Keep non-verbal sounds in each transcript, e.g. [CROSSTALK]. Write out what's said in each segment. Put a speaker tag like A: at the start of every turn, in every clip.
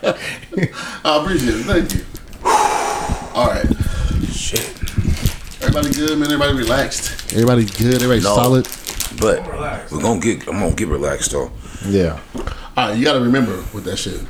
A: I appreciate it. Thank you. All right.
B: Shit.
A: Everybody good, man. Everybody relaxed. Everybody good. Everybody
B: No.
A: solid.
B: But we're gonna get. I'm gonna get relaxed though.
A: Yeah. All right. You got to remember with that shit.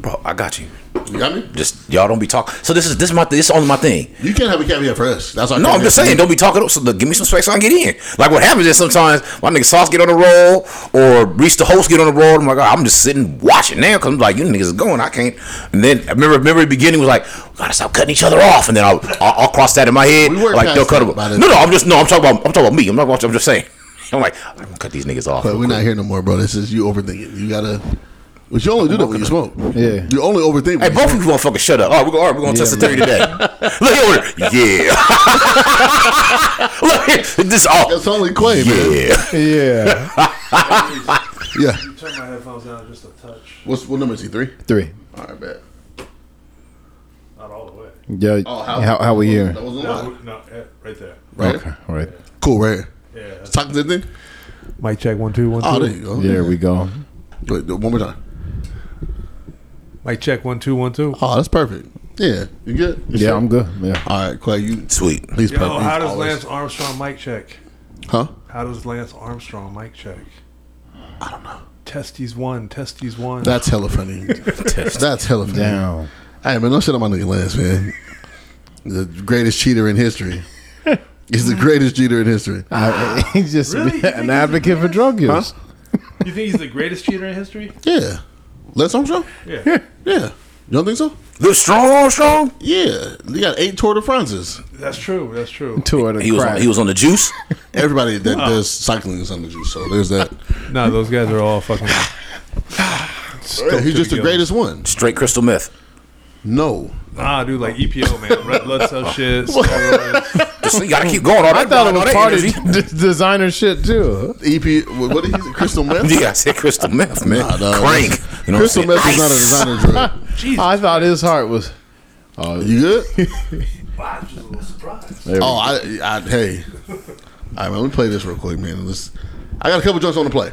B: Bro, I got you.
A: You got me.
B: Just y'all don't be talking. So this is this is my this is only my thing.
A: You can't have a caveat for us. That's our
B: No, I'm
A: caveat
B: just
A: for you.
B: saying, don't be talking. up. So look, give me some space so I can get in. Like what happens is sometimes my nigga sauce get on the roll or reach the host get on the roll. I'm like, "Ah, I'm just sitting watching now because I'm like, you niggas is going. I can't. And then I remember, remember the beginning was like, we gotta stop cutting each other off. And then I'll, I'll, I'll cross that in my head.
A: We were
B: like
A: past
B: they'll cut
A: that
B: them.
A: by this
B: No, no, I'm just no. I'm talking about I'm talking about me. I'm not. watching- I'm just saying. [LAUGHS] I'm like, I'm gonna cut these niggas off.
A: But we're not here no more, bro. This is you overthinking. You gotta. But you only do that when you smoke.
C: Yeah.
A: You only overthink.
B: Hey,
A: when you
B: both of you motherfuckers, shut up. All right, we're gonna, all right, we're gonna test the theory today. Look here, order. yeah. [LAUGHS] Look here, this is all.
A: smoke. That's only Quay, man.
B: Yeah.
C: Yeah.
A: Yeah.
D: Turn my headphones down just a touch,
A: What's what number is he? Three.
C: Three.
A: All right, bet.
D: not all the way.
C: Yeah.
A: Oh, how
C: how, how, we here?
A: That wasn't
D: No,
A: loud.
D: no, eh, right there.
A: Right.
C: Okay. All right.
A: Cool. Right.
D: Yeah.
A: Talk to the thing.
D: Mic check one two one two.
A: Oh, there you go.
C: There we go.
A: Wait, do it one more time.
D: Mic check one two one two.
A: Oh, that's perfect. Yeah. You good? You
C: Yeah,
A: sure?
C: I'm good. Yeah.
A: All right, Quay. You.
B: Sweet.
A: He's
D: Yo,
A: perfect.
D: how does
A: always-
D: Lance Armstrong mic check?
A: Huh?
D: How does Lance Armstrong mic check? I don't know. Testes one, testes one.
A: That's hella funny.
C: [LAUGHS]
A: That's hella funny.
C: Down.
A: Hey man, don't shit on my nigga Lance, man. The greatest cheater in
C: [LAUGHS]
A: history. He's the greatest cheater in history.
C: I, [LAUGHS] he's just
D: Really? You think
C: an
D: he's
C: advocate for drug use.
D: you think he's the greatest cheater in history?
A: Yeah. Lance Armstrong? [LAUGHS]
D: Yeah.
A: Yeah. You don't think so?
B: Little strong Armstrong.
A: Yeah. He got eight Tour de France's.
D: That's true. That's [LAUGHS] true.
C: Tour to
B: He was on,
C: crack.
B: he was on the juice.
A: Everybody that does cycling is on the juice, so there's that.
D: No, those guys are all fucking.
A: Yeah, he's just the greatest one.
B: Straight crystal meth.
A: No.
D: Nah, dude, like EPO, man. Red blood
A: [LAUGHS]
D: cell shit. steroids.
B: Just, you gotta keep going. All that,
C: I thought it
B: all
C: was
B: that
C: part
B: energy.
C: [LAUGHS] of d- designer shit too.
A: EP, E what what is he? Crystal
C: [LAUGHS]
A: meth?
B: [LAUGHS] Yeah, I said crystal meth, man.
A: Nah, dog.
B: Crank. You know
A: Crystal
B: what
A: meth is
B: I'm saying?
A: not a designer drug. Oh,
C: I thought his heart was.
A: You good?
D: Wow, just a little surprise.
C: There we-
A: Oh, I, I hey. All right, man, let me play this real quick, man. Let's, I got a couple joints on the play.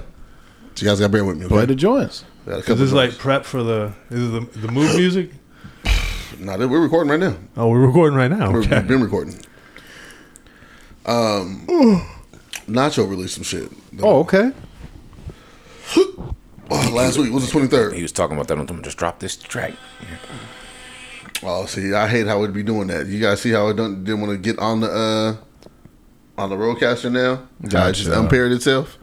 A: So you guys got to bear with me. Okay?
C: play the joints.
A: I got a couple
D: This is like
A: joints.
D: prep for the. This is the the mood music.
A: Nah, we're recording right now.
D: Oh, we're recording right now.
A: We're-
D: Okay.
A: We've been recording. Um, Nacho released some shit
C: Oh, okay.
A: Oh, last week. It was the twenty third.
B: He was talking about that. I'm gonna just drop this track.
A: Oh, see, I hate how it be doing that. You guys see how it don't didn't want to get on the uh on the roadcaster now. How it just
C: Gotcha.
A: unpaired itself.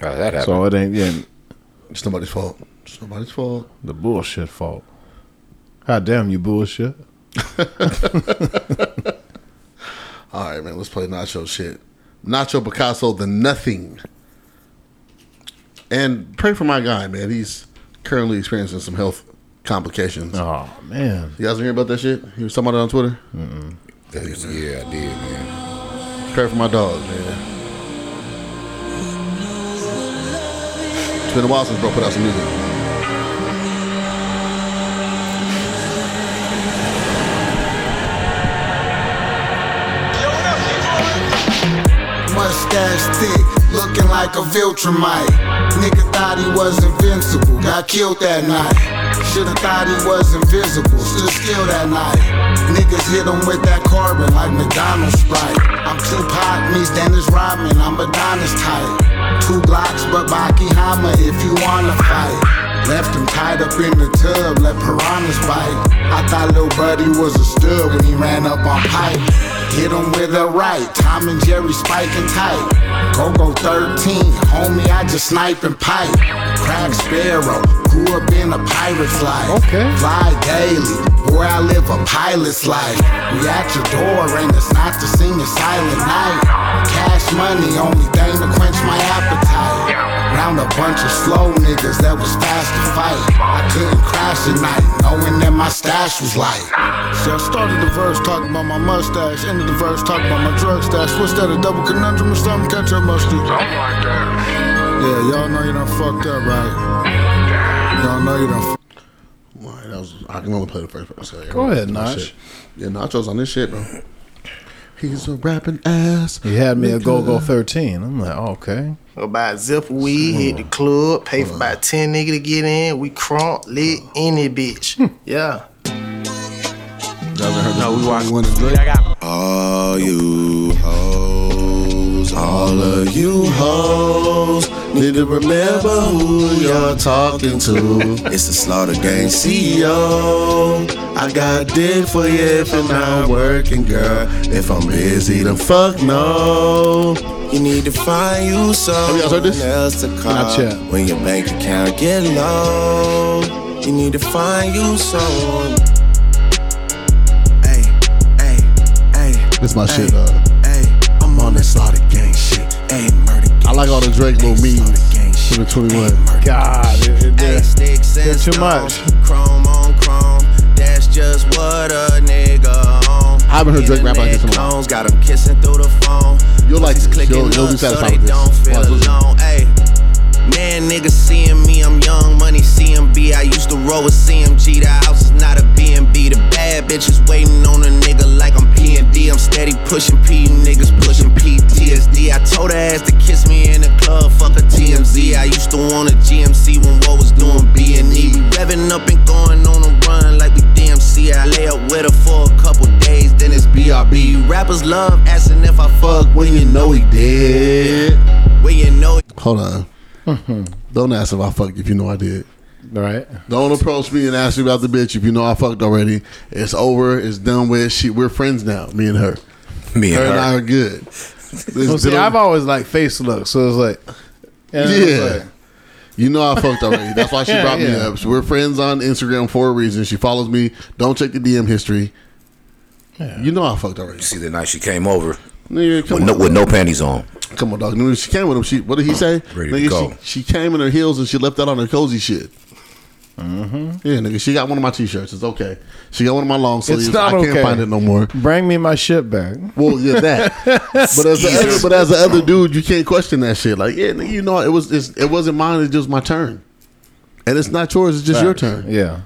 B: How did that happen?
C: So it ain't yeah,
A: It's nobody's fault. It's nobody's fault.
C: the bullshit fault. God damn you bullshit.
A: All right, man. Let's play Nacho shit. Nacho Picasso, the nothing. And pray for my guy, man. He's currently experiencing some health complications.
C: Oh man.
A: You guys hear about that shit? You was talking about it on Twitter?
B: yeah, I did, man.
A: Pray for my dog, man. It's been a while since bro put out some music.
E: Mustache thick, looking like a Viltrumite. Nigga thought he was invincible, got killed that night. Shoulda thought he was invisible, stood still that night. Niggas hit him with that carbon like McDonald's Sprite. I'm Tupac meets Dennis Rodman, I'm Adonis type. Two blocks, but Baki Hama if you wanna fight. Left him tied up in the tub, let piranhas bite. I thought little buddy was a stud when he ran up on pipe. Hit him with a right, Tom and Jerry spiking tight. Go-Go 13, homie, I just snipe and pipe. Crack Sparrow, grew up in a pirate's life.
C: Okay.
E: Fly daily, boy, I live a pilot's life. We at your door, and it's not to sing a silent night. Cash money, only thing to quench my appetite. Round a bunch of slow niggas that was fast to fight. I couldn't crash at night, knowing that my stash was light. So I started the verse talking about my mustache, ended the verse talking about my drug stash. What's that, a double conundrum or something? Catch your mustard. Yeah, y'all know you done fucked up, right? Y'all know you done fucked
A: All right, that was, I can only play the first part. So,
C: Go ahead,
A: my
C: Nach.
A: shit. Yeah, Nacho's on this shit, bro. He's a rapping ass.
C: He had me a go go thirteen. I'm like, oh, okay.
F: Go buy a zip weed, hit the club, pay for about 10 nigga to get in. We crunk, lit, any bitch. yeah.
A: No, we watch.
G: All you hoes, all of you hoes, need to remember who you're talking to. It's the Slaughter Gang CEO. I got dick for you if I'm not working, girl. If I'm busy, then fuck no. You need to find you
A: y'all
G: someone
A: heard this?
G: else to
C: Not
G: call
C: yet.
G: when your bank account get low. You need to find you someone. Hey, hey, hey.
A: This my shit. Uh,
G: Hey, I'm on that slaughter gang shit. Hey, murder gang
A: I like all the Drake little
G: shit.
A: memes
G: Slaughter gang shit.
A: from the 21.
G: Ayy, murder
C: God, it- it-
G: Ayy,
C: yeah.
G: sticks and
C: too
G: stones,
C: much.
G: Chrome on chrome. That's just what a nigga on.
A: I haven't heard Drake rap like this in a
G: Internet
A: while.
G: clones got 'em kissing through the phone.
A: You'll like
G: Pussies
A: this.
G: clicking
A: You'll- you'll be
G: up so
A: satisfied
G: they
A: with this.
G: don't feel
A: Watch, listen.
G: alone. Ayy, man, niggas seeing me. I'm young money CMB. I used to roll with CMG. The house is not a B&B. The bad bitches waiting on a nigga like I'm P&D. I'm steady pushing P. You niggas pushing PTSD. I told her ass to kiss me in the club. Fuck a TMZ. I used to want a GMC when what was doing B&E. We revving up and going on a run like we DMC. I lay up with her for a couple days. Then it's BRB. You rappers love asking if I fuck when you know he did. When you know
A: Hold on.
C: Mm-hmm.
A: Don't ask if I fucked if you know I did.
C: right?
A: Don't approach me and ask me about the bitch if you know I fucked already. It's over. It's done with. She, we're friends now, me and her.
B: Me and
A: Her and I
B: her.
A: are good.
C: [LAUGHS] Well,
A: It's
C: see,
A: been-
C: I've always liked face look, so it's like, and it's
A: Yeah.
C: like,
A: You know I fucked already. That's why she
C: [LAUGHS] Yeah,
A: brought me
C: yeah.
A: up. So we're friends on Instagram for a reason. She follows me. Don't check the DM history. You know I fucked already.
B: See the night she came over
A: Nigga, come
B: with no,
A: on.
B: with no panties on.
A: Come on, dog. Nigga, She came with him. She what did he say?
B: Ready to
A: nigga,
B: go.
A: She, she came in her heels and she left out on her cozy shit. Mm-hmm. Yeah, nigga. She got one of my t-shirts. It's okay. She got one of my long sleeves.
C: not
A: I can't
C: okay.
A: find it no more.
C: bring me my shit back.
A: Well, yeah,
C: [LAUGHS]
A: that. but as the other, but as the other dude, you can't question that shit. Like, yeah, nigga, you know, it was it's, it wasn't mine. It's just my turn, and it's not yours. It's just your turn.
C: Yeah.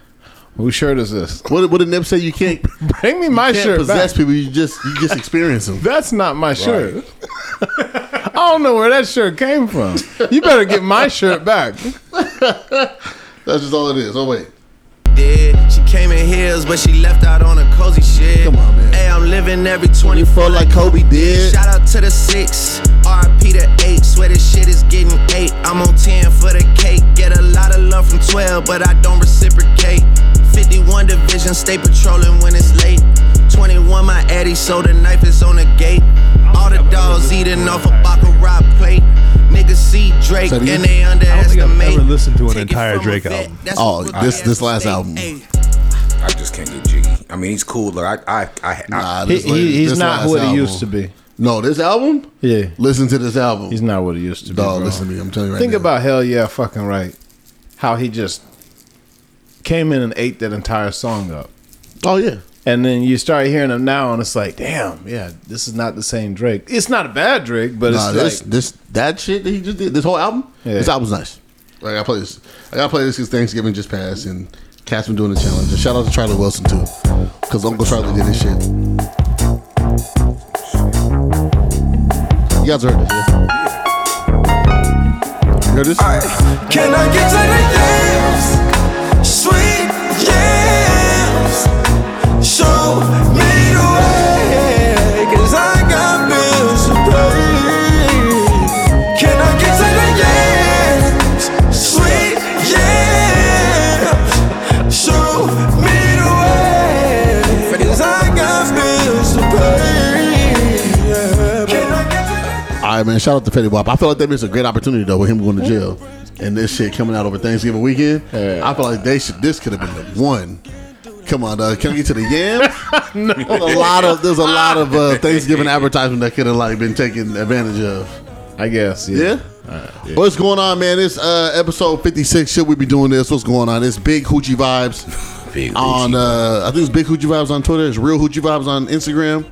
C: Whose shirt is this? [LAUGHS]
A: What did- what did Nip say? You can't, you
C: Bring me my
A: can't
C: shirt
A: possess
C: back.
A: people. You just you just experience them.
C: That's not my shirt. [LAUGHS] I don't know where that shirt came from. You better get my shirt back.
A: That's just all it is. Oh wait,
G: did. She came in heels, but she left out on a cozy shit.
A: Come on, man.
G: Hey, I'm living every 24 like Kobe
A: did.
G: Shout out to the six, RP to eight. Swear this shit is getting eight. I'm on 10 for the cake. Get a lot of love from 12, but I don't reciprocate. 51 division, stay patrolling when it's late. 21 my Eddie, so the knife is on the gate. All the dogs eating off a baccarat plate. Niggas see Drake
A: Say it
G: and
A: again.
G: they underestimate.
D: ever listened to an
G: Take it
D: entire
G: from a
D: Drake
G: vet,
D: album.
G: that's
A: Oh,
G: what
A: this-
G: I
A: this last
G: say.
A: album.
G: Ay.
B: I just can't get jiggy. I mean, he's cool. Like I, I, I, I
A: Nah,
C: He,
A: this
C: he,
A: latest-
C: he's
A: this
C: not
A: last
C: what
A: album.
C: he used to be.
A: No, this album.
C: Yeah.
A: Listen to this album.
C: He's not what he used to be.
A: Dog,
C: bro.
A: listen to me. I'm telling you right
C: Think
A: now.
C: about hell yeah, fucking right. How he just came in and ate that entire song up.
A: Oh yeah.
C: And then you start hearing him now, and it's like, damn, yeah, this is not the same Drake. It's not a bad Drake, but
A: Nah,
C: it's
A: this
C: like,
A: this that shit that he just did. This whole album.
C: Yeah.
A: This album's nice. Like I play this. I gotta play this because Thanksgiving just passed and Cat's been doing the challenge. And shout out to Charlie Wilson too, because Uncle Charlie did this shit. You guys heard this? Yeah? You heard this?
H: Can I get to the yams? Sweet yams. Show me the way. Cause I got bills to pay. Can I get to the yams? Sweet yams. Show me the way. Cause I got bills to pay. Can I get to the
A: All right, man. Shout out to Fetty Wap. I feel like they missed a great opportunity though with him going to jail and this shit coming out over Thanksgiving weekend.
C: Yeah.
A: I feel like they should. This could have been the one. Come on, dog. Can we get to the
C: [LAUGHS]
A: yams? There's a lot of there's a lot of uh, Thanksgiving advertisement that could have like been taken advantage of.
C: I guess, yeah.
A: Yeah. What's going on, man? It's uh, episode fifty six. Should we be doing this? What's going on? It's Big Hoochie Vibes
C: [LAUGHS]
B: big
A: on.
B: Gucci.
A: Uh, I think it's Big Hoochie Vibes on Twitter. It's Real Hoochie Vibes on Instagram.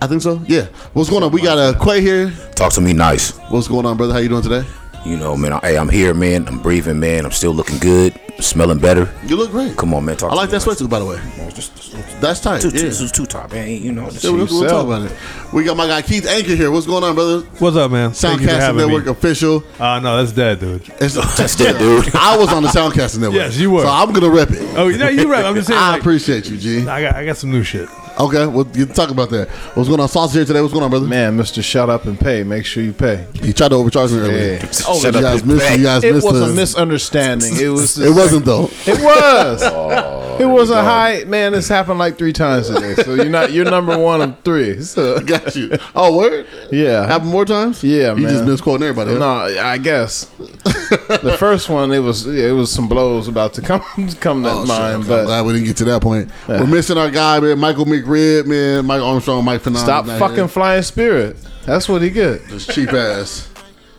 A: I think so. Yeah. What's going on? We got uh, Quay here.
B: Talk to me nice.
A: What's going on, brother? How you doing today?
B: You know, man. I, hey, I'm here, man. I'm breathing, man. I'm still looking good, smelling better.
A: You look great.
B: Come on, man. Talk
A: I like
B: to
A: that
B: me, man.
A: sweatsuit, by the way.
B: Just- just-
A: That's tight.
B: Two,
A: yeah.
B: two, two, two top, man. You know, just-
A: Yeah, we'll, we'll talk
C: yourself.
A: about it. We got my guy Keith Anchor here. What's going on, brother?
D: What's up, man? Thank you for
A: Soundcasting
D: having
A: Network
D: me.
A: official.
D: Uh, no, that's dead, dude.
A: It's,
B: [LAUGHS] that's that dude.
A: [LAUGHS] I was on the Soundcasting Network.
D: Yes, you were.
A: So I'm gonna rep it.
D: Oh, no, you're right. I'm just saying.
A: [LAUGHS] I
D: like,
A: appreciate you, G.
D: I got, I got some new shit.
A: Okay, we'll you talk about that. What's going on, Sausage here today? What's going on, brother?
C: Man, Mister, shut up and pay. Make sure you pay.
A: He tried to overcharge me earlier.
C: Yeah.
A: Oh,
B: Shut
A: you
B: up,
A: guys
B: you
A: missed. it. You guys
C: It
A: missed
C: was
A: us.
C: a misunderstanding.
A: [LAUGHS]
C: It was.
A: It wasn't though.
C: It was.
A: Oh,
C: it was a high. Man, this happened like three times today. So you're not. You're number one of three. [LAUGHS] So
A: Got you. Oh, word.
C: yeah.
A: Happened more times.
C: Yeah,
A: you just
C: man.
A: misquoting everybody. huh?
C: No, I guess the first one it was yeah, it was some blows about to come [LAUGHS] come to
A: Oh, shit,
C: mind,
A: okay, I'm
C: but
A: glad we didn't get to that point. We're missing our guy, man. Michael McRib, man. Mike Armstrong, Mike Phenom.
C: stop
A: not
C: fucking
A: here.
C: flying spirit. That's what he get.
A: This cheap ass,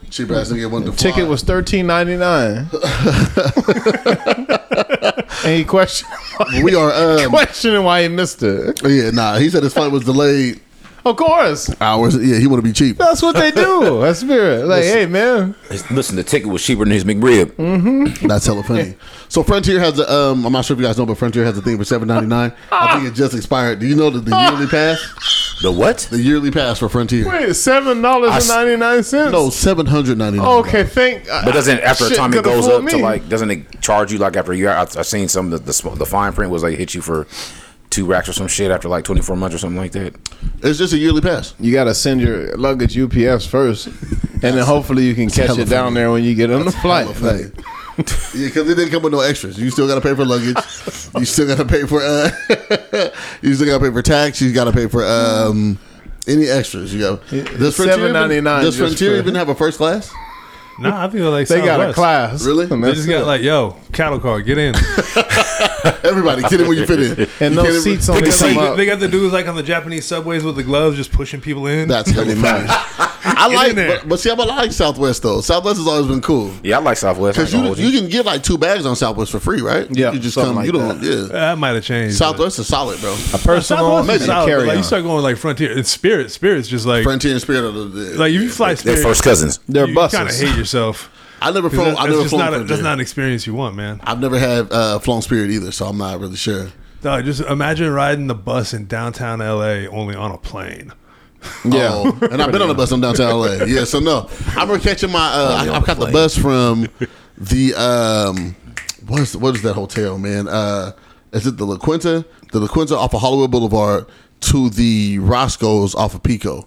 A: cheap ass nigga wanted to fly.
C: Ticket was thirteen
A: [LAUGHS]
C: ninety nine. Any question? [LAUGHS]
A: We are. Um,
C: questioning why he missed it?
A: yeah, nah. He said his flight was delayed
C: Of course,
A: hours. Yeah, he want to be cheap.
C: that's what they do. That's spirit. Like, hey man,
B: Listen, the ticket was cheaper than his McRib.
A: That's hella
C: [LAUGHS]
A: funny. So Frontier has a. Um, I'm not sure if you guys know, but Frontier has a thing for seven ninety nine. I think it just expired. Do you know that the yearly pass?
B: The what?
A: The yearly pass for Frontier.
C: [LAUGHS] wait seven dollars
B: I
C: and
B: s-
C: ninety nine cents.
A: No, seven hundred ninety nine.
C: okay, thank.
B: But doesn't after a
C: Shit
B: time it
C: coulda
B: goes
C: fooled
B: up to
C: me.
B: like doesn't it charge you like after a year? I, I seen some of the, the sm- the fine print was like hit you for two racks or some shit after like twenty four months or something like that.
A: It's just a yearly pass.
C: you gotta send your luggage UPS first, and then hopefully you can catch
A: hella
C: it down
A: funny.
C: there when you get on the flight.
A: Hella funny.
C: Like,
A: yeah, because it didn't come with no extras. You still got to pay for luggage. you still got to pay for. Uh, [LAUGHS] you still got to pay for tax. You got to pay for um, any extras. You got. Does Frontier, even,
C: $7.99
A: does
C: just
A: Frontier
C: for-
A: even have a first class?
D: No, I think they're like
C: they got a
D: Southwest.
C: class,
A: Really?
C: And
A: They
D: They
C: that's
D: just got
C: it.
D: like, yo, cattle car, get in.
A: Everybody, get in when you fit in.
C: and
A: You
C: no
A: can't even- [LAUGHS]
C: seats on
B: Pick a
C: the
B: seat.
C: seat.
D: they got the dudes like on the Japanese subways with the gloves, just pushing people in.
A: That's hella funny. I
D: Get
A: like,
D: in there.
A: but, but see, I like Southwest though. Southwest has always been cool.
B: Yeah, I like Southwest. I ain't
A: Because
B: gonna
A: you,
B: hold you,
A: you can get like two bags on Southwest for free, right?
C: Yeah,
A: you just come.
C: something like
A: you don't. Yeah,
D: that might have changed. but-
A: Southwest is solid, bro.
C: Personal
D: Southwest
C: and
D: is solid, but,
C: carry
D: like you
C: on.
D: start going like Frontier and Spirit. Spirit's just like
A: Frontier and Spirit. Are the,
D: like if you fly
B: They're
D: Spirit,
B: first cousins.
C: They're
D: you kind of
C: buses.
D: hate yourself.
A: I never
D: 'Cause
A: flown.
D: that's,
A: I
D: that's
A: never
D: just
A: flown.
D: not a,
A: Frontier.
D: that's not an experience you want, man.
A: I've never had uh, flown Spirit either, so I'm not really sure.
D: Dog, just imagine riding the bus in downtown LA only on a plane.
C: Yeah.
A: Oh, and I've been on the bus from downtown LA. Yeah, so no, I remember catching my. Uh, I, I caught the bus from the um, what's what is that hotel, man? Uh, is it the La Quinta? The La Quinta off of Hollywood Boulevard to the Roscoe's off of Pico.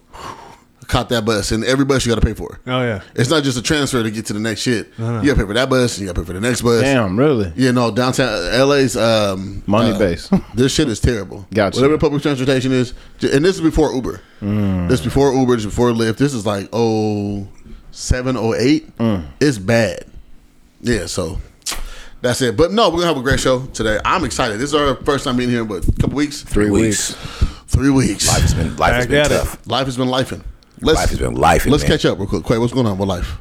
A: Caught that bus, and every bus you got to pay for.
D: Oh yeah,
A: It's not just a transfer to get to the next shit. You got to pay for that bus. You got to pay for the next bus.
C: Damn, really?
A: Yeah, no, downtown LA's um,
C: Money
A: uh,
C: base.
A: [LAUGHS] This shit is terrible.
C: Gotcha.
A: Whatever public transportation is, j- and this is before Uber. This before Uber, this before Lyft. This is like oh seven oh eight. It's bad. Yeah, so that's it. But no, we're gonna have a great show today. I'm excited. This is our first time being here, in, what a couple weeks,
B: Three weeks.
A: three weeks.
B: Life has been life has
D: Back
B: been
D: at it.
B: tough.
A: Life has been lifing. Let's,
B: Life has been lifing,
A: Let's
B: man.
A: catch up real quick. Quay, what's going on with life?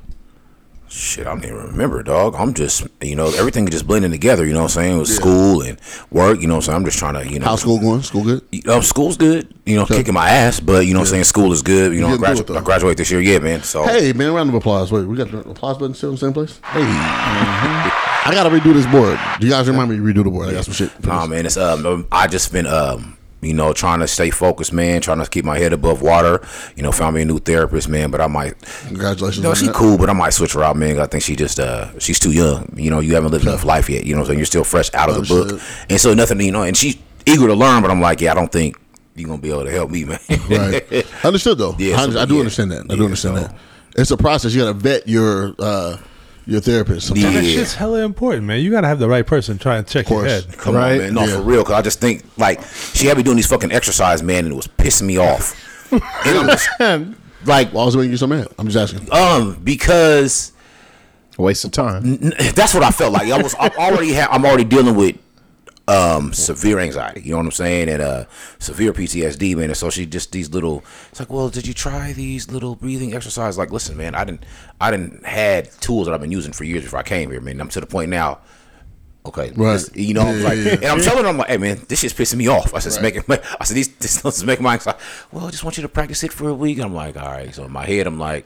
B: Shit, I don't even remember, dog. I'm just you know everything just blending together. You know what I'm saying? With school and work. You know what I'm saying? I'm just trying to you know
A: How's school going? School good?
B: you know, school's good. You know, kicking my ass, but you know what I'm saying? School is good. You know, I,
A: didn't do it,
B: gradu-
A: though.
B: I graduate this year. Yeah, man. So
A: Hey, man, round of applause. Wait, we got the applause button still in the same place? Hey. I got to redo this board. Do you guys remind me to redo the board? I got some shit.
B: Nah, man, it's um, I just been um, you know, trying to stay focused, man, trying to keep my head above water. You know, found me a new therapist, man, but I might.
A: Congratulations.
B: No,
A: on
B: she
A: that.
B: cool, but I might switch her out, man. 'cause I think she just uh, she's too young. You know, you haven't lived enough life yet. You know, what I'm saying you're still fresh out of the book,
A: Understood.
B: and so nothing, you know. And she's eager to learn, but I'm like, yeah, I don't think you're gonna be able to help me, man.
A: Right. Understood, though.
B: Yeah,
A: I,
B: so-
A: I do
B: yeah.
A: understand that. I do
B: Yeah,
A: understand
B: so-
A: that. It's a process. You got to vet your uh, your therapist. Sometimes.
B: Yeah.
D: that shit's hella important, man. You gotta have the right person try and check your
A: course.
B: [LAUGHS]
D: head.
B: Come
C: Right?
B: on, man. No,
A: Yeah.
B: for real. Cause I just think like she had me doing these fucking exercise, man, and it was pissing me off. and I'm just, like,
A: Why was it making you so mad? I'm just asking.
B: um, because
C: Waste of time.
B: n- that's what I felt like. I was I already ha- I'm already dealing with um severe anxiety. You know what I'm saying? And uh severe PTSD, man. And so she just these little. It's like, well, did you try these little breathing exercises? Like, listen, man, I didn't I didn't had tools that I've been using for years before I came here, man. I'm to the point now. Okay,
A: Right.
B: this- you know, I'm
A: Yeah,
B: like,
A: yeah, yeah.
B: and I'm telling her, I'm like, hey man, this shit's pissing me off. I said, it's making, my, I said, these, this is making my anxiety. Well, I just want you to practice it for a week. I'm like, all right. So in my head, I'm like,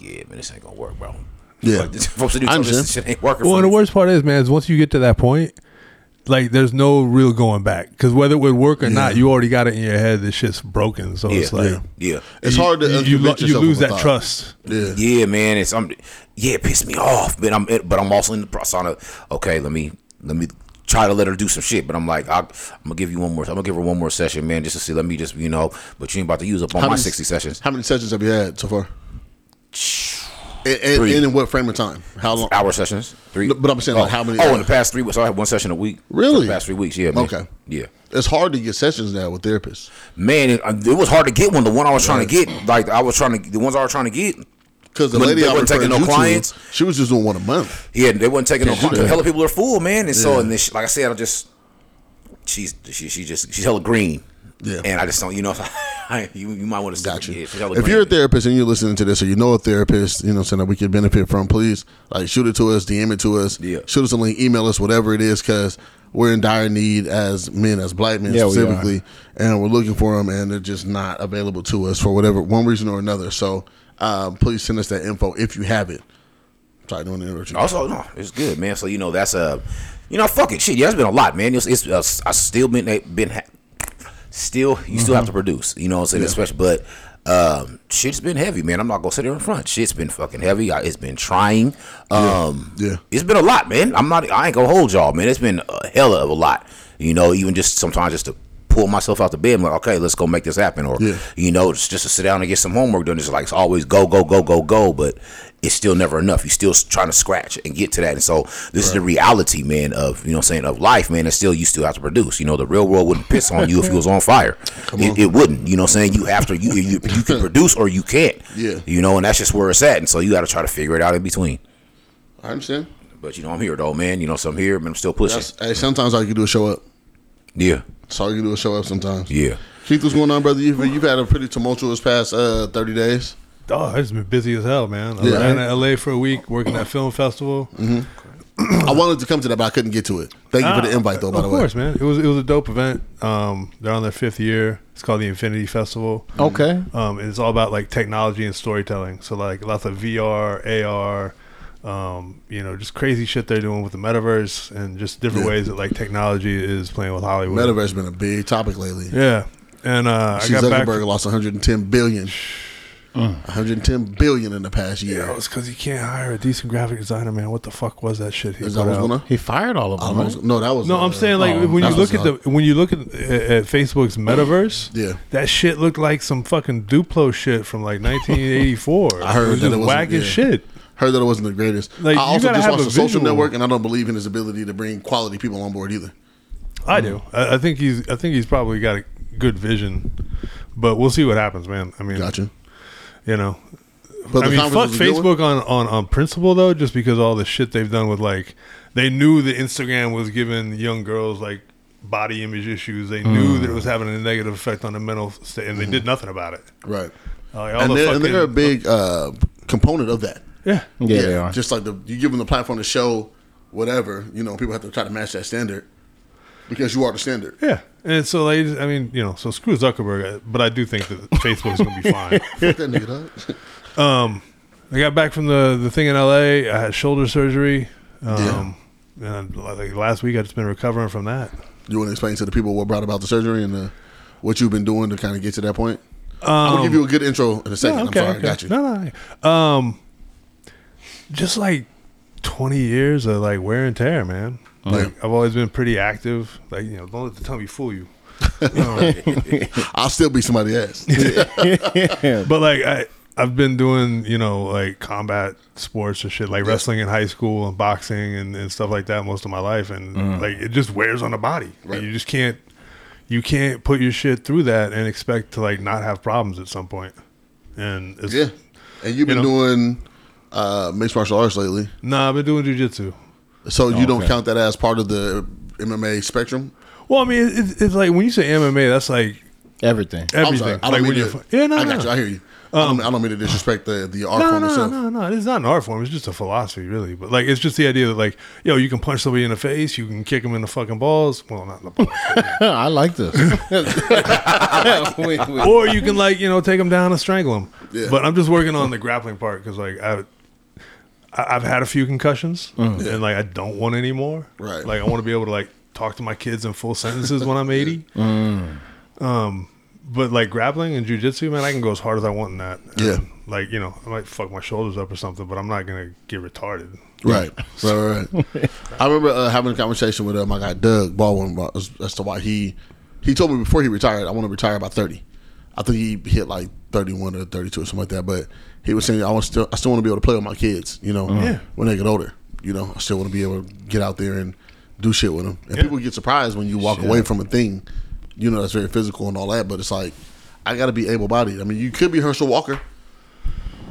B: yeah, man, this ain't gonna work, bro.
A: Yeah.
B: Like, folks that do
A: I
B: tell us
A: understand.
B: this shit ain't working
D: Well,
B: for
D: and the
B: me.
D: worst part is, man, is once you get to that point, like there's no real going back because whether it would work or not, you already got it in your head. This shit's broken, so it's
B: Yeah,
D: like
B: yeah.
A: It's
D: you-
A: hard to
D: you, you,
A: unconvince
D: lo- you
A: yourself
D: lose
A: of a
D: that
A: thought.
D: trust.
A: Yeah.
B: Yeah, man. It's I'm, yeah, it pissed me off, but I'm but I'm also in the persona. Okay, let me let me try to let her do some shit, but I'm like I, I'm gonna give you one more. I'm gonna give her one more session, man, just to see. Let me just you know, but you ain't about to use up all my
A: many-
B: sixty sessions.
A: How many sessions have you had so far? And, and,
B: Three.
A: and in what frame of time? How long?
B: Hour sessions, three.
A: No, but I'm saying,
B: oh,
A: like, how many-
B: Oh, in the past three weeks, so I had one session a week.
A: Really?
B: For the past three weeks, yeah. Man.
A: Okay.
B: yeah.
A: It's hard to get sessions now with therapists
B: Man, it, it was hard to get one. The one I was trying to get, like I was trying to, the ones I was trying to get,
A: because the
B: But
A: lady
B: they
A: I
B: weren't
A: was
B: taking
A: taking
B: no
A: no clients.
B: clients.
A: she was just doing one a month.
B: Yeah, they wasn't taking no
A: Can't do
B: clients. The
A: that.
B: hella people are full, man. And so, and this, like I said, I just she's she, she just she's hella green.
A: Yeah.
B: and I just don't, you know, [LAUGHS] I, you you might want to
A: Got you.
B: Yeah,
A: if
B: she's hella
A: you're a
B: green.
A: therapist and you're listening to this, or you know a therapist, you know, what I'm saying that we could benefit from, please like shoot it to us, DM it to us,
B: Yeah.
A: shoot us a link, email us, whatever it is, because we're in dire need as men, as black men
C: Yeah, we
A: specifically, and we're looking for them, and they're just not available to us for whatever one reason or another. So, um, please send us that info if you have it. Sorry, doing the interruption.
B: also no, it's good, man. So you know, that's a, you know, fuck it, shit. Yeah, it's been a lot, man. It's, it's uh, I still been been ha- still you still
A: Mm-hmm.
B: have to produce, you know, what I'm saying especially, but. Um, shit's been heavy, man. I'm not gonna sit here in front. Shit's been fucking heavy. I, it's been trying. Um,
A: Yeah.
B: it's been a lot, man. I'm not. I ain't gonna hold y'all, man. It's been a hella of a lot. You know, even just sometimes just to pull myself out the bed, I'm like, okay, let's go make this happen, or
A: Yeah.
B: you know, it's just to sit down and get some homework done. It's like it's always go, go, go, go, go, but it's still never enough. You're still trying to scratch and get to that. And so this is the reality, man, of you know, what I'm saying of life, man. And still, you still have to produce. You know, the real world wouldn't piss on you if you was on fire. It, it wouldn't. You know, what I'm saying you have to. You you, you can produce or you can't.
A: Yeah.
B: You know, and that's just where it's at. And so you got to try to figure it out in between.
A: I understand.
B: But you know, I'm here though, man. You know, so I'm here, but I'm still pushing.
A: That's, hey, sometimes all you can do is show up.
B: yeah,
A: That's all you can do is show up. Sometimes.
B: yeah.
A: Keith, what's going on, brother? You've, you've had a pretty tumultuous past uh, 30 days.
D: Oh, I've just been busy as hell, man.
A: Yeah.
D: I was down in LA for a week working at film festival.
A: I wanted to come to that, but I couldn't get to it. Thank you for the
D: Ah,
A: invite, though, by
D: of
A: the way.
D: course, man. It was it was a dope event. Um, they're on their fifth year. It's called the Infinity Festival.
C: Okay.
D: Um, and it's all about like technology and storytelling. So like lots of VR, AR, um, you know, just crazy shit they're doing with the metaverse and just different ways that like technology is playing with Hollywood.
A: Metaverse has been a big topic lately.
D: Yeah. And uh, I
A: See,
D: got back. Mm.
A: Zuckerberg lost 110 billion. 110 billion in the past year.
D: Yo, it's because you can't hire a decent graphic designer, man. What the fuck was that shit? He
A: Is that
D: put
A: what's
D: out?
A: going on?
C: He fired all of
A: I
C: them.
A: don't know.
C: right?
A: No, that was.
D: No, I'm
A: uh,
D: saying like
C: oh,
D: when you
A: that's
D: look at
A: what's
D: the when you look at, at Facebook's metaverse,
A: Yeah.
D: that shit looked like some fucking Duplo shit
A: [LAUGHS]
D: from like 1984.
A: I heard
D: it
A: that
D: was just
A: it wasn't-
D: whack as
A: yeah.
D: shit.
A: Heard that it wasn't the greatest.
D: Like,
A: I
D: you
A: also
D: gotta
A: just
D: have
A: watched
D: a
A: the social
D: visual.
A: network, and I don't believe in his ability to bring quality people on board either. Hmm.
D: I do. I, I think he's I think he's probably got a good vision, but we'll see what happens, man. I mean,
A: Gotcha.
D: You know,
A: But
D: I
A: the
D: mean,
A: conference
D: fuck
A: was a good one.
D: Facebook on, on, on principle though, just because all the shit they've done with like they knew that Instagram was giving young girls like body image issues. They knew
A: Hmm.
D: that it was having a negative effect on the mental state, and they did nothing about it.
A: Right.
D: Like, all
A: Hmm. And
D: the
A: they're, and they're a
D: fucking-
A: big uh, component of that.
D: yeah.
C: Yeah, they are.
A: Just like the you give them the platform to show whatever, you know, people have to try to match that standard because you are the standard.
D: Yeah. And so, like, I mean, you know, so screw Zuckerberg, uh, but I do think
A: [LAUGHS]
D: that Facebook's gonna be fine.
A: [LAUGHS] Fuck that nigga, dog.
D: I got back from the the thing in L.A. I had shoulder surgery, um, and like last week I just been recovering from that.
A: [LAUGHS] You want to explain to the people what brought about the surgery and uh, what you've been doing to kind of get to that point? I'm gonna give you a good intro in a second. I'm sorry, I got you.
D: No, no. Um, just like twenty years of like wear and tear, man. Like I've always been pretty active. Like you know, don't let the tummy
A: [LAUGHS]
D: fool you. Um,
A: I'll still be somebody
C: [LAUGHS]
A: else.
D: But like I, I've been doing you know like combat sports or shit like wrestling in high school and boxing and, and stuff like that most of my life, and like it just wears on the body.
A: Mm. Right.
D: You just can't, you can't put your shit through that and expect to like not have problems at some point. And it's,
A: yeah, and you've been
D: know.
A: doing uh, mixed martial arts lately,
D: nah, I've been doing jujitsu.
A: so you don't
C: Oh, okay.
A: count that as part of the MMA spectrum.
D: Well, I mean, it, it's- it's like when you say MMA, that's like
C: Everything. [LAUGHS]
A: I'm
D: everything.
A: sorry, I don't
D: like
A: mean
D: when
A: to,
D: you're, fi- yeah, Um, no,
A: I
D: no,
A: got you. I hear you. I, don't, I don't mean to disrespect the the art
D: no,
A: form
D: no,
A: itself.
D: no, no, It's not an art form. It's just a philosophy, really. But like, it's just the idea that like, yo, you can punch somebody in the face, you can kick them in the fucking balls. Well, not in
A: [LAUGHS]
D: the balls.
C: I like this. Wait, wait.
D: or you can like you know take them down and strangle them.
A: Yeah.
D: But I'm just working on the grappling part because like I, I, I've had a few concussions, and like I don't want any more.
A: Mm. Right.
D: Like I want to be able to like talk to my kids in full sentences when
A: [LAUGHS]
D: I'm 80. Um,
A: Mm.
D: but like grappling and jujitsu, man, I can go as hard as I want in that. And,
A: Yeah.
D: Like you know, I might fuck my shoulders up or something, but I'm not gonna get retarded.
A: Right, right, right. right. I remember uh, having a conversation with uh, my guy Doug Baldwin about- as, as to why he he told me before he retired, I want to retire by thirty. I think he hit like thirty one or thirty two or something like that. But he was saying I want still I still want to be able to play with my kids, you know, when they get older. You know, I still want to be able to get out there and do shit with them. And people get surprised when you walk away from a thing, you know, that's very physical and all that. But it's like I got to be able bodied. I mean, you could be Herschel Walker.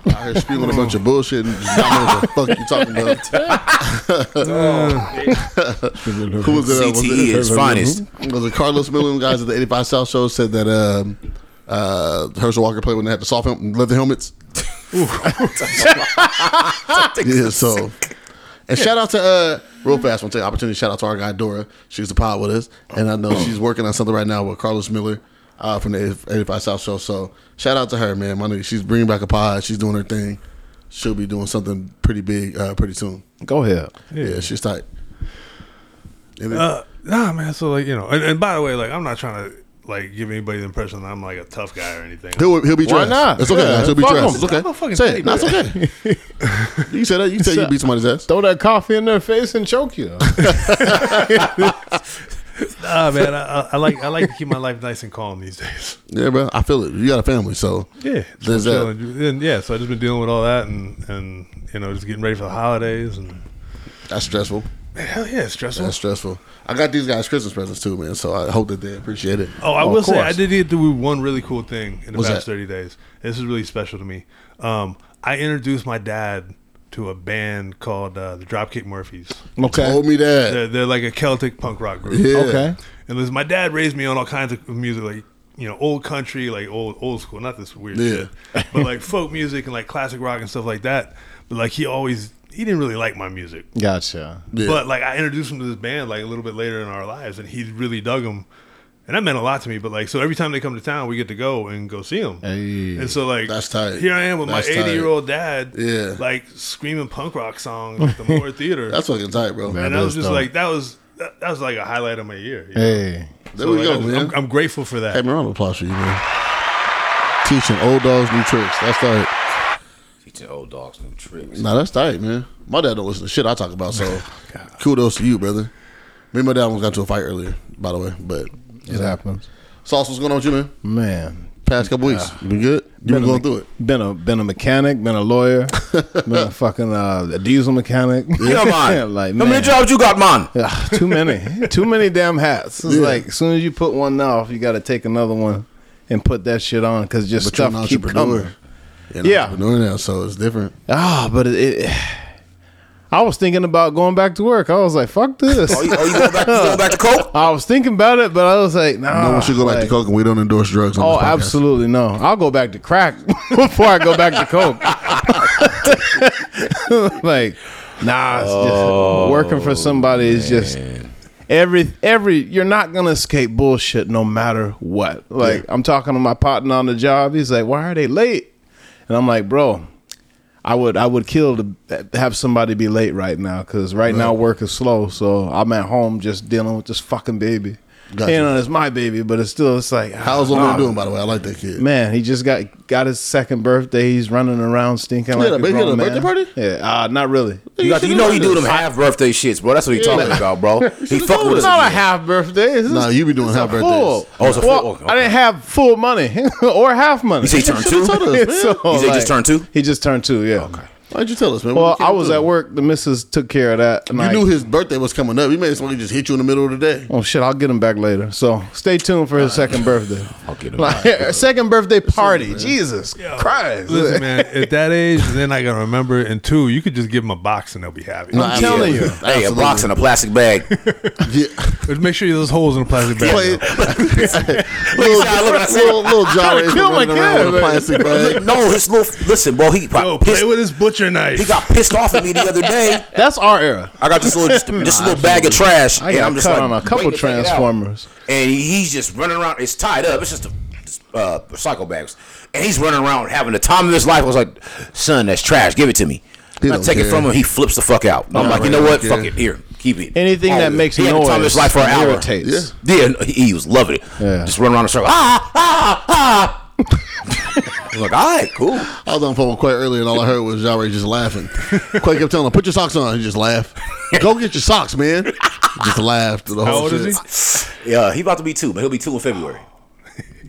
A: Out here spewing a bunch of bullshit and just not know what the fuck you talking about. Who was it? uh, was
B: CTE
A: it,
B: E is finest.
A: was it Carlos Millen? Guys at the 85 South show said that um, uh, Herschel Walker played when they had the soft hel- leather helmets. [LAUGHS]
B: [LAUGHS]
A: yeah, so. And shout out to uh, real fast. One take opportunity. Shout out to our guy Dora. She's the pod with us, and I know she's working on something right now with Carlos Miller uh, from the 85 South show. So shout out to her, man. My nigga, she's bringing back a pod. She's doing her thing. She'll be doing something pretty big uh, pretty soon.
C: Go ahead.
A: Yeah, she's tight. And it-
D: Uh, nah, man. So like you know, and, and by the way, like I'm not trying to like give anybody the impression that I'm like a tough guy or anything.
A: He'll, he'll be
C: Why
A: trash.
C: not?
A: It's okay.
C: Yeah,
A: guys. He'll be
C: fuck
A: trash.
C: him.
A: It's okay.
D: I'm a fucking
A: say
D: pig,
A: it. That's
C: [LAUGHS]
A: okay. you can say that. You can say you beat somebody's ass.
C: Throw that coffee in their face and choke you. [LAUGHS]
D: Ah, man. I, I, I like I like to keep my life nice and calm these
A: [LAUGHS]
D: days.
A: Yeah, bro. I feel it. You got a family, so
D: Yeah,
A: There's
D: so I'm
A: that.
D: chilling. And yeah, so I just been dealing with all that, and and you know, just getting ready for the holidays, and
A: That's stressful.
D: man, hell yeah, it's stressful.
A: That's stressful. I got these guys Christmas presents too, man. So I hope that they appreciate it.
D: oh, I
C: of
D: will say I
C: course.
D: did get to do one really cool thing in the
A: What's
D: past
A: that?
D: thirty days. This is really special to me. Um, I introduced my dad to a band called uh, the Dropkick Murphys.
A: Told me that.
D: They're, they're like a Celtic punk rock group.
A: Oh, Yeah.
C: Okay.
D: And listen, my dad raised me on all kinds of music, like you know, old country, like old old school, not this weird
A: Yeah.
D: shit, but like [LAUGHS] folk music and like classic rock and stuff like that. But like he always, he didn't really like my music.
C: Gotcha.
A: Yeah.
D: But like I introduced him to this band like a little bit later in our lives, and he really dug them, and that meant a lot to me. But like so, every time they come to town, we get to go and go see them.
C: Hey.
D: And so like
A: That's tight.
D: Here I am with
A: That's
D: my
A: tight.
D: eighty year old dad,
A: Yeah.
D: like screaming punk rock songs at the
A: [LAUGHS]
D: Moore Theater.
A: That's fucking tight, bro.
C: Man.
D: and I
C: that
D: was
C: is
D: just
C: dope.
D: like that was that, that was like a highlight of my year. you know?
C: Hey.
A: There
D: So,
A: we
D: like,
A: go,
D: I just-
A: man.
D: I'm, I'm grateful for that.
A: Hey, man, round of applause for you, man. Teaching old dogs new tricks. That's tight.
B: Teaching old dogs new tricks.
A: Nah, that's tight, man. My dad don't listen to shit I talk
C: [LAUGHS]
A: about, so kudos to you, brother. Me and my dad almost got into a fight earlier, by the way. But
C: It happens.
A: Sauce, what's going on with you, man?
C: Man.
A: Past couple weeks, you been good. You been
C: a
A: going
C: me-
A: through it.
C: Been a been a mechanic, been a lawyer, been a fucking uh, a diesel mechanic.
B: Come on.
C: [LAUGHS] like
B: How many
C: man,
B: jobs you got, man?
C: Ugh, too many, too many damn hats. It's
A: Yeah.
C: like as soon as you put one off, you got to take another one and put that shit on because just
A: But you're an
C: stuff keep coming.
A: entrepreneur. You're an
C: Yeah.
A: entrepreneur now, so it's different.
C: Ah, but it, it. [SIGHS] I was thinking about going back to work. I was like, fuck this.
B: Oh, you, oh, you going back? You going back to coke?
C: I was thinking about it, but I was Ah, like, nah.
A: no one should go back to coke, and we don't endorse drugs. On
C: Oh,
A: this podcast.
C: absolutely no. I'll go back to crack [LAUGHS] before I go back to coke. [LAUGHS] like, nah, it's
A: Oh,
C: just working for somebody is just every every you're not gonna escape bullshit no matter what. Like I'm talking to my partner on the job, he's like, Why are they late? And I'm like, bro, I would I would kill to have somebody be late right now because right now work is slow. So I'm at home just dealing with this fucking baby.
A: Gotcha.
C: You know, it's my baby, but it's still it's like
A: How's old
C: ah,
A: man doing? By the way, I like that kid.
C: Man, he just got got his second birthday. He's running around stinking
A: had
C: like
A: a
C: a,
A: big- he had
C: grown
A: a
C: man.
A: birthday party?
C: Yeah, uh, not really.
B: You, got, you know you do them
A: Nah,
B: half birthday shits, bro. That's what you talking about, bro. He
A: should've
B: fucking
A: told
B: with
C: It's
A: us.
B: us.
C: not a half birthday. It's
A: Nah,
C: just-
A: you be doing
C: it's a
A: half birthdays.
C: full.
B: Oh, it's a full-
C: Well,
B: okay,
C: I didn't have full money [LAUGHS] or half money.
B: You say he turned two?
A: Should've told us, man.
C: [LAUGHS] So,
B: You say he just turned two?
C: He just turned two. Yeah. Okay.
A: Why'd you tell us, man?
C: Well,
A: What you
C: I
A: came
C: was
A: to?
C: at work. The missus took care of that. and
A: You
C: I-
A: knew his birthday was coming up. He made somebody just hit you in the middle of the day.
C: Oh shit! I'll get him back later. So stay tuned for his second birthday.
B: I'll get him
C: Like, [LAUGHS] second birthday party. Jesus Christ!
D: [LAUGHS]
C: [LAUGHS]
D: Listen, man, at
A: [LAUGHS]
D: that age, then I gotta remember. And two, you could just give them a box and they'll be happy.
A: Nah,
C: I'm telling you.
A: absolutely.
B: Hey, a box in a plastic bag. Look
A: Yeah.
D: [LAUGHS] Just make sure those holes in the plastic bag.
A: Play-
D: though.
B: at how I look. I
A: little,
B: said,
A: little John Ray's
C: kill my
A: running around
C: kid,
A: with a
C: man.
A: plastic bag.
B: no, his little. Listen, bro. He got
D: Yo,
B: pissed.
D: play with his butcher knife.
B: He got pissed off at me the other day.
C: That's our era.
B: I got this little, this little bag of trash,
C: I
B: and
C: got
B: I'm just
C: cut
B: like
C: on a couple
B: waiting to take it out.
C: Transformers.
B: and he's just running around. It's tied up. It's just a just, uh, recycle bags, and he's running around having the time of his life. I was like, "Son, that's trash. Give it to me."
A: He
B: I
A: don't
B: take it
A: care.
B: from him. He flips the fuck out. I'm like, you know
A: right,
B: what?
A: yeah.
B: Fuck it. Here, keep it.
C: Anything
B: Oh,
C: that makes
B: he had the
C: noise
B: time of his life for an hour.
C: irritates.
A: Yeah.
B: Yeah, he, he was loving it.
C: Yeah.
B: Just running around the circle. Ah, ah, ah. [LAUGHS] I'm like, all right,
A: [LAUGHS]
B: cool.
A: I was on the phone with Quay earlier, and all I heard was Jare just laughing. Quay kept telling him, "Put your socks on." He just laughed. Go get your socks, man. Just laughed. through The whole
D: How old
A: shit.
D: is he?
B: Yeah, he about to be two, but he'll be two in [LAUGHS] February.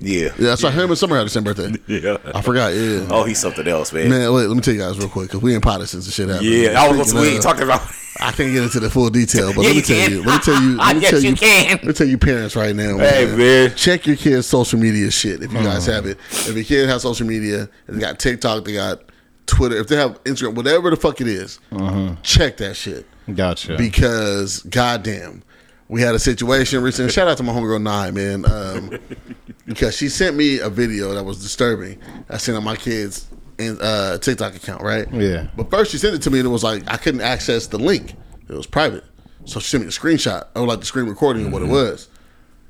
B: Yeah.
A: Yeah, that's right. Him and Summer had the same birthday.
B: Yeah.
A: I forgot. Yeah.
B: Oh, he's something else, man.
A: Man, wait, let me tell you guys real quick because we in Potter since the shit happened.
B: yeah, I was going to
A: Speaking
B: tweet
A: of-
B: talking about.
A: I can't get into the full detail, but
B: [LAUGHS] Yeah,
A: let me
B: you
A: tell
B: can.
A: you. Let me tell you.
B: [LAUGHS]
A: Let me
B: Yes,
A: tell
B: you can.
A: Let me tell you, parents, right now.
B: Hey, man. Mm.
A: Check your kids' social media shit if you guys have it. If your kid has social media, they got TikTok, they got Twitter, if they have Instagram, whatever the fuck it is,
B: Mm-hmm.
A: check that shit
C: Gotcha.
A: because goddamn, we had a situation recently. Shout out to my homegirl Nine, man, um,
C: [LAUGHS]
A: because she sent me a video that was disturbing. I sent on my kids in uh, TikTok account, right?
C: Yeah.
A: But first, she sent it to me, and it was like I couldn't access the link; it was private. So she sent me a screenshot of like the screen recording of what it was.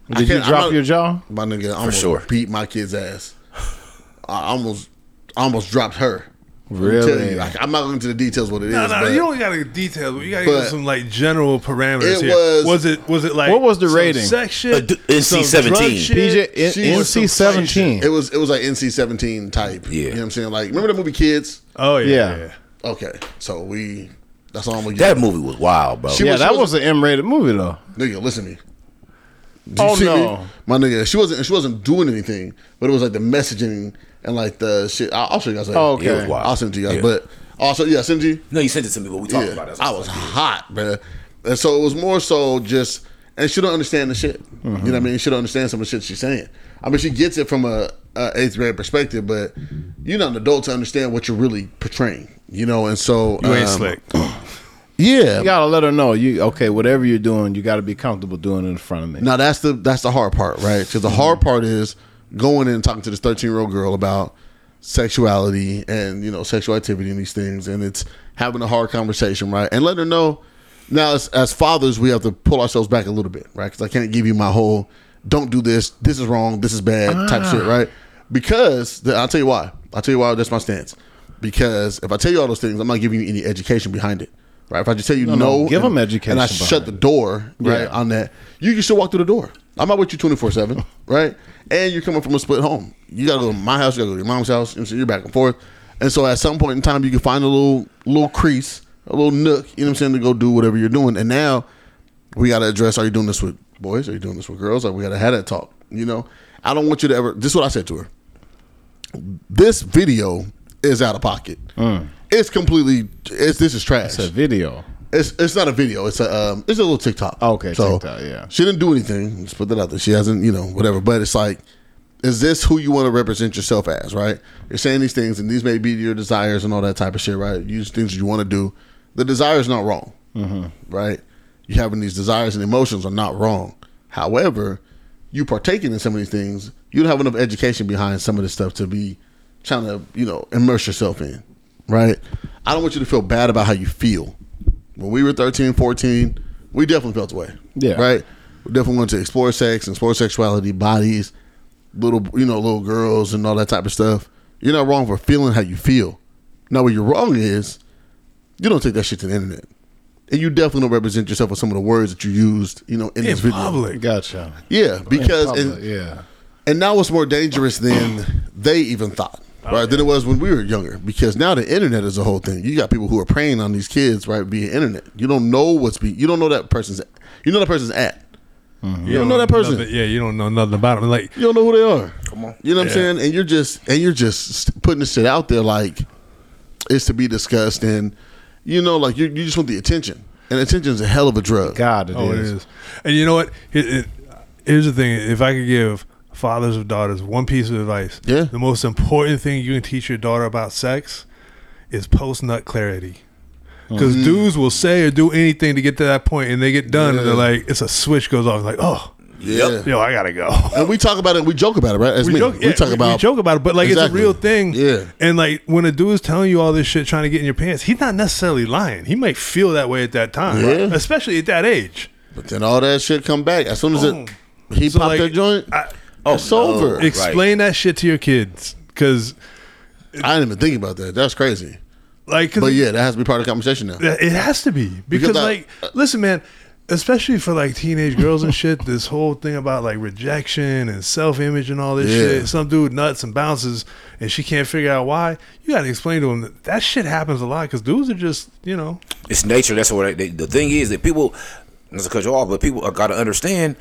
A: I
C: Mm-hmm. Did you
A: can't- I'm
C: drop
A: not-
C: your jaw?
A: My nigga, I almost
B: sure.
A: beat my kid's ass. I almost, I almost dropped her. Let me
C: Really?
A: Tell you, I, am not going into the details what it is.
D: No, no,
A: but
D: you don't got to details. but You got to
A: but
D: give some like general
A: it
D: parameters here.
A: was-
D: Was, it was it like
C: What was the
D: some
C: rating?
D: Sex
B: Uh,
D: shit,
B: d- NC-17.
D: some drug shit,
C: PJ
A: she
C: N-
A: was
C: NC seventeen.
A: It was it was like NC seventeen type.
B: Yeah.
A: You know what I'm saying? Like remember the movie Kids?
D: Oh yeah,
C: Yeah.
D: yeah. yeah.
A: Okay. So we that's all I'm gonna
B: That
A: get.
B: movie was wild, bro.
A: She
C: Yeah,
A: was-
C: that
A: she
C: was an M-rated movie though.
A: nigga, listen to me. Do you
C: Oh
A: see me?
C: no.
A: My nigga, she wasn't she wasn't doing anything, but it was like the messaging and like the shit. I'll, I'll show you guys later.
C: Oh, okay.
B: It was wild.
A: I'll send it to you guys.
B: Yeah.
A: But also, yeah, send it to you.
B: no, you sent it to me, but we talked
A: Yeah,
B: about it.
A: I was hot, bruh. And so it was more so just, and she don't understand the shit. You know what I
D: Mm-hmm.
A: mean? She don't understand some of the shit she's saying. I mean, she gets it from a, a eighth grade perspective, but you're not an adult to understand what you're really portraying. You know, and so
D: You ain't
A: um,
D: slick.
A: [CLEARS THROAT] Yeah.
C: You gotta let her know you okay. Whatever you're doing, you gotta be comfortable doing it in front of me.
A: Now that's the that's the hard part, right? Because the
C: Mm-hmm.
A: hard part is going in and talking to this thirteen year old girl about sexuality and you know sexual activity and these things, and it's having a hard conversation, right? And letting her know. Now, as, as fathers, we have to pull ourselves back a little bit, right? Because I can't give you my whole "don't do this, this is wrong, this is bad" type shit,
C: Ah.
A: right? Because the, I'll tell you why. I'll tell you why. That's my stance. Because if I tell you all those things, I'm not giving you any education behind it, right? If I just tell you no,
C: no, give
A: and-
C: 'em education
A: and I
C: behind
A: shut the door right
C: Yeah.
A: on that you can still walk through the door i'm not with you
C: [LAUGHS]
A: 24-7 right and you're coming from a split home you gotta go to my house you gotta go to your mom's house you know, so you're back and forth and so at some point in time you can find a little little crease a little nook you know what i'm saying to go do whatever you're doing and now we gotta address are you doing this with boys are you doing this with girls like we gotta have that talk you know i don't want you to ever this is what i said to her this video is out of pocket it's completely it's this is trash
C: Mm. It's a video.
A: it's it's not a video. It's a um, it's a little TikTok.
C: Okay, TikTok, yeah.
A: She didn't do anything. Let's put that out there. She hasn't, you know, whatever. But it's like, is this who you want to represent yourself as? Right? You're saying these things, and these may be your desires and all that type of shit. Right? Use things you want to do. The desire is not wrong. Right? You having these desires and emotions are not wrong. However, you partaking in some of these things, you don't have enough education behind some of this stuff to be trying to, you know, immerse yourself in. Right? I don't want you to feel bad about how you feel when we were 13, 14, we definitely felt the way.
C: Yeah.
A: Right? We definitely wanted to explore sex and explore sexuality, bodies, little, you know, little girls and all that type of stuff. You're not wrong for feeling how you feel. Now, what you're wrong is you don't take that shit to the internet. And you definitely don't represent yourself with some of the words that you used, you know, in,
D: In
A: this video.
D: public,
B: [LAUGHS]
C: Gotcha.
A: Yeah, because and-
C: Public, yeah.
A: and now it's more dangerous than they even thought,
D: Oh,
A: right? Than it was when we were younger. Because now the internet is a whole thing. You got people who are preying on these kids, right, via internet. You don't know what's be. You don't know that person's. You know that person's at. You don't know that person.
D: nothing- Mm-hmm. yeah, you don't know nothing about him. Like
A: You don't know who they are. Come on. You know what
D: Yeah.
A: I'm saying? And you're just and you're just putting this shit out there like it's to be discussed, and you know, like you you just want the attention, and attention is a hell of a drug.
C: God,
D: oh, it is. And you know what? Here- it- here's the thing: if I could give fathers of daughters one piece of advice,
A: Yeah.
D: the most important thing you can teach your daughter about sex is post nut clarity. Because
A: Mm.
D: dudes will say or do anything to get to that point, and they get done, and they're like, it's a switch goes off, like, oh,
A: Yeah.
D: yo, I gotta go.
A: And we talk about it. We joke about it, right? As
D: we
A: men,
D: joke, yeah,
A: we talk about
D: we joke about it, but like it's a
A: Exactly.
D: real thing.
A: Yeah.
D: And like when a dude is telling you all this shit, trying to get in your pants, he's not necessarily lying. He might feel that way at that time,
A: Yeah.
D: especially at that age.
A: But then all that shit come back as soon as
D: Boom.
A: it he
D: So,
A: popped
D: like,
A: that joint. oh,
D: I-
A: it's over.
B: Right.
D: Explain that shit to your kids, because
A: I didn't even think about that. That's crazy.
D: Like, 'cause
A: But yeah, that has to be part of the conversation now.
D: That- It has to be because,
A: Because I-
D: like, listen, man. Especially for like teenage girls and shit, this whole thing about like rejection and self image and all this
A: Yeah.
D: shit. Some dude nuts and bounces, and she can't figure out why. You got to explain to him that that shit happens a lot because dudes are just, you know,
B: It's nature. That's what I, the, the thing is that people. Not to cut you off, but people got to understand.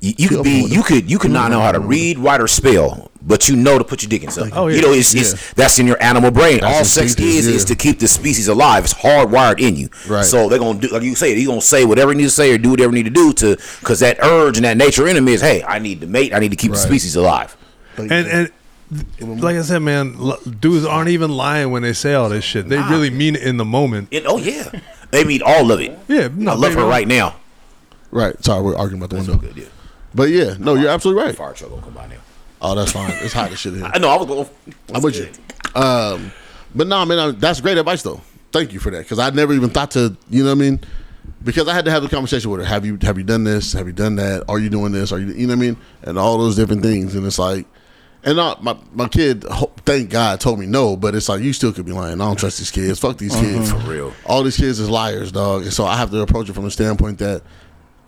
B: You, you could be, you could, you could not know how to read, write, or spell, but you know to put your dick in something.
D: Oh, yeah.
B: You know, it's, it's that's in your animal brain. All sex
A: instinctive,
B: is
A: yeah.
B: is to keep the species alive. It's hardwired in you.
A: Right.
B: So they're gonna do, like you say, they're gonna say whatever you need to say or do whatever you need to do to, because that urge and that nature in them is, hey, I need to mate, I need to keep the species alive.
D: and and th- like I said, man, l- dudes aren't even lying when they say all this shit. They really mean it in the moment.
B: And, oh yeah, they mean all of it.
D: Yeah, no,
B: I love
D: baby.
B: her right now.
A: Right. Sorry, we're arguing about the window.
B: Good, yeah.
A: But yeah, no, you're absolutely right.
B: Fire truck gonna come by now.
A: Oh, that's fine. It's hot as shit here.
B: I know. I was going.
A: I'm with you. Um, but nah, man, I, that's great advice though. Thank you for that because I never even thought to, you know what I mean? Because I had to have the conversation with her. Have you have you done this? Have you done that? Are you doing this? Are you you know what I mean? And all those different things. And it's like, and uh, my my kid, ho- thank God, told me no. But it's like you still could be lying. I don't trust these kids. Fuck these kids
B: Uh-huh. For real.
A: all these kids is liars, dog. And so I have to approach it from the standpoint that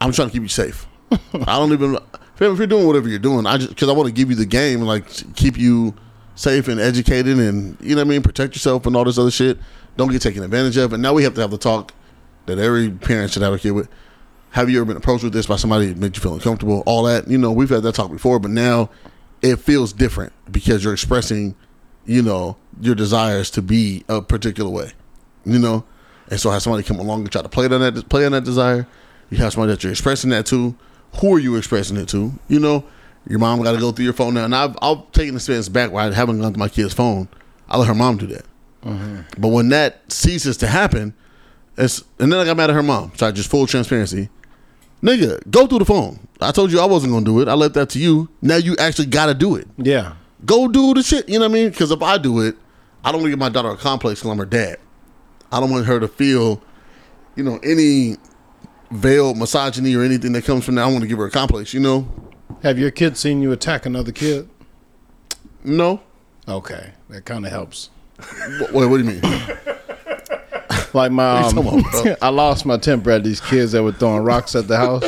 A: I'm trying to keep you safe. I don't even fam, if you're doing whatever you're doing. I just because I want to give you the game and like keep you safe and educated and you know what I mean, protect yourself and all this other shit. Don't get taken advantage of. And now we have to have the talk that every parent should have a kid with. Have you ever been approached with this by somebody that made you feel uncomfortable? All that you know, we've had that talk before, but now it feels different because you're expressing, you know, your desires to be a particular way you know. And so, have somebody come along and try to play on that play on that desire. You have somebody that you're expressing that to. Who are you expressing it to? You know, your mom got to go through your phone now. And I've I've taken the stance back where I haven't gone to my kid's phone. I let her mom do that. But when that ceases to happen, it's and then I got mad at her mom. So I just full transparency. Nigga, go through the phone. I told you I wasn't gonna do it. I left that to you. Now you actually gotta do it
C: Yeah.
A: go do the shit. You know what I mean? Because if I do it, I don't want to give my daughter a complex because I'm her dad. I don't want her to feel, you know, any veiled misogyny or anything that comes from that. I want to give her a complex. You know?
C: Have your kid seen you attack another kid?
A: No.
C: Okay, that kind of helps.
A: Wha- Wait, what do you mean?
C: Like my,
A: What
C: um,
A: are you talking about, bro?
C: [LAUGHS] I lost my temper at these kids that were throwing rocks at the house.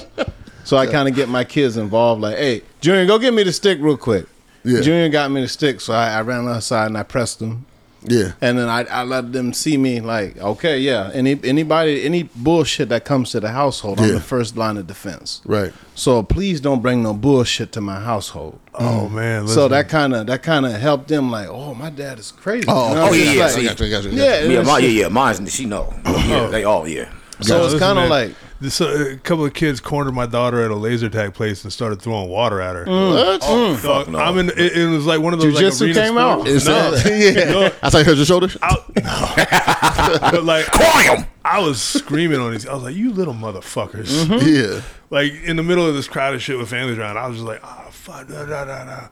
C: So I kind of get my kids involved. Like, hey, Junior, go get me the stick real quick.
A: Yeah.
C: Junior got me the stick, so I, I ran outside and I pressed him.
A: Yeah.
C: And then I, I let them see me like, okay, yeah. Any anybody any bullshit that comes to the household, I'm
A: Yeah.
C: the first line of defense.
A: Right.
C: So please don't bring no bullshit to my household.
D: Oh man, listen.
C: So that kind of that kind of helped them like, oh, my dad is crazy.
A: Oh,
C: You know what
B: oh,
C: I mean?
B: yeah, yeah,
C: It's
B: so
A: I
B: you-
A: got you, I got you, I got you.
C: yeah, it
B: Yeah,
C: was
B: mine, yeah,
C: just-
B: yeah, mine's she know. Yeah, they all yeah.
C: So it's
D: Listen,
C: kind of
D: man,
C: like
D: this, uh, a couple of kids cornered my daughter at a laser tag place and started throwing water at her. Oh,
A: What?
D: Dog,
B: no.
D: I'm in. It, it was like one of those.
C: Jujitsu
D: like, arena
C: came out.
D: sports.
A: It's [LAUGHS] yeah.
D: No.
A: I thought you hurt your shoulder.
D: [LAUGHS] But like,
B: Bam!
D: I was screaming on these. I was like, "You little motherfuckers!"
A: yeah.
D: Like in the middle of this crowd of shit with families around, I was just like, "Ah, fuck, da da da da."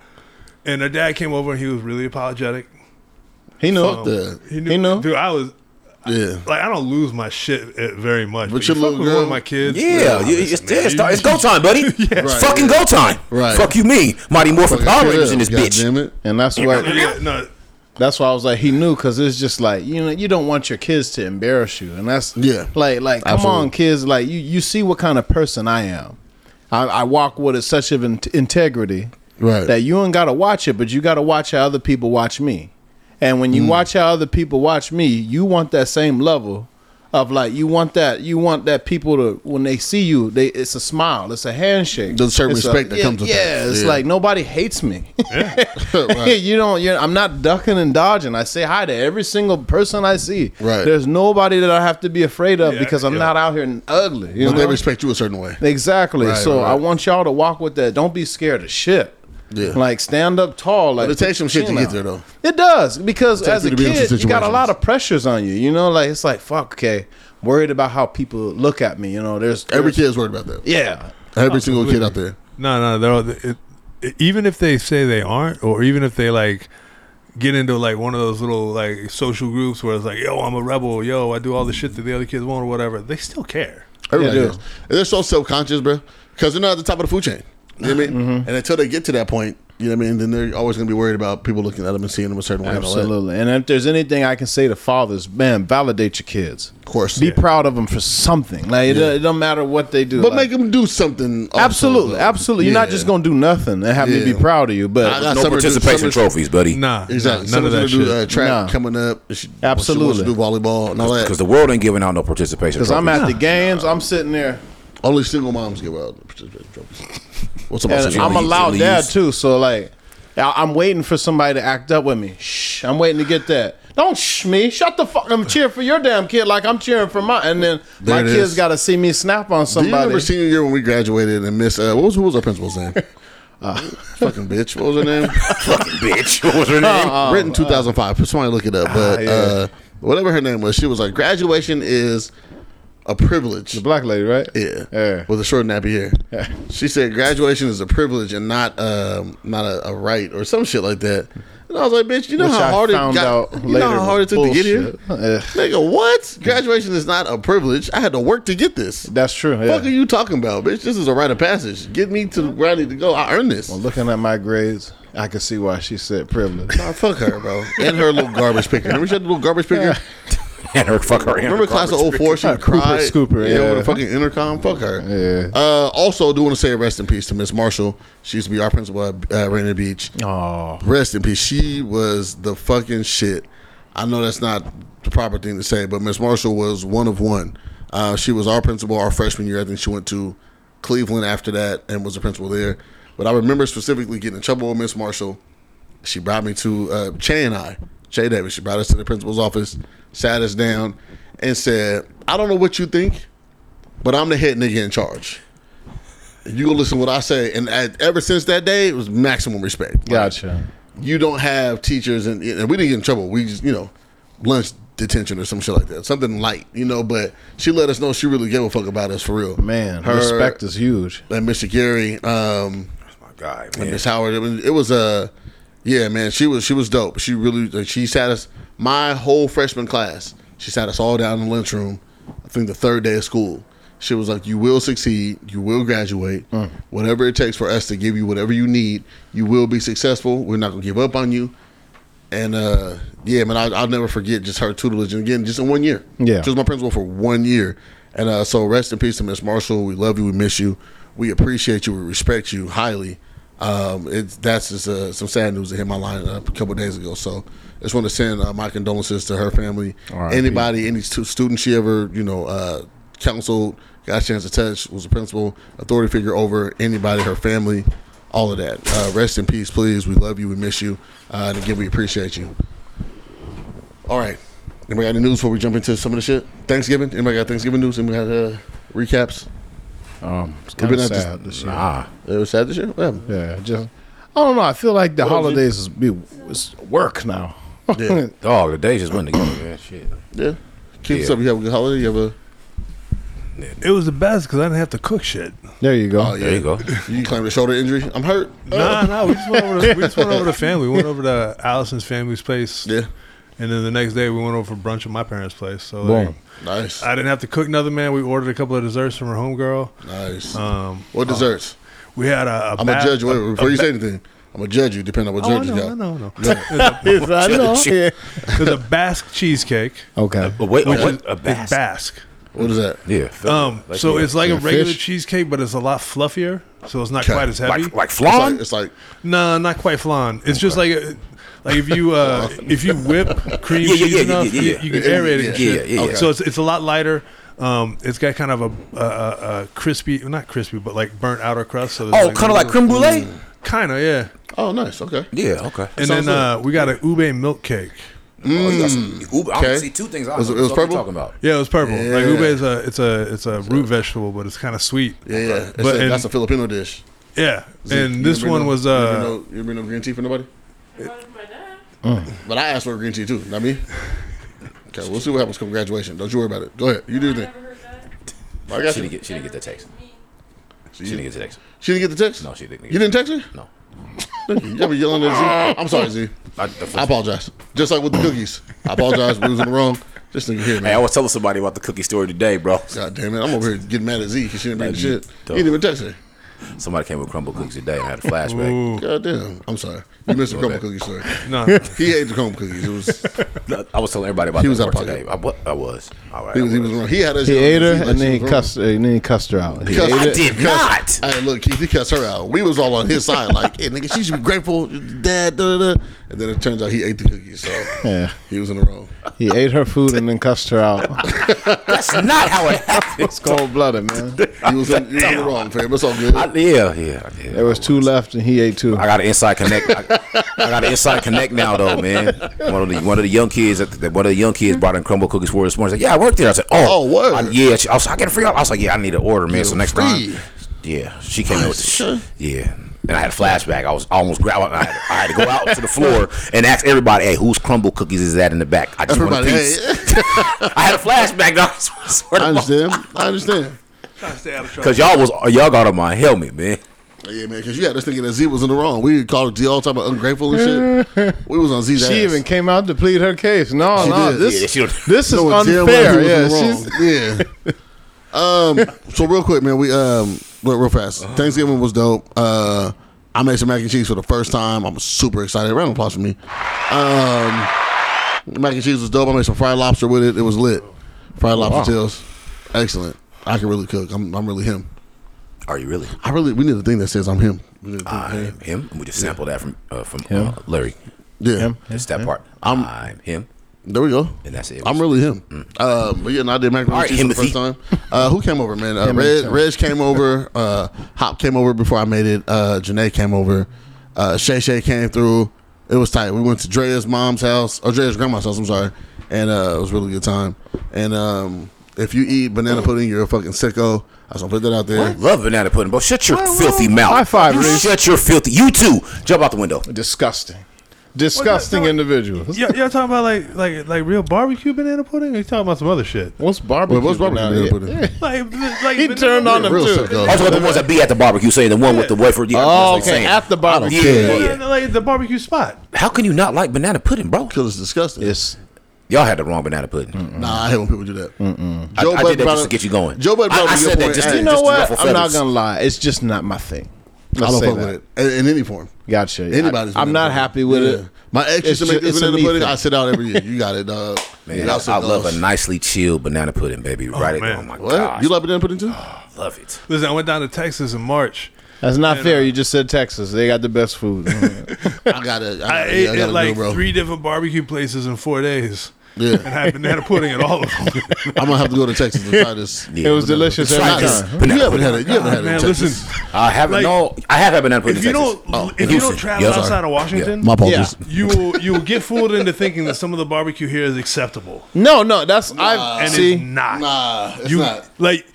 D: And her dad came over and he was really apologetic. Um,
C: he knew.
A: Fuck that.
C: He knew.
D: dude. I was
A: Yeah.
D: like, I don't lose my shit eh, very much.
A: But your
D: you fuck
A: little
D: with one
A: girl-
D: of my kids,
B: Yeah, you- it's,
D: listen, man,
B: it's,
D: you-
B: it's go time, buddy. It's
A: Right.
B: fucking go time.
A: Right.
B: Fuck you, me, Mighty Morphin Power Rangers in this
A: God
B: bitch.
A: Damn it.
C: And that's
D: [LAUGHS]
C: why
D: Yeah, no,
C: that's why I was like, he knew because it's just like you know you don't want your kids to embarrass you, and that's
A: Yeah.
C: like like come
A: Absolutely.
C: on kids, like you you see what kind of person I am. I, I walk with such of in- integrity
A: Right.
C: that you ain't gotta watch it, but you gotta watch how other people watch me. And when you
A: Mm.
C: watch how other people watch me, you want that same level of like you want that you want that people to when they see you, they it's a smile, it's a handshake,
A: There's a certain
C: It's
A: respect that
C: yeah,
A: comes with
C: yeah,
A: that.
C: it's
A: Yeah.
C: like nobody hates me. [LAUGHS]
A: [LAUGHS] Right.
C: you don't. You're, I'm not ducking and dodging. I say hi to every single person I see.
A: Right.
C: There's nobody that I have to be afraid of
D: Yeah,
C: because I'm
D: yeah.
C: not out here ugly. You
A: But
C: know?
A: they respect you a certain way.
C: Exactly.
A: Right,
C: so
A: right,
C: I
A: right.
C: want y'all to walk with that. Don't be scared of shit.
A: Yeah.
C: Like stand up tall. Like
A: But it takes some shit to
C: chin
A: get
C: out.
A: there, though.
C: It does because
A: takes
C: as
A: you
C: a
A: to be in some
C: kid, you got a
A: situations.
C: lot of pressures on you. You know, like it's like fuck. Okay, worried about how people look at me. You know, there's,
A: Every
C: there's-
A: kid's worried about that.
C: Yeah.
A: Every single kid out there.
D: No, no, they're all, it, it- even if they say they aren't, or even if they like get into like one of those little like social groups where it's like, yo, I'm a rebel, yo, I do all the shit that the other kids want or whatever. They still care.
A: Everybody
C: Yeah,
A: does.
C: Mm-hmm.
A: And they're so self conscious, bro, because they're not at the top of the food chain. You know what I mean? And until they get to that point, You know what I mean? Then they're always going to be worried about people looking at them and seeing them a certain way. and all that.
C: Absolutely. And if there's anything I can say to fathers, man, validate your kids.
A: Of course.
C: Be proud of them for something. Like it, it don't matter what they do.
A: But
C: Like,
A: make them do something. also,
C: absolutely,
A: though.
C: absolutely. You're not
A: Yeah.
C: just gonna do nothing and have me
A: Yeah.
C: be proud of you. But
A: I got
B: No
A: summer-
B: participation
A: summer-
B: trophies, buddy.
D: Nah,
A: Exactly.
D: exactly. None of
A: Someone's
D: that shit.
A: gonna Do, uh, track
C: Nah.
A: coming up. She-
C: Absolutely.
A: She wants to do volleyball and all that.
B: Because the world ain't giving out no participation
C: because
B: trophies.
C: I'm at the games, I'm sitting there.
A: Only single moms get well. What's up?
C: And
A: single
C: I'm a
A: moms?
C: loud
B: leaves.
C: dad
B: [LAUGHS]
C: too, so like I- I'm waiting for somebody to act up with me. Shh, I'm waiting to get that. Don't shh me. Shut the fuck. I'm cheering for your damn kid like I'm cheering for mine. And then
A: There
C: my
A: it
C: kids
A: is.
C: got to see me snap on
A: Do you
C: somebody.
A: remember senior year when we graduated and Miss uh, what was what was our principal's
B: [LAUGHS]
A: name? Uh, fucking bitch. What was her name?
B: fucking bitch. What was her
A: [LAUGHS]
B: name? Uh, Ah,
A: Written 2005. Somebody look it up. But
C: yeah.
A: uh, whatever her name was, she was like, graduation is a privilege.
C: the black lady, right?
A: Yeah.
C: Yeah.
A: With a short nappy hair. She said graduation is a privilege and not um not a, a right or some shit like that. And I was like, bitch, you know
C: Which
A: how
C: I
A: hard it
C: found
A: got,
C: out
A: you
C: later
A: know how hard it took to get here?
C: bullshit.
A: Nigga, what? Graduation is not a privilege. I had to work to get this.
C: That's true.
A: What fuck are
C: Yeah.
A: you talking about, bitch? This is a rite of passage. Get me to where I need to go. I earned this.
C: Looking at my grades, I can see why she said [LAUGHS] privilege.
A: Nah, fuck her, bro. And her little garbage picker. Remember she had the little garbage picker?
B: And her fuck her.
A: Remember class of 04? She
C: Uh,
A: cried.
C: Cooper Scooper,
A: yeah.
C: yeah.
A: with a fucking intercom. Fuck her.
C: Yeah.
A: Uh, also, do want to say rest in peace to Miss Marshall. She used to be our principal at uh, Rainier Beach.
C: Oh,
A: Rest in peace. She was the fucking shit. I know that's not the proper thing to say, but Miss Marshall was one of one. Uh, she was our principal our freshman year. I think she went to Cleveland after that and was a principal there. But I remember specifically getting in trouble with Miss Marshall. She brought me to uh, Che and I, Che Davis. She brought us to the principal's office, sat us down, and said, "I don't know what you think, but I'm the head nigga in charge. You gonna listen to what I say." And at, ever since that day, it was maximum respect
C: gotcha.
A: you don't have teachers and, and we didn't get in trouble. We just, you know, lunch detention or some shit like that. Something light, you know, but she let us know she really gave a fuck about us for real.
C: Man, respect is huge.
A: and Mr. Gary, um,
B: My guy,
A: and
B: man.
A: Miss Howard. It was, it was uh, yeah, man. She was she was dope. She really like, she sat us my whole freshman class. She sat us all down in the lunchroom. I think the third day of school. She was like, "You will succeed. You will graduate. Whatever it takes for us to give you whatever you need, you will be successful. We're not gonna give up on you." And uh, yeah, man, I, I'll never forget just her tutelage. And again, just in one year.
C: Yeah.
A: She was my principal for one year. And uh, so rest in peace to Miss Marshall. We love you. We miss you. We appreciate you. We respect you highly. Um, it's, that's just uh, some sad news that hit my line up a couple of days ago. So just want to send uh, my condolences to her family.
C: R.I.P.
A: Anybody, any stu- student she ever, you know, uh, counseled, got a chance to touch, was a principal, authority figure over anybody, her family, all of that. Uh, rest in peace, please. We love you. We miss you. Uh, and again, we appreciate you. All right. Anybody got any news before we jump into some of the shit? Thanksgiving? Anybody got Thanksgiving news? Anybody got uh, recaps?
C: Um, it's
A: We've
C: kind of
A: been at this-
C: sad this year.
B: Ah,
A: It was sad this year? What happened?
C: Yeah, just I don't know. I feel like the holidays is be is work now.
A: Yeah.
B: dog. The days just went together. man. Shit.
A: Yeah. Keep this
B: Yeah.
A: up. You have a good holiday? You have a.
D: It was the best because I didn't have to cook shit.
C: [LAUGHS] There you go.
A: Oh, yeah.
B: There you go.
C: [COUGHS]
A: You claimed a shoulder injury? I'm hurt.
D: Nah, nah. We just went over. To, we just went over to family. We went over to Allison's family's place.
A: Yeah.
D: And then the next day we went over for brunch at my parents' place. So
C: Boom.
D: like,
A: Nice.
D: I didn't have to cook nothing, man. We ordered a couple of desserts from her homegirl.
A: nice.
D: Um,
C: Uh,
A: what desserts?
D: we had a.
A: I'm a judge. Wait, wait, before
D: [LAUGHS]
A: you say anything, I'm a judge you, depending on what
D: Oh, I
A: judge
D: know,
A: you got.
D: I know, I know. There's a-
C: I know.
B: Shit.
D: [LAUGHS] There's a Basque cheesecake.
C: Okay.
B: But wait,
D: which
B: Oh, what?
D: is-
B: A
D: it's
B: bass.
D: Basque.
A: What is that?
B: Yeah.
D: Um,
B: Like,
D: so
B: yeah.
D: it's like a
A: Like
D: regular
A: fish?
D: cheesecake, but it's a lot fluffier, so it's not
A: Okay.
D: quite as heavy.
B: like like
A: It's like,
D: Um,
B: flan.
A: it's like
D: no, not quite flan. It's just like a, like if
B: [LAUGHS]
D: you uh, if you whip cream
B: Yeah, yeah,
D: cheese
B: yeah, yeah,
D: enough,
B: yeah,
D: you-
B: yeah.
D: You, can aerate it. and
B: Yeah,
D: shit.
B: yeah, yeah.
D: So it's, it's a lot lighter. Um, it's got kind of a, a, a, a crispy, well, not crispy, but like burnt outer crust. So
B: oh, kind of like creme brulee.
D: Kind of, Mm. yeah.
A: oh, nice. Okay.
B: Yeah. Okay.
D: And then uh, we got an ube milk cake.
B: Oh, you got some- Uber. I
A: mm, Okay.
B: don't see two things. I
A: Was it-
B: don't
A: it was
B: know what
A: purple?
B: you're talking about.
D: Yeah, it was purple. Like
A: Yeah.
D: ube is a it's a it's a root vegetable, but it's kind of sweet.
A: Yeah, yeah. It's
D: But
A: a-
D: and-
A: that's a Filipino dish.
D: Yeah,
A: You didn't
D: and this
A: bring
D: one
A: no-
D: was
A: you
D: uh,
A: didn't bring no- you bring no green tea for nobody. But I asked for a green tea too, not me. Okay, we'll see what happens come graduation. Don't you worry about it. Go ahead, you do your thing. I got
B: She
A: you.
B: didn't get. She didn't get that text. She didn't get the text.
A: She didn't get the text.
B: No, she didn't. Get
A: You didn't text her.
B: No.
A: Y'all be yelling at Z. I'm sorry, Z.
B: I, the first-
A: I apologize. Just like with the cookies, I apologize. We was in the wrong. This nigga here,
B: Hey, I
A: man.
B: was telling somebody about the cookie story today, bro.
A: God damn it! I'm over here getting mad at Z because she didn't bring the
B: Like,
A: shit.
B: you
A: You didn't even text her.
B: Somebody came with crumble cookies today. and I had a flashback.
A: God damn. I'm sorry. You missed the crumble cookie story.
D: No.
A: He ate the crumble cookies. It was
B: I was telling everybody about
A: He
B: that
A: was out
B: work
A: of pocket.
B: today. I, wa- I was. All right.
A: he
B: I
A: was he was wrong. He had us.
C: He ate her
A: like,
C: and
A: she
C: then he
A: was
C: cussed her, and then he cussed her out. He
A: Cussed-
C: ate
B: I
C: her.
B: did not.
A: Hey, look, Keith, he cussed her out. We was all on his side, like, hey, nigga, she should be grateful, dad, da da da. And then it turns out he ate the cookies, so
C: Yeah.
A: he was in the wrong.
C: He ate her food and then cussed her out.
B: That's not how it happened.
C: [LAUGHS] It's cold blooded, man.
A: He was in, he was in the wrong, fam. It's all good.
B: I, yeah, yeah, I did.
C: There was two left and he ate two.
B: I got an inside connect. I, I got an inside connect now, though, man. One of the one of the young kids, at the, one of the young kids brought in crumble cookies for us this morning. He's like, yeah, I worked there. I said, oh,
A: Oh, word.
B: I, yeah, she, I was. I get a free. I was like, yeah, I need an order, man. so next
A: free.
B: time, yeah, she came in with the
A: Sure.
B: shit. Yeah. And I had a flashback. I was almost grabbing. I had, I had to go out to the floor and ask everybody, "Hey, whose crumble cookies is that in the back?" I just
A: Everybody,
B: want a
A: hey.
B: piece. [LAUGHS] I had a flashback. [LAUGHS] dog. I swear to
A: I
B: God.
A: understand. I understand.
D: Trying to stay out of trouble.
B: Cause y'all was y'all got on my helmet, man.
A: Yeah, man, because you had us thinking that Z was in the wrong. We called Z all the time ungrateful and
C: [LAUGHS]
A: shit. We was on Z's ass.
C: She even came out to plead her case. No,
A: She
C: no,
A: did.
B: Yeah,
C: this
B: she was- [LAUGHS]
C: this is
A: Knowing damn well
C: unfair.
A: he
C: Yeah,
A: was in
C: she's,
A: the
C: [LAUGHS]
A: wrong. yeah. Um. So real quick, man, we um went real fast.
C: Uh-huh.
A: Thanksgiving was dope. Uh, I made some mac and cheese for the first time. I'm super excited. Round of applause for me. Um, mac and cheese was dope. I made some fried lobster with it. It was lit. Fried lobster tails, excellent. I can really cook. I'm, I'm really him.
B: Are you really?
A: I really. We need a thing that says I'm him. We need a thing,
C: Ah,
A: hey.
B: I'm him. We just sampled that from uh, from uh, Larry.
A: Yeah.
B: Just that part. I'm, him,
A: There we go.
B: and that's it. Mm.
A: I'm really him. Uh, but yeah, no, I did macaroni
B: All
A: and
B: right,
A: cheese for the first time. Uh, who came over, man? Uh, Reg, Reg came over. Uh, Hop came over before I made it. Uh, Janae came over. Uh, Shay Shay came through. It was tight. We went to Drea's mom's house, or Drea's grandma's house. I'm sorry, and uh, it was a really good time. And um, if you eat banana pudding, you're a fucking sicko. I just want to put that out there.
B: Love banana pudding, bro. Shut your filthy mouth.
C: High five,
B: You
C: Reese.
B: Shut your filthy. You too. Jump out the window.
C: disgusting, disgusting
D: no,
C: individual.
D: Yeah, y'all talking about like like like real barbecue banana pudding? Or you talking about some other shit?
C: What's barbecue?
A: Wait, what's wrong with
C: now?
A: banana
C: Yeah.
A: pudding?
D: Like like
C: He
D: banana-
C: turned on
A: You're a
C: them
A: real
C: too.
A: sicko.
B: I was talking about the ones that be at the barbecue, saying the one with the wafer. Yeah, that's
C: Oh,
B: what I'm
C: okay,
B: saying.
C: at the barbecue.
B: Yeah,
D: Well,
B: yeah.
D: then, like the barbecue spot.
B: How can you not like banana pudding, bro?
A: Because it's disgusting.
C: It's
B: Y'all had the wrong banana pudding.
A: Nah, I hate when people do that.
B: I, I
A: Budden brought
B: did that just to
A: up-
B: get you going.
A: Joe Budden
B: I,
A: brought
B: I
A: up a good
B: said
A: point.
B: that just to
A: Hey,
C: you know
B: just to
C: what?
B: ruffle
C: I'm not
B: feathers.
C: gonna lie. It's just not my thing.
A: I
C: Let's
A: don't
C: say
A: fuck
C: that.
A: with it in, in any form.
C: Gotcha. I-
A: Anybody's.
C: I'm
A: banana
C: not
A: pudding.
C: happy with
A: Yeah.
C: it.
A: My ex used
C: It's
A: to make
C: ju- it's
A: this
C: a
A: banana
C: me
A: pudding.
C: thing.
A: I sit out every year. You got it, dog.
B: Man,
A: Yeah,
B: I,
A: sit dogs.
B: love a nicely chilled banana pudding, baby. Right? at-
D: man.
B: Oh my
A: What?
B: god,
A: You love banana pudding too?
B: love it.
D: Listen, I went down to Texas in March.
C: That's not fair. You just said Texas. They got the best [LAUGHS] food.
A: I got it.
D: I
A: I,
D: ate
A: got
D: at
A: it,
D: like
A: bro.
D: three different barbecue places in four days.
A: Yeah.
D: and had banana pudding at all of them. [LAUGHS]
A: I'm gonna have to go to Texas and try [LAUGHS] this.
C: it was delicious
B: Try
C: every
B: this.
C: time.
A: You haven't had it. You haven't had it.
D: Man,
A: in Texas.
D: listen,
B: I haven't.
D: Like,
B: no, I have had banana pudding.
D: if
B: in
D: you
B: Texas.
D: don't if you don't
B: Houston.
D: travel
B: Yeah, sorry.
D: outside of Washington,
A: My apologies.
D: you will you will get fooled into thinking that some of the barbecue here is acceptable,
C: No, no, that's I
D: and it's
C: see.
D: not.
A: Uh, Nah, it's
D: you
A: not.
D: like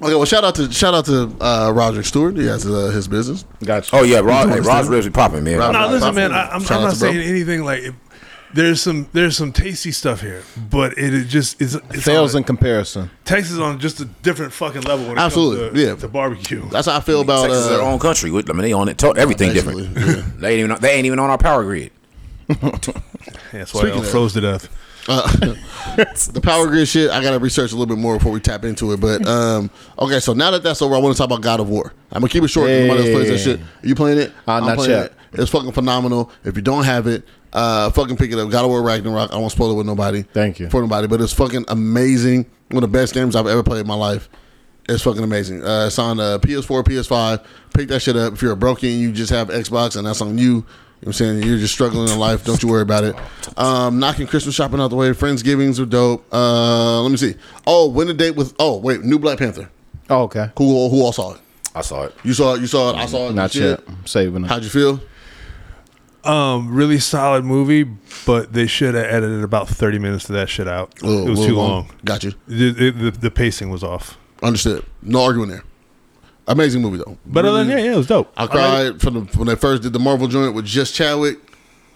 A: Okay, well, shout out to shout out to uh, Roger Stewart. He has uh, his business.
C: Gotcha.
B: Oh yeah, Rod, hey, Rod's ribs be popping, man.
A: Rod-
D: No,
A: Nah,
D: listen,
A: property.
D: man. I, I'm,
A: Shout
D: I'm
A: out
D: not
A: to bro.
D: saying anything like it, there's some there's some tasty stuff here, but it is just it's, it's
C: fails
D: on,
C: in comparison.
D: Texas is on just a different fucking level. When it
A: Absolutely,
D: comes to,
A: yeah.
D: to barbecue.
A: That's how I feel about
B: Texas is
A: uh,
B: their own country. We- I mean, they on it. to- Everything
A: basically,
B: different.
A: yeah.
B: They ain't even. They ain't even on our power grid.
D: Yeah, that's why I froze to death.
A: the power grid shit. I gotta research a little bit more before we tap into it. But um, okay, so now that that's over, I want to talk about God of War. I'm gonna keep it short. 'cause Nobody else plays that shit. Are you playing it?
C: Uh, not
A: playing
C: yet.
A: It. It's fucking phenomenal. If you don't have it, uh, fucking pick it up. God of War Ragnarok. I won't spoil it with nobody.
C: Thank you.
A: for nobody. But it's fucking amazing. One of the best games I've ever played in my life. It's fucking amazing. Uh, it's on uh, PS4, PS5. Pick that shit up. If you're a broken, you just have Xbox, and that's on you. You know what I'm saying? You're just struggling in life. Don't you worry about it. Um, knocking Christmas shopping out the way. Friendsgivings are dope. Uh, let me see. Oh, win a date with. Oh, wait. New Black Panther.
C: Oh, okay.
A: Who, who all saw it?
B: I saw it.
A: You saw it. You saw it. I saw it.
C: Not
A: you
C: yet.
A: did.
C: I'm saving it.
A: How'd you feel?
D: Um, really solid movie, but they should have edited about 30 minutes to that shit out.
A: Little-
D: it was
A: little
D: too long.
A: Oh, Got you.
D: The, it- the, the pacing was off.
A: Understood. No arguing there. Amazing movie, though.
D: But other than that, yeah, it was
A: Mm.
D: dope.
A: I
D: liked it.
A: cried from the, when they first did the Marvel joint with just Chadwick.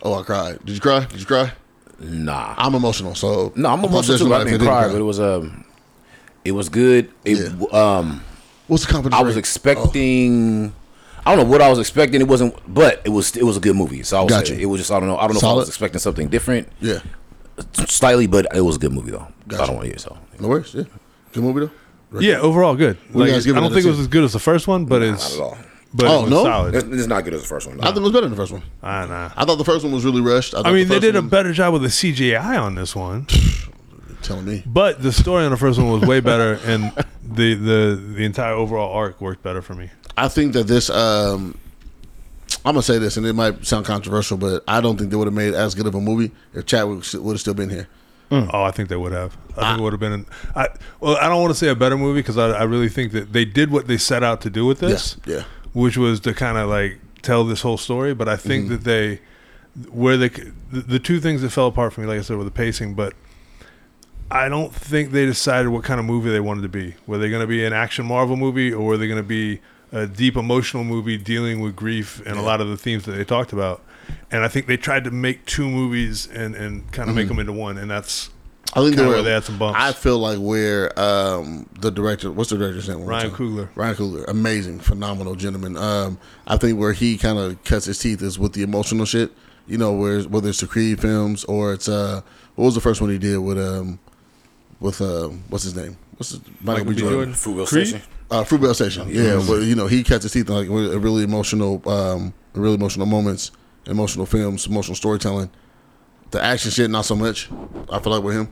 A: Oh, I cried. Did you cry? Did you cry?
B: Nah.
A: I'm emotional, so
B: no, I'm almost
A: apologize
B: too.
A: to
B: I
A: anybody if
B: didn't
A: they
B: cry, but it was um, it was good. It
A: Yeah.
B: um,
A: What's the confidence?
B: I was
A: rate?
B: expecting. I don't know what I was expecting. It wasn't, but it was it was a good movie. So I was,
A: Gotcha.
B: it was just I don't know. I don't know if I
A: Solid.
B: was expecting something different,
A: Oh, yeah,
B: slightly, but it was a good movie though. I
A: Gotcha.
B: don't want to hear so.
A: no worries. Yeah, good movie though.
D: Yeah, overall good. Like,
A: guys
D: I
A: giving it
D: don't
A: a
D: think it was
A: two?
D: as good as the first one, but it's
B: Not at all.
D: but
A: Oh,
D: it was
A: no?
D: solid.
B: Let's, let's not get us the first one.
A: I thought it was better than the first one.
D: I know.
A: I thought the first one was really rushed. thought
D: I mean,
A: the
D: they
A: first
D: did a
A: one-
D: better job with the CGI on this one,
A: Telling me.
D: but the story on the first one was way better, and the the the entire overall arc worked better for me.
A: I think that this, um, I'm gonna say this, and it might sound controversial, but I don't think they would have made as good of a movie if Chadwick would have still been here.
D: Oh, I think they would have. I think it would have been. An, I well, I don't want to say a better movie because I, I really think that they did what they set out to do with this.
A: Yeah, yeah.
D: Which was to kind of like tell this whole story, but I think
A: Mm-hmm.
D: that they where they c- the, the two things that fell apart for me, like I said, were the pacing, but. I don't think they decided what kind of movie they wanted to be. Were they going to be an action Marvel movie, or were they going to be a deep emotional movie dealing with grief and a lot of the themes that they talked about? And I think they tried to make two movies and, and kind of make 'em make them into one, and that's
A: Mm-hmm. I think
D: Kinda
A: they were.
D: where they had some bumps.
A: I feel like where um, the director, what's the director's name? one more
D: Ryan
A: time?
D: Coogler.
A: Ryan Coogler, amazing, phenomenal gentleman. Um, I think where he kind of cuts his teeth is with the emotional shit. You know, where whether it's the Creed films or it's uh, what was the first one he did with um, with uh, what's his name? What's his, Michael B. Jordan?
B: Frugal
D: Creed?
B: Station.
A: Uh, Fruitvale Station. Yeah, well, you know, he cuts his teeth on like re- really emotional, um, really emotional moments, emotional films, emotional storytelling. The action shit, not so much. I feel like with him,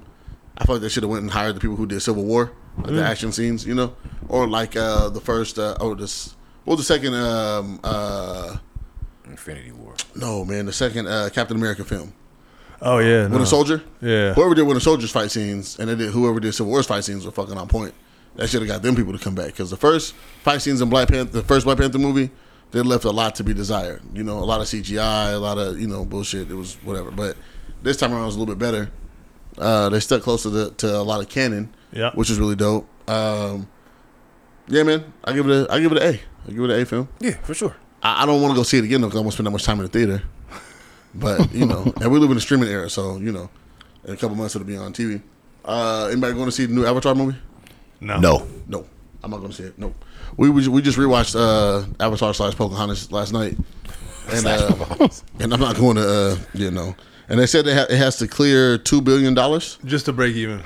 A: I feel like they should have went and hired the people who did Civil War, like the action scenes, you know, or like uh, the first, uh, oh, this, what was the second? Um, uh,
B: Infinity War.
A: no, man, the second uh, Captain America film.
D: oh yeah,
A: Winter Soldier.
D: Yeah.
A: Whoever did Winter Soldier's fight scenes and they did whoever did Civil War's fight scenes were fucking on point. That should have got them people to come back because the first fight scenes in Black Panther, the first Black Panther movie, they left a lot to be desired. You know, a lot of CGI, a lot of you know bullshit. It was whatever, but this time around was a little bit better. Uh, they stuck closer to, to a lot of canon,
D: Yeah.
A: which is really dope. Um, yeah, man, I give it a, I give it an A. I give it an A film.
B: Yeah, for sure.
A: I, I don't want to go see it again though because I won't spend that much time in the theater. But you
D: [LAUGHS]
A: know, and we live in the streaming era, so you know, in a couple months it'll be on TV. Uh, anybody going to see the new Avatar movie?
D: no,
B: No.
A: No, I'm not going to see it. No, we we, we just rewatched uh, Avatar slash Pocahontas last night, and uh, and I'm not going to uh, you know. And they said it, ha- it has to clear two billion dollars.
D: just to break even.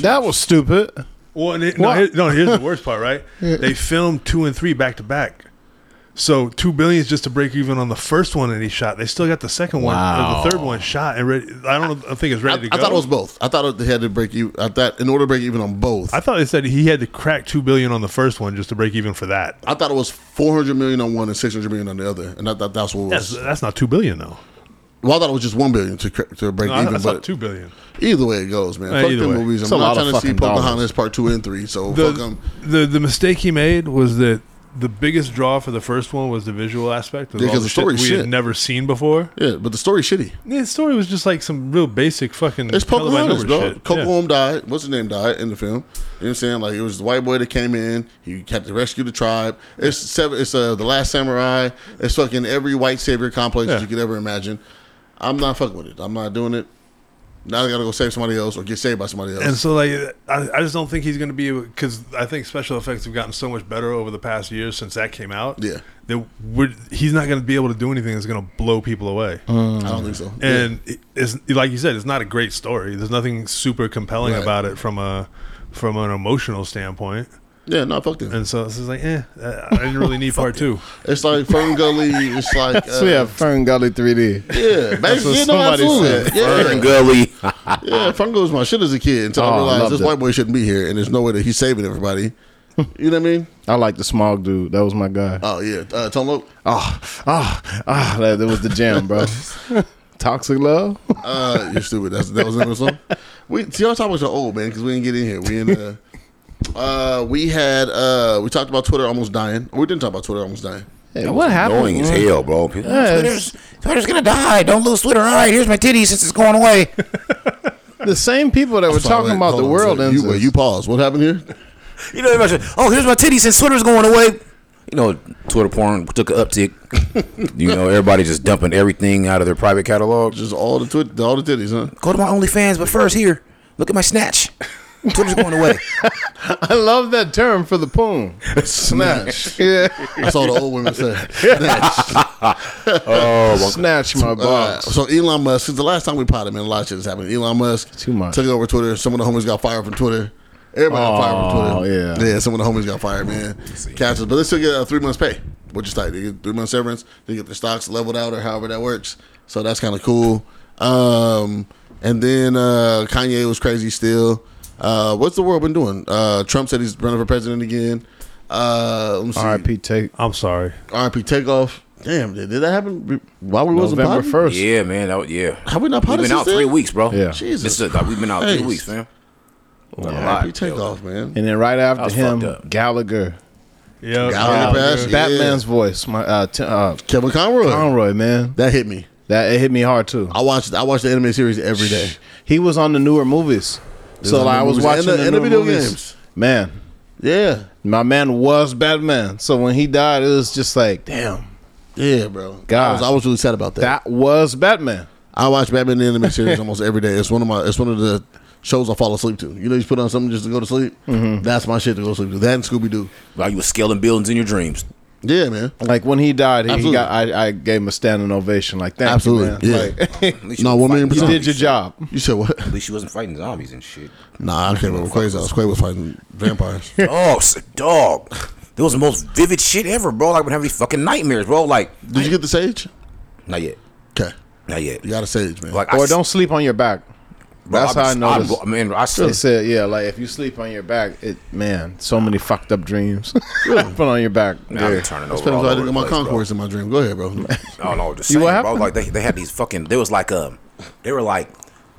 C: That was stupid.
D: Well, and it, no,
C: What?
D: here, no, here's
A: [LAUGHS]
D: the worst part, right? They filmed two and three back to back, so two billion is just to break even on the first one that he shot. They still got the second one, or the third one shot and ready. I don't. I think it's
A: I,
D: ready to
A: I
D: go.
A: thought it was both. I thought they had to break you. I thought in order to break even on both.
D: I
A: I,
D: thought they said he had to crack two billion on the first one just to break even for that.
A: thought it was 400 million on one and 600 million on the other, and I thought that's what it
D: That's
A: was.
D: that's not two billion though.
A: Well, I thought it was just one billion to cr- to break
D: No, I,
A: even,
D: I saw
A: but
D: two billion.
A: either way it goes, man.
D: Yeah,
A: fuck
D: either
A: them
D: way.
A: movies.
C: It's
A: I'm
C: a
A: not
C: lot of
A: trying to see
C: fucking dollars.
A: Pocahontas Part Two and Three, so fuck
D: the,
A: them.
D: the the mistake he made was that the biggest draw for the first one was the visual aspect of
A: Yeah,
D: all
A: 'cause
D: the
A: the
D: shit
A: story's
D: we
A: shit.
D: had never seen before.
A: Yeah, but the story's shitty.
D: The story was just like some real basic fucking.
A: It's Pocahontas,
D: televised
A: bro.
D: shit.
A: Coco
D: Yeah.
A: Wum died. What's his name died in the film? You know what I'm saying? Like it was the white boy that came in. He had to rescue the tribe. It's seven. It's uh, the last samurai. It's fucking every white savior complex that
D: Yeah.
A: you could ever imagine. I'm not fucking with it. I'm not doing it. Now I gotta go save somebody else or get saved by somebody else.
D: And so, like, I, I just don't think he's going to be because I think special effects have gotten so much better over the past years since that came out.
A: Yeah.
D: that we're, he's not going to be able to do anything that's going to blow people away.
A: I don't think so. Uh, Yeah.
D: And it- it's like you said, it's not a great story. There's nothing super compelling
A: Right.
D: about it from a from an emotional standpoint.
A: yeah, no, fuck them.
D: And so it's just like, eh, I I didn't really
A: [LAUGHS]
D: need part two.
A: It's like Fern Gully. It's like uh,
C: [LAUGHS] So we have Fern Gully 3D.
A: Yeah, basically, yeah, no,
C: somebody
A: absolutely.
C: said.
A: Yeah,
B: Gully.
A: yeah. Funko was my shit as a kid until
C: Oh,
A: I
C: I
A: realized
C: loved
A: this
C: it.
A: white boy shouldn't be here, and there's no way that he's saving everybody. You know what I
C: [LAUGHS]
A: mean?
C: I like the smog dude. That was my guy.
A: Oh yeah, uh, Tone Loc.
C: Ah, ah, ah! That, that was the
B: [LAUGHS]
C: jam, bro. Toxic love.
A: Uh, you're stupid. That's, that was another song. We see our topics are old, man, because we didn't get in here. We in. Uh, uh, we had uh, we talked about Twitter almost dying. We didn't talk about Twitter almost dying.
C: Hey, what happened?
B: Annoying as
C: man?
B: hell, bro. People,
C: Yeah,
B: Twitter's, Twitter's gonna die. Don't lose Twitter. All right, here's my titties since it's going away.
C: The same people that were
A: Sorry,
C: talking
A: wait,
C: about
A: hold
C: the
A: on,
C: world
A: so
C: ends.
A: You, wait, you pause. What happened here?
B: [LAUGHS] You know, everybody said, oh, here's my titties since Twitter's going away. You know, Twitter porn took an uptick. you know, everybody just dumping everything out of their private catalog. Just
A: Just all the twit, all the titties,
C: [LAUGHS]
A: huh?
B: go to my OnlyFans, but first here, look at my snatch. Twitter's going away.
C: [LAUGHS] I love that term for the [LAUGHS] poon.
A: Snatch.
C: Yeah,
A: That's all the old women say.
C: [LAUGHS] snatch Oh, my
A: Uh,
C: box.
A: so Elon Musk, since the last time we potted, man, a lot of shit has happened. Elon Musk
C: Too much.
A: took over Twitter. Some of the homies got fired from Twitter. Everybody got fired from
C: Oh,
A: Twitter.
C: yeah.
A: yeah. Some of the homies got fired, man. Catches, but they still get uh, three months pay, which is tight. They get three months severance. They get their stocks leveled out, or however that works. So that's kind of cool. Um, and then uh, Kanye was crazy still. Uh, what's the world been doing? Uh, Trump said he's running for president again. Uh, let me see.
C: R.I.P. Take
D: I'm sorry.
A: RIP takeoff. Damn, did, did that happen while we wasn't
C: November
A: potting?
C: first.
B: Yeah, man. That, was- yeah.
A: Have we not potted
B: We've been
A: since
B: out three
A: then?
B: weeks, bro.
C: Yeah.
A: Jesus
B: This is, like, we've been out three
A: Christ.
B: weeks, man.
A: RIP takeoff, man.
C: And then right after
B: was
C: him,
B: fucked up.
C: Gallagher, Um,
D: Yeah.
A: Golly, Bash. Yeah.
C: Batman's voice, my uh, t- uh,
A: Kevin Conroy.
C: Conroy, man,
A: That hit me.
C: that it hit me hard too.
A: I watched I watched the anime series every day.
C: He was on the newer movies, so
A: on
C: like,
A: the
C: I was
A: movies
C: watching
A: and the-
C: the,
A: and the
C: newer
A: video
C: movies.
A: games.
C: Man,
A: Yeah.
C: my man was Batman. So when he died, it was just like, damn,
A: Yeah, bro.
C: God.
A: I was, I was really sad about that.
C: that was Batman.
A: I watch Batman the anime series almost every day. It's one of my it's one of the shows I fall asleep to. You know, you put on something just to go to sleep.
B: Mm-hmm.
A: That's my shit to go to sleep to. That and Scooby Doo.
B: Like you were scaling buildings in your dreams.
A: Yeah, man.
C: Like when he died, he- he,
A: Absolutely.
C: got I, I gave him a standing ovation. Like thank
A: Absolutely.
C: you, man.
A: yeah.
C: [LAUGHS]
B: [LAUGHS] At least
A: No,
B: you
A: one million
B: wasn't fighting
C: You
A: percent.
C: did your
B: zombies.
C: job.
A: you said what?
B: At least you wasn't fighting zombies and shit.
A: Nah, I can't remember what Quaid was. Quaid was fighting
B: [LAUGHS]
A: vampires.
B: Oh, s- dog. That was the most vivid shit ever, bro. Like I've been having these fucking nightmares, bro. Like
A: Did you get the sage?
B: not yet,
A: Okay.
B: not yet.
A: You got a sage, man.
B: Like
C: Or
B: I,
C: don't sleep on your back.
B: bro,
C: That's
B: I,
C: how I noticed.
B: I, man, I
C: They
B: said
C: said, yeah, like if you sleep on your back, it man, so many fucked up dreams [LAUGHS] happen on your back.
B: Man, I've
C: There.
B: been turning over.
A: Depends
B: all
A: why I
B: over
A: didn't
B: the
A: get my
B: place, bro.
A: concourse in my dream. Go ahead, bro.
B: [LAUGHS] I don't know what to say,
C: what
B: bro.
C: happened?
B: Like they, they had these fucking. There was like um, they were like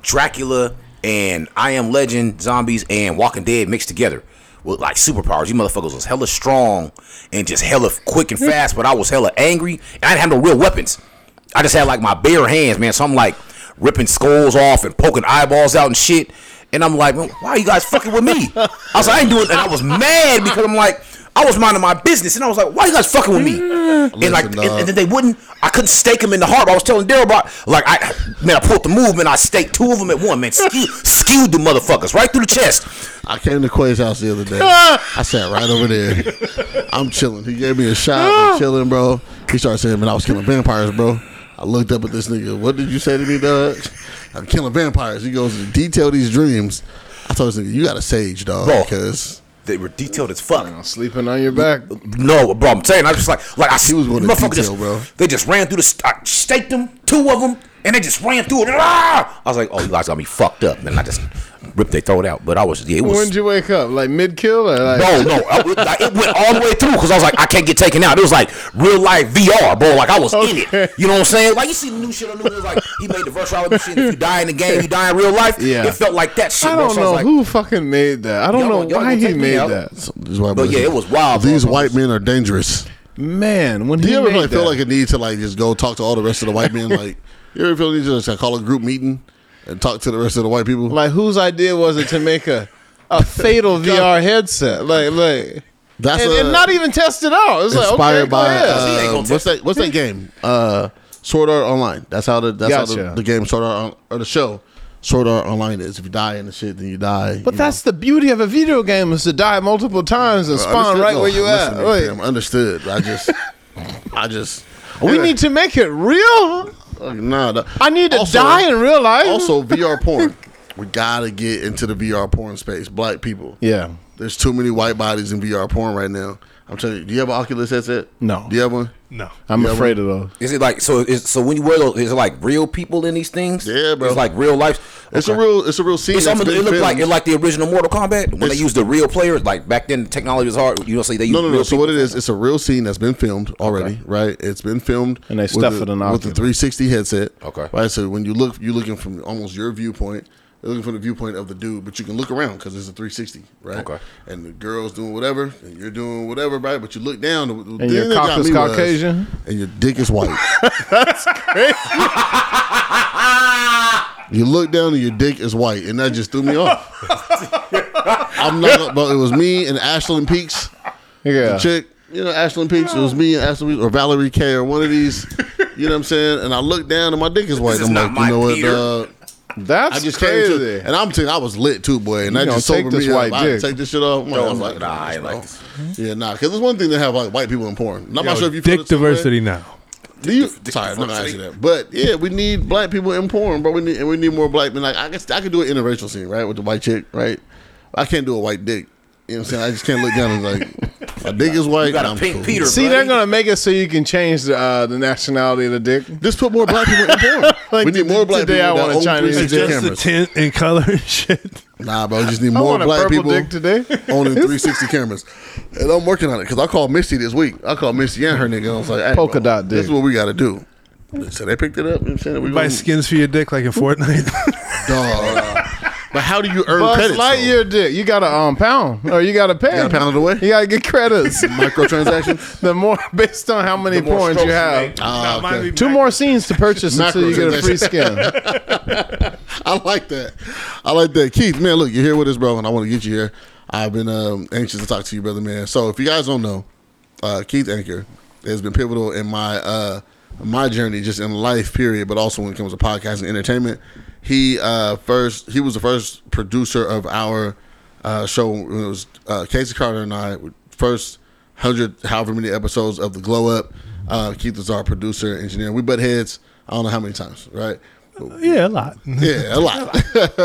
B: Dracula and I Am Legend zombies and Walking Dead mixed together with like superpowers. You motherfuckers was hella strong and just hella quick and fast, but I was hella angry and I didn't have no real weapons. I just had like my bare hands, man. So I'm like ripping skulls off and poking eyeballs out and shit. And I'm like, man, why are you guys fucking with me? I was like, I ain't doing, and I was mad because I'm like, I was minding my business, and I was like, why you guys fucking with me? and like,
A: Listen,
B: and-
A: dog.
B: and then they wouldn't. I couldn't stake him in the heart. I was telling Daryl about like I man, I pulled the move and I staked two of them
A: [LAUGHS]
B: at one. Man, skewed, skewed the motherfuckers right through the chest.
A: I came to Quay's house the other day. I sat right over there. I'm chilling. He gave me a shot. I'm chilling, bro. He started saying, man, I was killing vampires, bro. I looked up at this nigga. What did you say to me, dog? I'm killing vampires. He goes, detail these dreams. I told this nigga, you got a sage, dog.
B: Bro.
A: Because
B: They were detailed as fuck.
C: Sleeping on your back.
B: No, bro, I'm telling you, I was just like like I he
A: was going to detail,
B: just,
A: bro.
B: They just ran through the st- I staked them two of them and they just ran through it. Ah! I was like, oh, you guys got me fucked up. And I just ripped their throat out. But I was yeah, it was.
C: When did you wake up? Like mid kill or like
B: Bro, no, I,
C: [LAUGHS]
B: was- like, it went all the way through because I was like, I can't get taken out. It was like real life VR, bro. Like I was in
C: Okay.
B: it. You know what I'm saying? Like you see the new shit on the news, like he made the virtual reality shit. If you die in the game, you die in real life.
C: Yeah.
B: it felt like that shit.
C: I
B: bro.
C: don't
B: So
C: know
B: was like,
C: who fucking made that. I don't
B: Y'all
C: know
B: gonna- y'all
C: why
B: gonna
C: he
B: take me
C: made
B: out?
C: that.
A: these white
B: But
A: boys-
B: yeah, it was wild. bro.
A: These white men are dangerous.
C: Man, when
A: Do
C: he
A: you ever
C: made
A: like,
C: that,
A: feel like a need to like just go talk to all the rest of the white men? Like, you ever feel the need to just like, call a group meeting and talk to the rest of the white people?
C: like whose idea was it to make a a
A: [LAUGHS]
C: fatal VR headset? Like like
A: That's
C: and,
A: a-
C: and not even test it out. It's like
A: inspired
C: okay,
A: by
C: by
A: uh,
B: He ain't gonna
A: what's that? What's that game? Uh, Sword Art Online. That's how the that's how
C: Gotcha.
A: the, the game Sword Art on, or the show Sword Art Online is. If you die in the shit, then you die.
C: but
A: you
C: that's the beauty of a video game is to die multiple times and
A: know.
C: spawn
A: Understood?
C: right
A: No,
C: where you
A: listen,
C: at. Wait.
A: fam, understood. I
C: [LAUGHS]
A: just, I just.
C: We need to make it real.
A: Nah, the-
C: I need to
A: Also-
C: die in real life.
A: Also,
C: [LAUGHS]
A: VR porn. We gotta get into the VR porn space. Black people.
C: yeah.
A: There's too many white bodies in VR porn right now. I'm telling you. Do you have an Oculus headset?
C: No.
A: Do you have one?
D: No.
C: I'm afraid of those.
B: Is it like so? Is so when you wear those? Is it like real people in these things?
A: Yeah, bro.
B: It's like real life.
A: It's a
B: Okay.
A: real. It's a real scene.
B: It's, I'm,
A: that's
B: it
A: been
B: looked like
A: filmed.
B: it like the original Mortal Kombat when they
A: It's-
B: used the real players. Like back then, technology was hard. You know, say they used
A: No, no, no.
B: real
A: So what it is? It's a real scene that's been filmed already, right? It's been filmed,
C: And they
A: with
C: stuff
A: the-
C: it in
A: with the
C: Oculus.
A: 360 headset.
B: Okay.
A: right. So when you look, you're looking from almost your viewpoint. You're looking from the viewpoint of the dude, but you can look around because it's a 360, right?
B: Okay.
A: And the girl's doing whatever, and you're doing whatever, right? But you look down, and
C: your cock is Caucasian?
A: and your dick is
B: [LAUGHS]
C: [LAUGHS]
A: white. that's crazy. You look down and your dick is white, and that just threw me
B: [LAUGHS]
A: off. I'm not, but it was me and Ashland Peaks
C: Yeah.
A: the chick, you know, Ashland Peaks. It was me and Ashland Peaks, or Valerie K, or one of
C: [LAUGHS]
A: these. you know what I'm saying? And I look down, and my dick is white.
B: is
A: I'm
B: not
A: like,
B: my
A: you know what?
B: Peter.
A: dog?
C: That's
A: I just
C: crazy.
A: came to, and I'm telling you, I was lit too, boy, and that
C: gonna
A: just
C: take
A: sobered
C: this
A: me up.
C: white
A: I had to
C: dick.
A: take this shit off. I'm like,
B: No,
A: I'm like,
B: nah, I
A: nah,
B: ain't
A: bro.
B: like this.
A: yeah, nah, because it's one thing to have like white people in porn. I'm not sure if you feel
D: dick
A: the same way.
D: diversity now.
A: Do you? sorry, I'm not gonna ask you that. But yeah, we need black people in porn, bro. We need and we need more black men. Like I guess I could do an interracial scene, right, with the white chick, right? I can't do a white dick. You know what I'm saying? I just can't look down and
C: [LAUGHS]
A: like my dick is white.
B: You got a
A: I'm
B: pink
A: cool.
B: Peter.
C: See,
B: buddy.
C: they're gonna make it so you can change the uh, the nationality of the dick.
A: Just put more black people in
C: [LAUGHS]
A: porn.
C: Like,
A: we need more black
C: today I
A: people. that
C: want a
A: own
C: Chinese
A: 360
C: dick.
D: Just the
A: cameras.
C: [LAUGHS]
D: tint and color [LAUGHS] and shit.
A: Nah, bro, we just need
C: I
A: more
C: want a
A: black
C: purple
A: people
C: dick today.
A: [LAUGHS] owning 360 cameras. And I'm working on it because I called Misty this week. I called Misty and her nigga. I was like, hey,
C: Polka
A: bro,
C: dot
A: This
C: dick.
A: is what we got to do. So they picked it up. You know what I'm saying we
D: Buy
A: gonna-
D: skins for your dick like in Fortnite. [LAUGHS]
A: Dog. but how do you earn
C: Buzz
A: credits? though?
C: Lightyear dick. You gotta um pound or you gotta pay. You
A: gotta pound it away?
C: You gotta get credits. [LAUGHS]
A: Microtransactions.
C: the more based on how many porns you have.
A: Ah,
D: Nah, mine
A: okay.
D: be
C: Two
D: mac-
C: more scenes to purchase until you get a free skin.
A: [LAUGHS] I like that. I like that. Keith, man, look, you're here with us, bro, and I want to get you here. I've been um, anxious to talk to you, brother, man. So if you guys don't know, uh, Keith Anchor has been pivotal in my uh, my journey, just in life, period, but also when it comes to podcasting and entertainment. He uh, first he was the first producer of our uh, show when it was uh, Casey Carter and I first hundred however many episodes of the Glow Up. Uh, Keith is our producer, engineer. We butt heads. I don't know how many times, right?
D: Yeah, a lot.
A: [LAUGHS] yeah, a lot. [LAUGHS]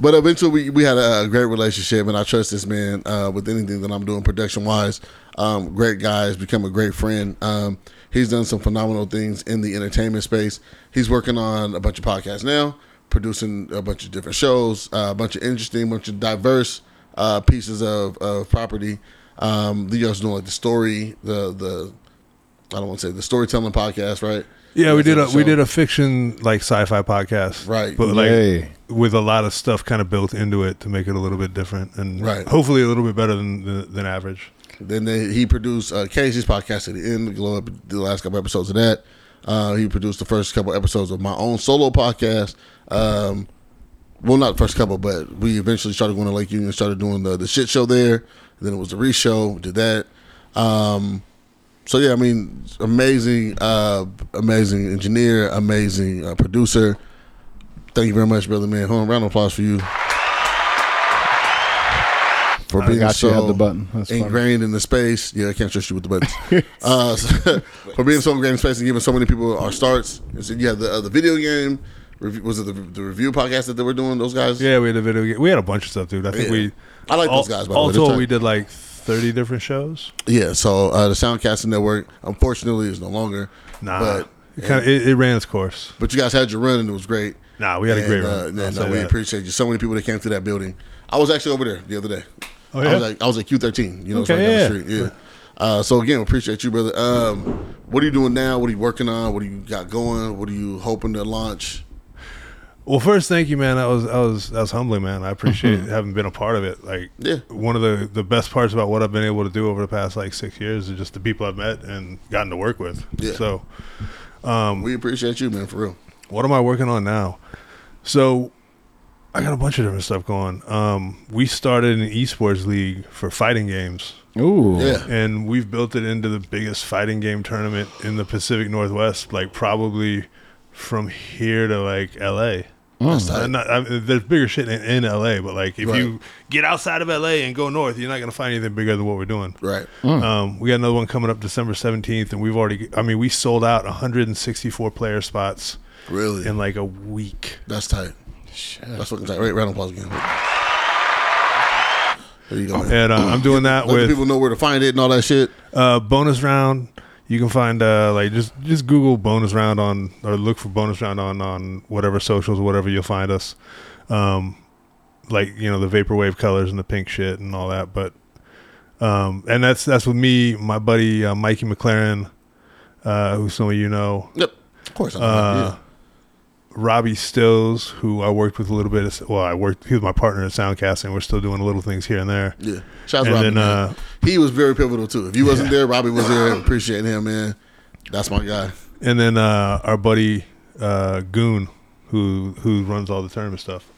A: but eventually, we, we had a, great relationship, and I trust this man uh, with anything that I'm doing production wise. Um, great guy, has become a great friend. Um, he's done some phenomenal things in the entertainment space. He's working on a bunch of podcasts now, producing a bunch of different shows, uh, a bunch of interesting, bunch of diverse uh, pieces of, of property. Um, you guys know like the story, the the I don't want to say the storytelling podcast, right?
D: Yeah, we did a
A: So-
D: we did a fiction like sci-fi podcast,
A: Right.
D: But like
C: Yay.
D: with a lot of stuff kind of built into it to make it a little bit different and
A: Right.
D: hopefully a little bit better than than, than average.
A: Then they, he produced uh, Casey's podcast at the end, the glow up, the last couple episodes of that. Uh, he produced the first couple episodes of my own solo podcast. Um, well, not the first couple, but we eventually started going to Lake Union, started doing the, the shit show there. Then it was the re show, did that. Um, so yeah, I mean, amazing, uh, amazing engineer, amazing uh, producer. Thank you very much, brother man. Hold on, round of applause for you. For being
C: got
A: so
C: you, had the button. That's funny.
A: ingrained in the space, yeah, I can't trust you with the
D: [LAUGHS]
A: buttons. uh, so- [LAUGHS] for being so ingrained in space and giving so many people our starts. You said, yeah, the uh, the video game review, was it the, the review podcast that they were doing? Those guys,
D: Yeah, we had a video. game. We had a bunch of stuff, dude. I think
A: Yeah.
D: we.
A: I like
D: all,
A: those guys, by the way.
D: all
A: They're
D: told,
A: tight.
D: we did like thirty different shows.
A: yeah. So uh, the Soundcasting Network, unfortunately, is no longer.
D: Nah,
A: but
D: it, kinda, it, it ran its course.
A: But you guys had your run and it was great.
D: Nah, we had a
A: And,
D: great
A: uh,
D: run.
A: yeah,
D: I'll
A: no,
D: say
A: we
D: that.
A: appreciate you. So many people that came through that building. I was actually over there the other day.
D: Oh,
A: I
D: yeah?
A: was like I was at Q thirteen. You know, it's
D: Okay,
A: right
D: yeah.
A: down the street. Yeah. Uh, so again, we appreciate you, brother. Um, what are you doing now? What are you working on? What do you got going? What are you hoping to launch?
D: Well, first, thank you, man. That was that was that was humbling, man.
A: [LAUGHS]
D: I appreciate having been a part of it. Like,
A: Yeah.
D: one of the the best parts about what I've been able to do over the past like six years is just the people I've met and gotten to work with.
A: Yeah.
D: So, Um,
A: We appreciate you, man, for real.
D: what am I working on now? So, I got a bunch of different stuff going. Um, we started an esports league for fighting games,
C: Ooh.
A: Yeah.
D: and we've built it into the biggest fighting game tournament in the Pacific Northwest. Like, probably from here to like L.A.
A: That's
D: Uh,
A: tight.
D: not, I, there's bigger shit in, in LA, but like if
A: Right.
D: you get outside of LA and go north, you're not gonna find anything bigger than what we're doing.
A: Right. Hmm.
D: Um, we got another one coming up December 17th, and we've already, I mean, we sold out 164 player spots
A: Really.
D: in like a week.
A: That's tight. That's fucking tight. Right, round of applause again. There you go, man.
D: And uh, I'm doing that
A: Let the
D: with
A: people know where to find it and all that shit.
D: uh, bonus round. You can find uh, like just just Google bonus round on or look for bonus round on on whatever socials, whatever you'll find us. Um, like you know the vaporwave colors and the pink shit and all that, but um, and that's that's with me, my buddy uh, Mikey McLaren, uh, who some of you know,
A: Yep. Of course. I know.
D: Uh, Robbie Stills, who I worked with a little bit. Of, well, I worked he was my partner at Soundcasting. We're still doing little things here and there.
A: Yeah. Shout out to
D: And
A: Robbie.
D: then,
A: man.
D: uh,
A: he was very pivotal too. If you wasn't there, Robbie was
D: [LAUGHS]
A: there. Appreciate him, man. That's my guy.
D: and then uh, our buddy uh, Goon, who who runs all the tournament stuff.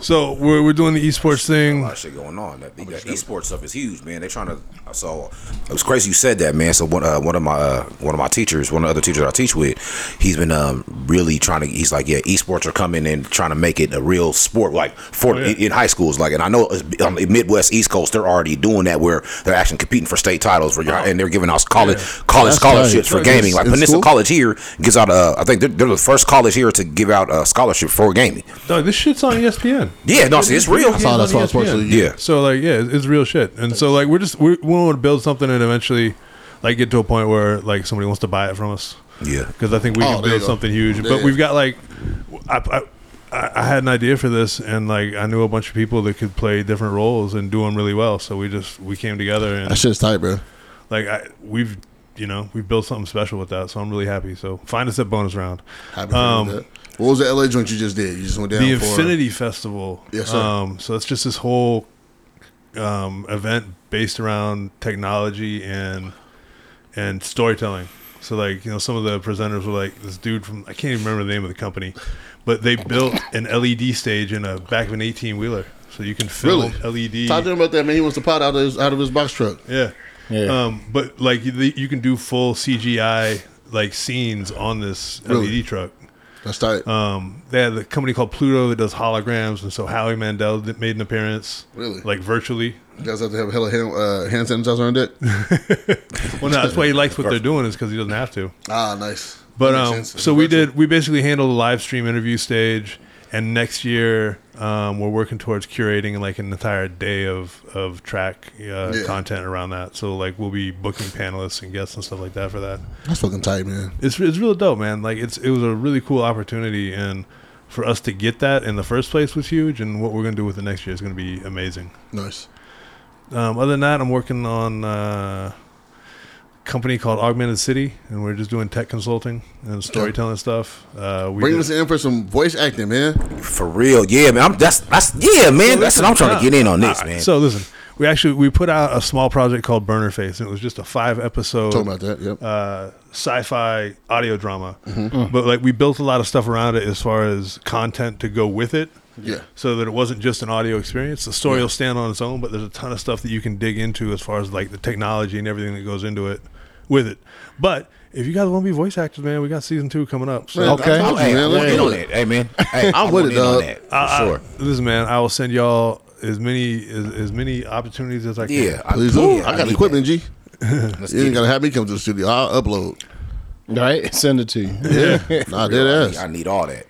D: So we're we're doing the esports
B: A
D: thing.
B: lot of shit going on. That, that esports stuff is huge, man. They trying to. I saw. It was crazy you said that, man. So one uh, one of my uh, one of my teachers, one of the other teachers I teach with, he's been um, really trying to. He's like, yeah, esports are coming and trying to make it a real sport, like for
D: Oh, yeah.
B: in, in high schools. Like, and I know it's- um, Midwest, East Coast, they're already doing that where they're actually competing for state titles for your, and they're giving out college college
A: That's
B: scholarships
A: right.
B: for gaming.
A: In-
B: Like
A: in
B: Peninsula
A: school?
B: College here gives out. Uh, I think they're, they're the first college here to give out a scholarship for gaming.
D: Dog, this shit's on E ESPN. ESPN.
B: Yeah, no, Oh, see, it's real.
A: I saw E that
D: on E
A: Fox Sports
D: ESPN.
A: League.
B: Yeah.
D: So like, yeah, it's, it's real shit. And so like, we're just we, we want to build something and eventually, like, get to a point where like somebody wants to buy it from us.
B: Yeah.
D: Because I think we
A: Oh,
D: can
A: there you
D: build
A: go.
D: something huge.
A: There
D: but
A: you
D: we've
A: go.
D: got like, I, I I had an idea for this, and like I knew a bunch of people that could play different roles and do them really well. So we just we came together and
A: That shit's tight, bro.
D: like I, we've you know we've built something special with that. So I'm really happy. So find us at bonus round.
A: Happy um, that. What was the LA joint you just did? You just went down
D: the
A: for uh,
D: Infinity Festival.
A: Yes, sir.
D: Um, so it's just this whole um, event based around technology and and storytelling. So like you know, some of the presenters were like this dude from I can't even remember the name of the company, but they built an LED stage in a back of an eighteen wheeler, so you can film E LED.
A: Talk to him about that man. He wants to pot out of his, out of his box truck.
D: Yeah.
C: Yeah.
D: Um, but like you, you can do full CGI like scenes on this
A: Really?
D: LED truck.
A: That's tight.
D: Um, they had a company called Pluto that does holograms, and so Howie Mandel did- made an appearance,
A: Really?
D: like virtually.
A: you guys have to have hella hand, uh, hand sanitizer on
D: [LAUGHS]
A: deck.
D: Well, no, that's why he likes what they're doing is because he doesn't have to.
A: ah, nice.
D: But
A: That makes
D: um,
A: sense. It's
D: so we
A: virtual.
D: did. We basically handled the live stream interview stage, and next year um, we're working towards curating like an entire day of of track uh, content around that. So like we'll be booking panelists and guests and stuff like that for that.
A: That's fucking tight, man.
D: it's it's real dope, man. Like it's it was a really cool opportunity, and for us to get that in the first place was huge. And what we're gonna do with the next year is gonna be amazing.
A: Nice.
D: Um, other than that, I'm working on uh, a company called Augmented City, and we're just doing tech consulting and storytelling stuff. Uh, we
A: Bring
D: did-
A: this in for some voice acting, man.
B: For real, yeah, man. I'm, that's that's yeah, man. That's what I'm trying to get in on this, man.
D: so listen, we actually we put out a small project called Burner Face, and it was just a five episode
A: Talking about that, yep. Mm-hmm.
D: uh, sci-fi audio drama,
B: Mm-hmm.
D: but like we built a lot of stuff around it as far as content to go with it.
A: Yeah.
D: So that it wasn't just an audio experience. The story will stand on its own, but there's a ton of stuff that you can dig into as far as like the technology and everything that goes into it with it. But if you guys want to be voice actors, man, we got season two coming up. So
A: Man, I
C: Okay.
A: told you,
B: hey,
A: man.
B: I'm
A: Let's
B: in
A: do
B: on
A: it.
B: that.
A: [LAUGHS]
B: Hey, man. Hey,
A: I'm with
B: want
A: it,
B: in on
A: dog.
B: that, for
D: I- I-
B: sure.
D: listen, man, I will send y'all as many as, as many opportunities as I can.
B: Yeah, I-
A: Please
B: yeah,
A: do. I
B: I
A: got
B: need
A: equipment, G.
B: that. Let's
A: You ain't
B: get it.
A: gotta have me come to the studio. I'll
D: [LAUGHS]
A: upload.
C: [LAUGHS] Right? Send it to you.
A: Yeah, nah, dead
B: I
A: ass.
B: need all that.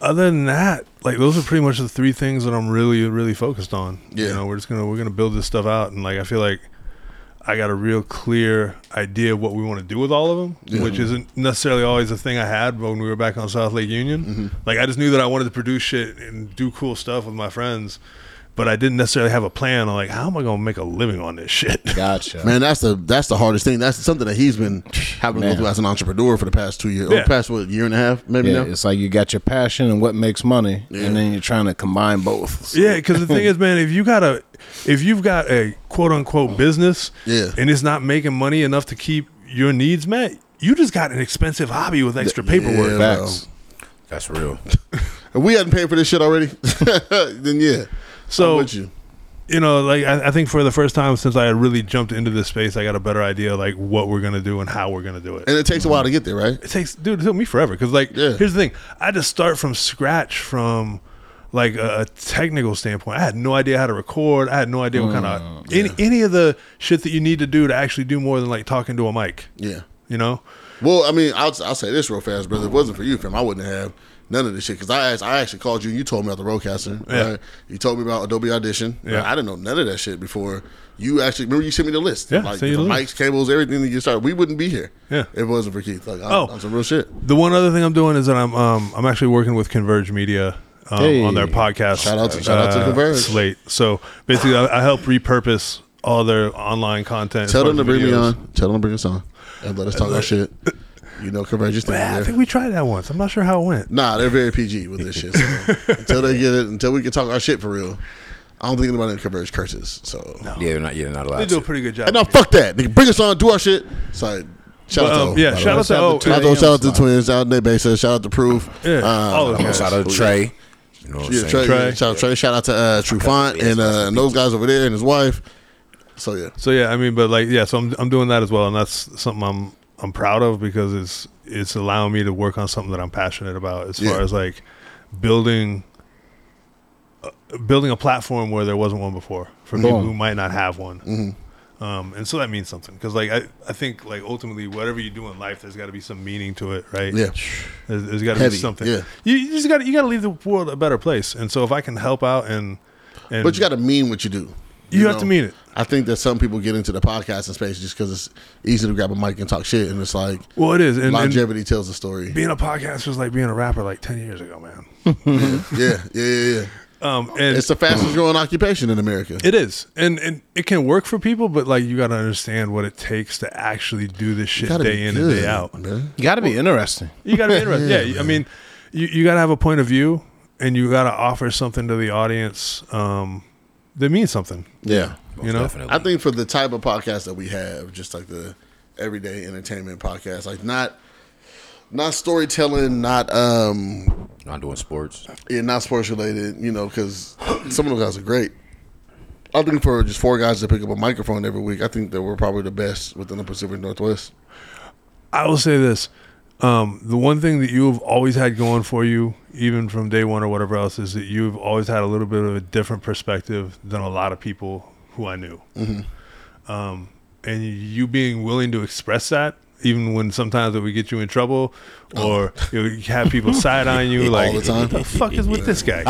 D: other than that, like those are pretty much the three things that I'm really, really focused on. You
A: Yeah.
D: know, we're just gonna we're gonna build this stuff out, and like I feel like I got a real clear idea of what we want to do with all of them, which isn't necessarily always a thing I had when we were back on South Lake Union.
B: Mm-hmm.
D: Like I just knew that I wanted to produce shit and do cool stuff with my friends, but I didn't necessarily have a plan on like how am I gonna make a living on this shit. [LAUGHS]
C: Gotcha.
A: Man, that's the that's the hardest thing. That's something that he's been having to go
C: Man.
A: through as an entrepreneur for the past two years, or
D: Yeah.
A: the past what year and a half, maybe
C: Yeah,
A: now.
C: it's like you got your passion and what makes money, and then you're trying to combine both. So-
D: Yeah, because the thing is, man, if you got a, if you've got a quote unquote business,
A: Yeah.
D: and it's not making money enough to keep your needs met, you just got an expensive hobby with extra paperwork.
A: Yeah,
C: Facts.
A: [LAUGHS]
B: That's real.
A: If we hadn't paid for this shit already, [LAUGHS] then yeah, I'm
D: so
A: with you.
D: you. know, like I, I think for the first time since I had really jumped into this space, I got a better idea like what we're gonna do and how we're gonna do it.
A: And it takes a while to get there, right?
D: it takes dude it took me forever because like
A: Yeah.
D: here's the thing i had to start from scratch from like a, a technical standpoint i had no idea how to record i had no idea what kind
A: Mm,
D: of any, any of the shit that you need to do to actually do more than like talking to a mic
A: Yeah.
D: you know
A: Well, I mean, I'll, I'll say this real fast, brother. If it wasn't for you, fam, I wouldn't have none of this shit. Because I asked, I actually called you and you told me about the Rodecaster.
D: Yeah.
A: Right? You told me about Adobe Audition.
D: Yeah.
A: I didn't know none of that shit before. You actually remember you sent me the list.
D: Yeah,
A: like
D: sent
A: the
D: you the
A: mics, cables, everything that you started. We wouldn't be here.
D: Yeah.
A: if it wasn't for Keith. Like, I,
D: Oh.
A: on some real shit.
D: the one other thing i'm doing is that i'm um i'm actually working with converge media um,
C: Hey.
D: on their podcast uh,
A: Shout out to- shout out to Converge.
D: slate so basically i, I help repurpose all their online content as
A: Tell
D: far
A: them
D: as
A: to bring me
D: videos.
A: on. Tell them to bring us on and let us talk our shit. You know, converge your thing.
D: Man, i
A: there.
D: think we tried that once i'm not sure how it went
A: Nah, they're very PG with this shit.
D: [LAUGHS]
A: So until they get it, until we can talk our shit for real, I don't think anybody in converge curses. So
B: Yeah, they're not. Yeah, they're not allowed.
D: they do a
B: to.
D: pretty good job
A: Hey, no, fuck that. Nigga, bring us on, do our shit. So shout out
D: But, um,
A: to
D: yeah shout out to oh,
A: Shout out to, shout out to the twins, shout out to Nate Baser, shout out to Proof. Uh,
D: Yeah, all of them.
B: Shout out to Trey. You know what I'm
A: Yeah,
B: saying?
A: Trey,
D: Trey.
A: Shout, out, Trey. shout out to uh, True Font and, uh, and those guys over there and his wife. So yeah,
D: So yeah, I mean, but like yeah, so I'm I'm doing that as well, and that's something I'm I'm proud of because it's it's allowing me to work on something that I'm passionate about as far
A: Yeah.
D: as like building uh, building a platform where there wasn't one before for people
C: Boom.
A: Mm-hmm.
D: who might not have one. Um, and so that means something because, like, I, I think like ultimately whatever you do in life, there's got to be some meaning to it, right?
A: Yeah.
D: there's, there's got to be
A: Heavy,
D: something.
A: yeah.
D: you, you just got to you got to leave the world a better place. And so if I can help out and, and
A: But you got to mean what you do.
D: You have to mean it.
A: I think that some people get into the podcasting space just because it's easy to grab a mic and talk shit, and it's like
D: well, it is and, and
A: longevity tells the story.
D: being a podcaster is like being a rapper like ten years ago, man.
A: [LAUGHS] yeah, yeah, yeah,
D: [LAUGHS]
A: yeah.
D: Um, and
A: It's the fastest growing occupation in America.
D: It is, and and it can work for people, but like you got to understand what it takes to actually do this shit
A: Gotta be
D: day in and
A: good,
D: day out.
A: man.
C: You got to be interesting.
A: [LAUGHS]
D: You got to be interested. yeah, you- I mean, you you got to have a point of view, and you got to offer something to the audience um, that means something.
A: Yeah.
D: you know,
A: I think for the type of podcast that we have, just like the everyday entertainment podcast, like not not storytelling, not um
B: Not doing sports.
A: yeah, not sports related, you know, because some of those guys are great. I think for just four guys to pick up a microphone every week, I think that we're probably the best within the Pacific Northwest.
D: I will say this: um, the one thing that you have always had going for you, even from day one or whatever else, is that you've always had a little bit of a different perspective than a lot of people who I knew. Um, and you being willing to express that, even when sometimes it would get you in trouble, or you would have
A: [LAUGHS]
D: people side eyeing you, like
A: Oh. the time.
D: "What the fuck is with
A: [LAUGHS]
D: this guy?"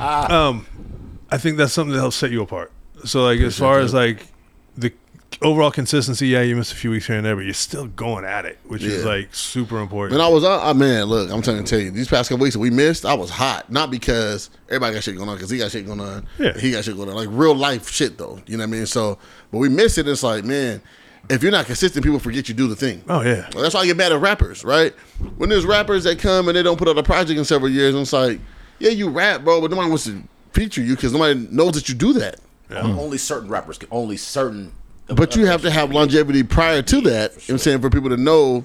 D: um, I think that's something that helps set you apart. So, like, as far as like the overall consistency, yeah, you missed a few weeks here and there, but you're still going at it, which is
A: Yeah.
D: like super important.
A: And I was, I, I man, look, I'm trying to tell you, these past couple weeks that we missed, I was hot. Not because everybody got shit going on, because he got shit going on,
D: Yeah.
A: he got shit going on, like real life shit though. You know what I mean? So, but we miss it. It's like, man, if you're not consistent, people forget you do the thing.
D: oh yeah,
A: Well, that's why I get mad at rappers, right? When there's rappers that come and they don't put out a project in several years, and it's like, yeah, you rap, bro, but nobody wants to feature you because nobody knows that you do that.
B: Only certain rappers can. Only certain.
A: But you have to have longevity prior to that. You know what I'm saying for people to know.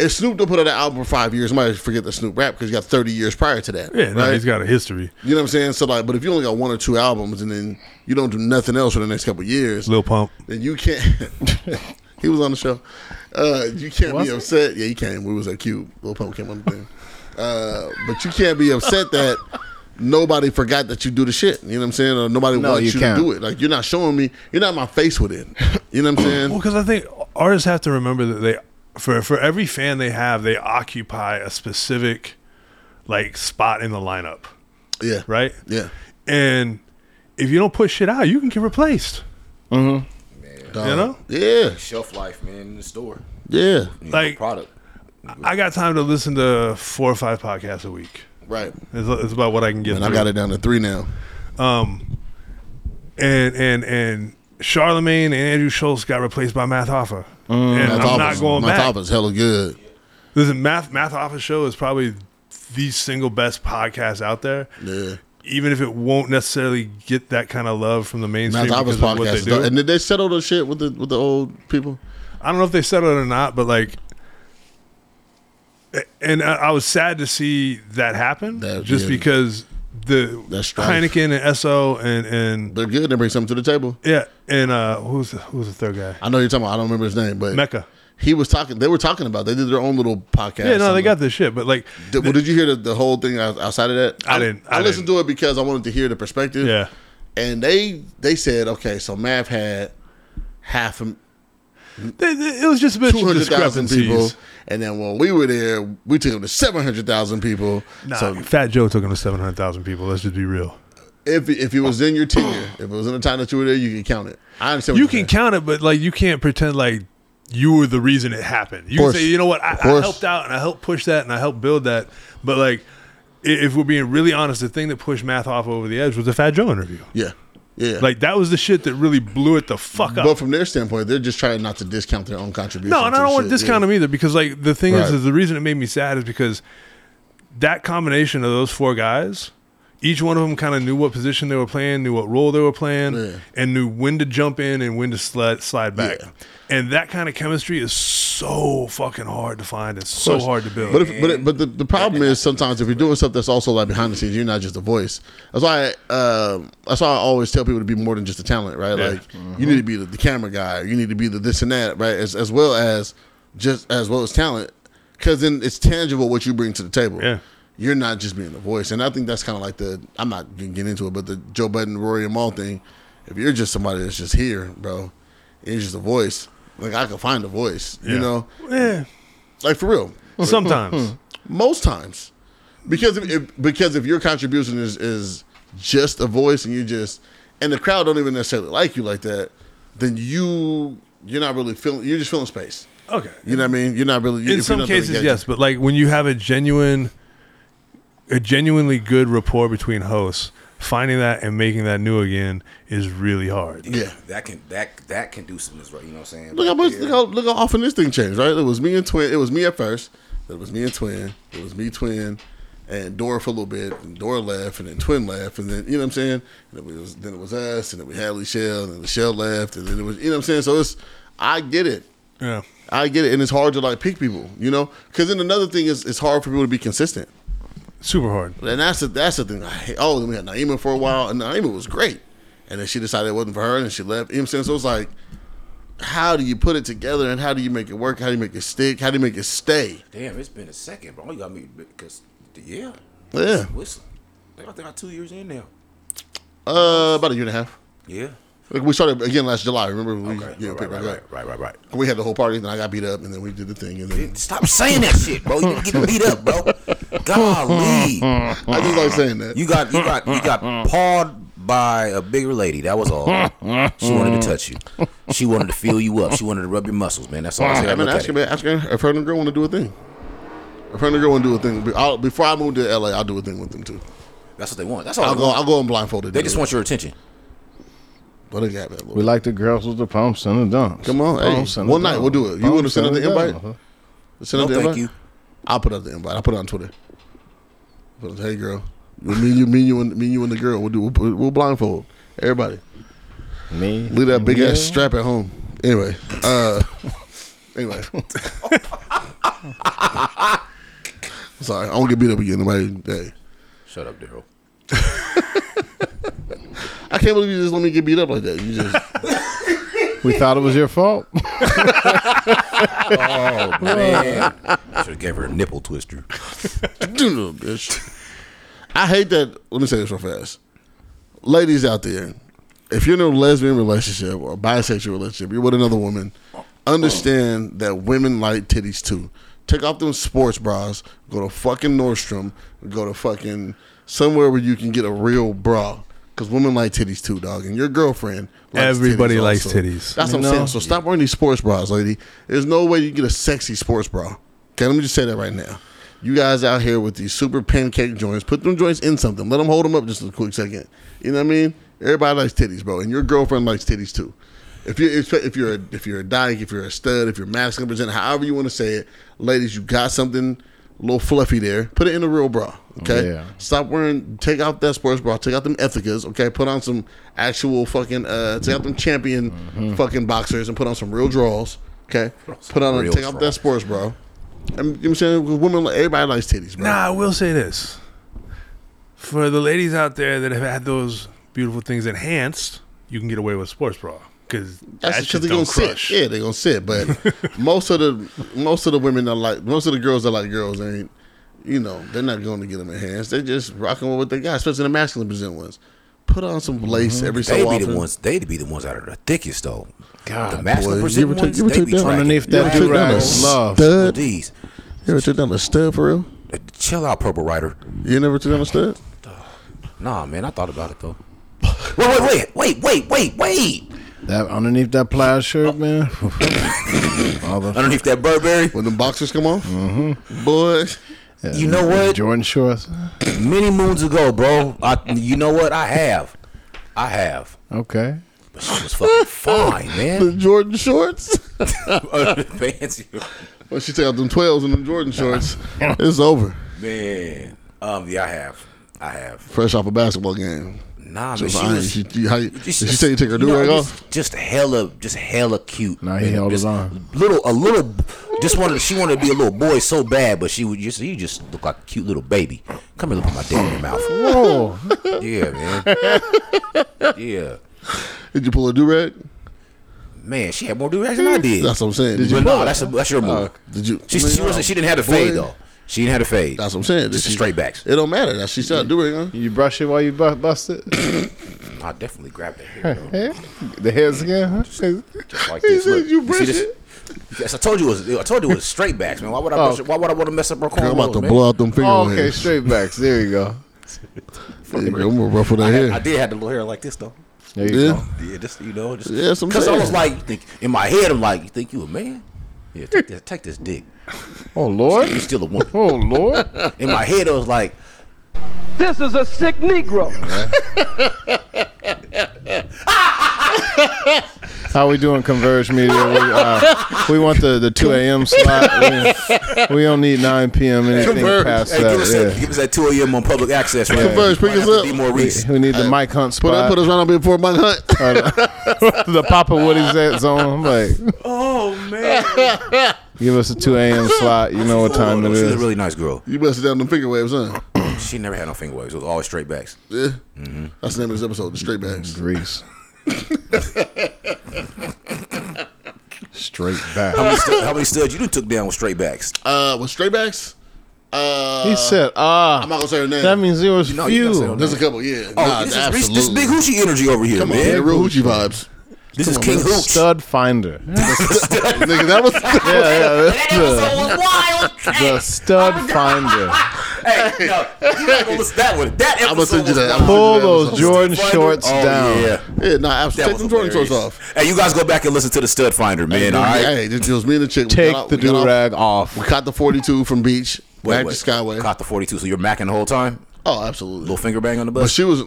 A: If Snoop don't put out an album for five years, somebody forget that Snoop rap because he got 30 years prior to that.
D: yeah. No,
A: right?
D: he's got a history.
A: you know what I'm saying? So like, but if you only got one or two albums and then you don't do nothing else for the next couple of years,
D: Lil Pump.
A: then you can't. [LAUGHS] he was on the show. Uh, you can't be upset. Yeah, you came. We was at Cube. Lil Pump came on the thing. Uh, but you can't be upset that nobody forgot that you do the shit. You know what I'm saying? Or nobody
C: No,
A: wants
C: you
A: you,
C: can't.
A: to do it. Like you're not showing me. You're not in my face with it. You know what I'm
D: Well,
A: saying?
D: because I think artists have to remember that they, for for every fan they have, they occupy a specific, like spot in the lineup,
A: Yeah.
D: right?
A: Yeah.
D: And if you don't put shit out, you can get replaced.
A: Dog. Mm-hmm.
D: You know?
A: Yeah.
B: Shelf life, man, in the store.
A: Yeah.
B: You know,
D: Like-
B: product.
D: I got time to listen to four or five podcasts a week.
A: Right.
D: It's, it's about what I can get.
A: And I
D: through.
A: got it down to three now.
D: and and and Charlemagne and Andrew Schultz got replaced by Math Hoffa.
A: Mm,
D: and
A: Math
D: I'm
A: Office-
D: not going
A: Math
D: back.
A: Office hella good.
D: Listen, Math Math Hoffa show is probably the single best podcast out there.
A: Yeah.
D: Even if it won't necessarily get that kind of love from the mainstream
A: Math Office
D: because of what
A: podcast.
D: they
A: is dope.
D: do.
A: And did they settle the shit with the with the old people?
D: I don't know if they said it or not, but like, and I, I was sad to see that happen,
A: That-
D: just
A: yeah.
D: because the
A: That strife.
D: Heineken and So and and
A: They're good. They bring something to the table.
D: yeah and uh, who's the, who's the third guy?
A: I know you're talking about. I don't remember his name, but
D: Mecca.
A: He was talking. They were talking about. They did their own little podcast.
D: Yeah, no,
A: on
D: they
A: the-
D: got this shit, but like,
A: Did, well, did you hear the, the whole thing out- outside of that?
D: I didn't- I
A: listened to it because I wanted to hear the perspective.
D: yeah.
A: And they they said, okay, so Mav had half a
D: They- they- It was just a bit
A: two hundred thousand
D: [LAUGHS] discrepancies.
A: people, and then when we were there, we took him to seven hundred thousand people.
D: Nah,
A: So
D: Fat Joe took him to 700,000 people. Let's just be real.
A: if if it was in your tenure, if it was in the time that you were there, you can count it. I understand. What
D: You
A: you're
D: can count it, but like you can't pretend like you were the reason it happened. You
A: Course.
D: can say, you know what, I,
A: Of
D: I
A: course.
D: helped out and I helped push that and I helped build that. But like, i- if we're being really honest, the thing that pushed Math off over the edge was the Fat Joe interview.
A: saying. yeah, yeah.
D: Like that was the shit that really blew it the fuck up.
A: but from their standpoint, they're just trying not to discount their own contribution.
D: No, and I
A: the
D: don't want to
A: shit,
D: discount
A: yeah.
D: them either because like the thing is,
A: Right.
D: is the reason it made me sad is because that combination of those four guys, each one of them kind of knew what position they were playing, knew what role they were playing,
A: Yeah.
D: and knew when to jump in and when to slide slide back.
A: Yeah.
D: And that kind of chemistry is so fucking hard to find and so
A: course.
D: hard to build.
A: But if, but, it, but the, the problem is sometimes if you're doing stuff that's also like behind the scenes, you're not just a voice. That's why um that's why I always tell people to be more than just a talent, right?
D: Yeah. Mm-hmm.
A: Like you need to be the, the camera guy, you need to be the this and that, right? As as well as just as well as talent, because then it's tangible what you bring to the table.
D: Yeah.
A: You're not just being a voice, and I think that's kind of like the I'm not gonna get into it, but the Joe Budden, Rory, and Mall thing. If you're just somebody that's just here, bro, It's just a voice. Like I can find a voice, you
D: Yeah.
A: know,
D: Yeah,
A: like for
D: [LAUGHS]
A: real. [LAUGHS]
D: sometimes.
A: Most times, because if, if because if your contribution is is just a voice and you just and the crowd don't even necessarily like you like that, then you you're not really feeling. You're just feeling space.
D: Okay.
A: You know what I mean? You're not really. you-
D: In
A: if you're
D: some
A: not really
D: cases,
A: engaged.
D: yes, but like when you have a genuine, a genuinely good rapport between hosts, finding that and making that new again is really hard.
A: Yeah.
B: That can that that can do some right. You know what I'm saying?
A: Look how much.
B: Yeah.
A: Look how look how often this thing changed, right? It was me and twin. It was me at first. It was me and twin. It was me twin, and Dora for a little bit. And Dora left, and then twin left, and then you know what I'm saying. And it was then it was us, and then we had Lachelle, and then Lachelle left, and then it was you know what I'm saying. So it's I get it.
D: Yeah.
A: I get it, and it's hard to like pick people, you know. Because then another thing is, it's hard for people to be consistent,
D: Super hard.
A: and that's the that's the thing. I hate, oh, then we had Naima for a while, and Naima was great, and then she decided it wasn't for her, and she left. You know what I'm saying? So it's like, how do you put it together, and how do you make it work? How do you make it stick? How do you make it stay?
B: Damn, it's been a second, bro. You got me because yeah,
A: Yeah,
B: Whistle. I think I got two years in now.
A: uh, about a year and a half.
B: Yeah.
A: Like we started again last July. Remember? We,
B: Okay.
A: yeah,
B: right,
A: picked
B: right,
A: back
B: right,
A: up.
B: right, right, right.
A: We had the whole party, and then I got beat up, and then we did the thing, and then
B: Stop saying that shit, bro. You're getting beat
A: [LAUGHS]
B: up, bro. Golly,
A: I just like saying that.
B: you got you got you got pawed by a bigger lady. That was all. She wanted to touch you. She wanted to feel you up. She wanted to rub your muscles, man. That's all. I said.
A: I mean, ask her, man, ask her if her and the girl want to do a thing. If her and the girl want to do a thing, be- I'll, before I move to LA, I'll do a thing with them too.
B: That's what they want. That's all.
A: I'll
B: they
A: go.
B: want.
A: I'll go in blindfolded.
B: Oh, They just want your attention.
A: But they got that
C: We
A: little.
C: like the girls with the pumps and the dumps.
A: Come on, hey,
C: Pumps and the
A: one night
C: dumps.
A: we'll do it. You
C: Pumps
A: wanna send
C: and
A: out the invite?
C: dumps.
A: Send
B: No,
A: out the
B: thank
A: invite.
B: you.
A: I'll put out the invite. I'll put it on Twitter. But hey, girl, me, you, me, you, and me, you, and the girl. We'll do. We'll, put- we'll blindfold everybody.
C: Me,
A: Leave that big
C: you,
A: ass strap at home. Anyway, uh, [LAUGHS] anyway. [LAUGHS] Sorry, I won't get beat up again. Nobody. Hey.
B: Shut up, Daryl.
A: I can't believe you just let me get beat up like that. You just
C: We thought it was your fault.
B: Oh
A: [LAUGHS]
B: man, should have gave her a nipple twister.
A: little bitch. I hate that. Let me say this real fast, ladies out there. If you're in a lesbian relationship or bisexual relationship, you're with another woman. Understand that women like titties too. Take off them sports bras. Go to fucking Nordstrom. Go to fucking somewhere where you can get a real bra. Because women like titties too, dog. And your girlfriend. Likes
D: Everybody
A: titties
D: likes
A: also.
D: titties.
A: That's what I'm
C: You know?
A: saying. So stop wearing these sports bras, lady. There's no way you can get a sexy sports bra. Okay, let me just say that right now. You guys out here with these super pancake joints, put them joints in something. Let them hold them up just a quick second. You know what I mean? Everybody likes titties, bro, and your girlfriend likes titties too. If you if, if you're a, if you're a dyke, if you're a stud, if you're masculine present, however you want to say it, ladies, you got something a little fluffy there. Put it in a real bra, okay?
C: Yeah.
A: Stop wearing. Take out that sports bra. Take out them Ethicas. Okay, put on some actual fucking. Uh, take out them champion fucking boxers and put on some real draws. Okay, put on.
B: real
A: take out that
B: draws.
A: sports bra. I'm, you know what I'm saying women. like- Everybody likes titties, bro.
D: Nah, I will say this. For the ladies out there that have had those beautiful things enhanced, you can get away with sports bra because
A: That's
D: that
A: because
D: shit
A: they're gonna
D: don't
A: sit.
D: crush.
A: Yeah, they're gonna sit. But most of the most of the women that like most of the girls that like girls ain't. You know they're not going to get them enhanced. They're just rocking with what they got, especially the masculine present ones. Put on some lace every so
B: They be
A: often.
B: the ones. They be the ones that are the thickest though.
C: God,
B: the masculine
A: boy.
B: percent
A: Give or take-
B: ones.
A: give or
B: they
A: take
B: be
A: that.
B: tracking.
C: Underneath
A: You ever
C: that
A: took
C: do
A: down
C: rag
A: a
C: is love.
B: With
A: stud?
B: these.
A: You ever took down a stud for real?
B: Uh, Chill out, Purple Rider.
A: You never took down a stud?
B: Nah, man, I thought about it though. wait, wait, wait, wait, wait, wait, wait.
C: That underneath that plaid shirt, man. [LAUGHS] All the
B: Underneath that Burberry.
A: When the boxers come off? Mm-hmm. Boy.
B: You know what?
C: Jordan shorts.
B: Many moons ago, bro. I, you know what? I have, I have.
C: Okay.
B: But she
A: [LAUGHS]
B: was fucking
A: [LAUGHS]
B: fine,
A: The [LAUGHS]
B: man. [LAUGHS]
A: Jordan shorts?
B: Fancy,
A: [LAUGHS] When she take out them 12s and them Jordan shorts, [LAUGHS] it's over.
B: man. Um, yeah, I have, I have.
A: Fresh off a basketball game.
B: Nah,
A: So
B: man,
A: it's
B: she
A: iron.
B: was.
A: She- you- how you- did
B: just-
A: she say you take her
B: know,
A: do-rag off?
B: just, just hella, just hella cute.
C: Nah, he
B: man.
C: held his
B: Just
C: arm.
B: Little, a little, just wanted. She wanted to be a little boy so bad, but she would just. You just look like a cute little baby. Come here, look at my dick in your mouth.
C: Oh,
B: Yeah, man. yeah,
A: Did you pull a do-rag?
B: man. She had more do rags than I did.
A: That's what I'm saying.
B: But no, that's a, that's your move.
A: Did you?
B: she, she wasn't. She didn't have the fade
A: Uh, Boy.
B: though. She didn't have a fade.
A: That's what I'm saying.
B: Just
A: She-
B: straight backs.
A: It don't matter. That she started doing it. huh?
C: You brush it while you bu- bust it. [COUGHS]
B: I definitely grabbed that hair though,
C: Yeah. The heads again. Huh?
B: just like
C: He
B: this.
C: said
B: Look,
C: you
B: see
C: brush
B: this?
C: it?
B: Yes, I told you it was. I told you it was straight backs, man. Why would I?
C: Oh.
B: brush it- why would I want to mess up her
A: I'm about
B: cornrows,
A: to
B: man?
A: blow out them
C: Oh, okay,
A: fingernails.
C: straight backs. There you go.
A: Yeah, I'm gonna ruffle that hair.
B: I did have the little hair like this though.
C: There you
A: yeah.
B: Yeah, just you know, just
A: Yeah, that's what I'm
B: because I
A: saying.
B: was like, you think in my head, I'm like, you think you a man? Yeah, take this, take this dick.
C: go. Oh Lord.
B: You still a woman.
C: Oh Lord.
B: In my head, I was like,
I: This is a sick Negro.
C: How we doing, Converge Media? We, uh, we want the, the 2 a.m. slot. We, we don't need 9 p.m. anything
A: Converge.
C: past
B: hey, give us, that,
C: that.
B: give us that 2 a.m. on public access. Right?
A: Converge, pick
B: Might
A: us
B: have to
A: up.
B: Be more
C: Yeah.
B: recent.
C: We need the Mike Hunt
A: Put,
C: spot.
A: put us right on before Mike Hunt.
C: the Papa Woody's at zone. I'm like,
I: Oh man.
C: give us a 2 a.m. slot. You know what time it
B: She's a
C: is.
B: really nice girl.
A: you busted down them finger waves, huh?
B: She never had no finger waves. It was always straight backs.
A: Yeah. That's the name of this episode, The Straight Backs.
C: Grease. [LAUGHS] Straight
B: How
C: back.
B: many, stu- how many studs you done took down with straight backs?
A: Uh, with Straight Backs, uh,
C: He said, ah.
A: I'm not gonna say her name.
C: That means there was
B: know you gotta say
C: few.
B: no.
A: There's a couple, yeah.
B: Oh,
A: nah,
B: this, is, this-
A: absolutely.
B: this big hoochie energy over here,
A: Come on,
B: man.
A: man, real hoochie vibes.
B: this is
A: come on,
B: King
A: man.
B: Hooch.
C: Stud finder.
A: Nigga, that was
C: [LAUGHS] Yeah, yeah, that's the,
B: wild.
C: the stud
B: [LAUGHS]
C: finder.
B: Hey, no, you not gonna listen to that one. That episode
A: I'ma send you
B: was
A: that.
B: wild.
A: I'ma
C: Pull
A: Yeah,
C: those
A: that's
C: Jordan
B: Finder?
C: shorts
B: Oh,
C: down.
B: Yeah.
A: yeah, nah, absolutely.
B: That
A: Take them
B: was
A: Jordan shorts
B: hilarious.
A: off.
B: Hey, you guys go back and listen to the Stud Finder, man. All right.
A: Hey, it was me and the chick. We
C: Take
A: got out-
C: the
A: we got
C: do
A: out-
C: rag off.
A: We caught the 42 from beach
B: Wait,
A: back
B: wait.
A: to Skyway.
B: Caught the 42, so you're macking the whole time?
A: Oh, absolutely.
B: Little finger bang on the
A: But
B: bus?
A: she was.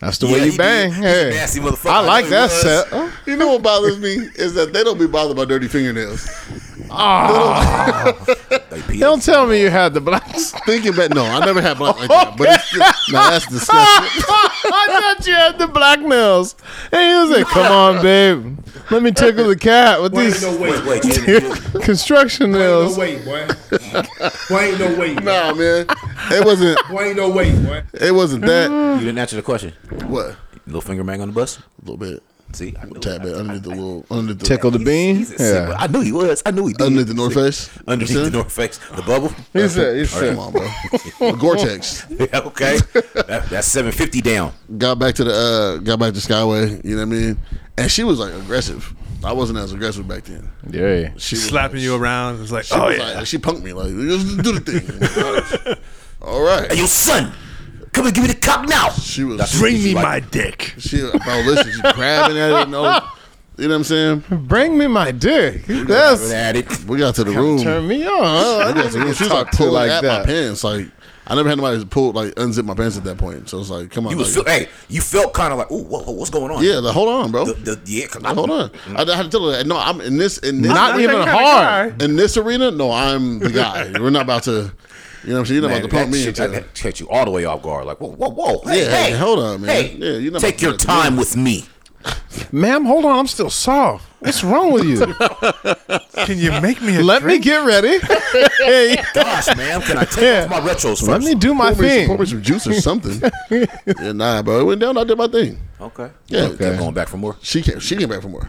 C: That's the
B: Yeah,
C: way
B: he
C: you
B: be-
C: bang.
B: he's a
C: Hey,
B: nasty motherfucker.
C: I
B: I
C: like
B: know he
C: that
B: was.
C: set. Oh,
A: You know what bothers me is that they don't be bothered by dirty fingernails.
B: Like, P-
C: Don't tell me you had
B: [LAUGHS]
C: the blacks.
A: Thinking back, no, I never had black like that. But it's just, nah, that's disgusting.
C: [LAUGHS] I thought you had the black nails. And he was like, "Come on, babe, let me tickle the cat with
I: Ain't
C: these
I: no way.
B: Wait, you- you-
C: [LAUGHS] construction
I: Ain't
C: nails."
I: no way, boy. Boy, ain't no way. boy.
A: [LAUGHS] Nah, man, it wasn't.
I: Boy, ain't no way, boy.
A: It wasn't that.
B: you didn't answer the question.
A: What? A
B: Little finger bang on the bus?
A: little bit,
B: See? I knew
A: tad bit
B: it.
A: underneath the little, underneath the
C: Tickle the bean.
B: He's a sick one.
C: yeah.
B: I knew he was. I knew he did.
A: underneath the North Face.
B: Underneath the North Face. The bubble?
C: He said, he said,
A: Come on, bro. The Gore-Tex.
B: [LAUGHS] Yeah, okay. That- that's 750 down.
A: Got back to the, uh, got back to Skyway. You know what I mean? And she was like aggressive. I wasn't as aggressive back then.
C: yeah.
A: She was
D: slapping you around. It's like,
A: She
D: oh
A: was
D: yeah,
A: like, she punked me like, just do the thing. All right.
B: Hey, yo, son. Come and give me the cup now.
A: She was
D: bring me
B: Like-
D: my dick.
A: she bro, listen, she grabbing at it. No, you know what I'm saying?
C: Bring me my dick. That's
B: At it.
A: We got to the room.
C: turn me on.
A: We got to the room. She was like
C: Talk to
A: pulling
C: like
A: at
C: that.
A: my pants. Like I never had nobody pull like unzip my pants at that point. So it's like, come on,
B: You was feel,
A: like,
B: hey, you felt kind of like, ooh, whoa, whoa, what's going on?
A: yeah, like, hold on, bro.
B: The, the, yeah, 'cause I-
A: Oh. hold on. I, I had to tell her that. No, I'm in this in this,
C: Not even
D: kinda
C: hard.
A: in this arena. No, I'm the guy. We're not about to. You know what I'm saying? You're not
B: Man,
A: about to pump
B: that
A: me.
B: shit,
A: into-
B: that, that catch you all the way off guard. Like, whoa, whoa, whoa. Hey,
A: Yeah,
B: hey,
A: hey, hold on, man.
B: Hey,
A: Yeah, you're not about
B: take
A: to
B: your
A: do that to
B: time with me.
C: Ma'am, hold on. I'm still soft. What's wrong
B: [LAUGHS]
C: with you?
D: Can you make me a
C: Let me
D: drink?
C: get
B: [LAUGHS]
C: ready. hey,
B: Gosh, man, can
A: [LAUGHS]
B: I take
C: Yeah.
B: off my retros first?
C: let me do my
A: Pour me, some, pour me
C: thing.
A: some juice or
C: [LAUGHS]
A: something. yeah, nah, bro. It went down. I did my thing.
B: Okay.
A: Yeah,
B: They're going back for more.
A: She came. She came back from work.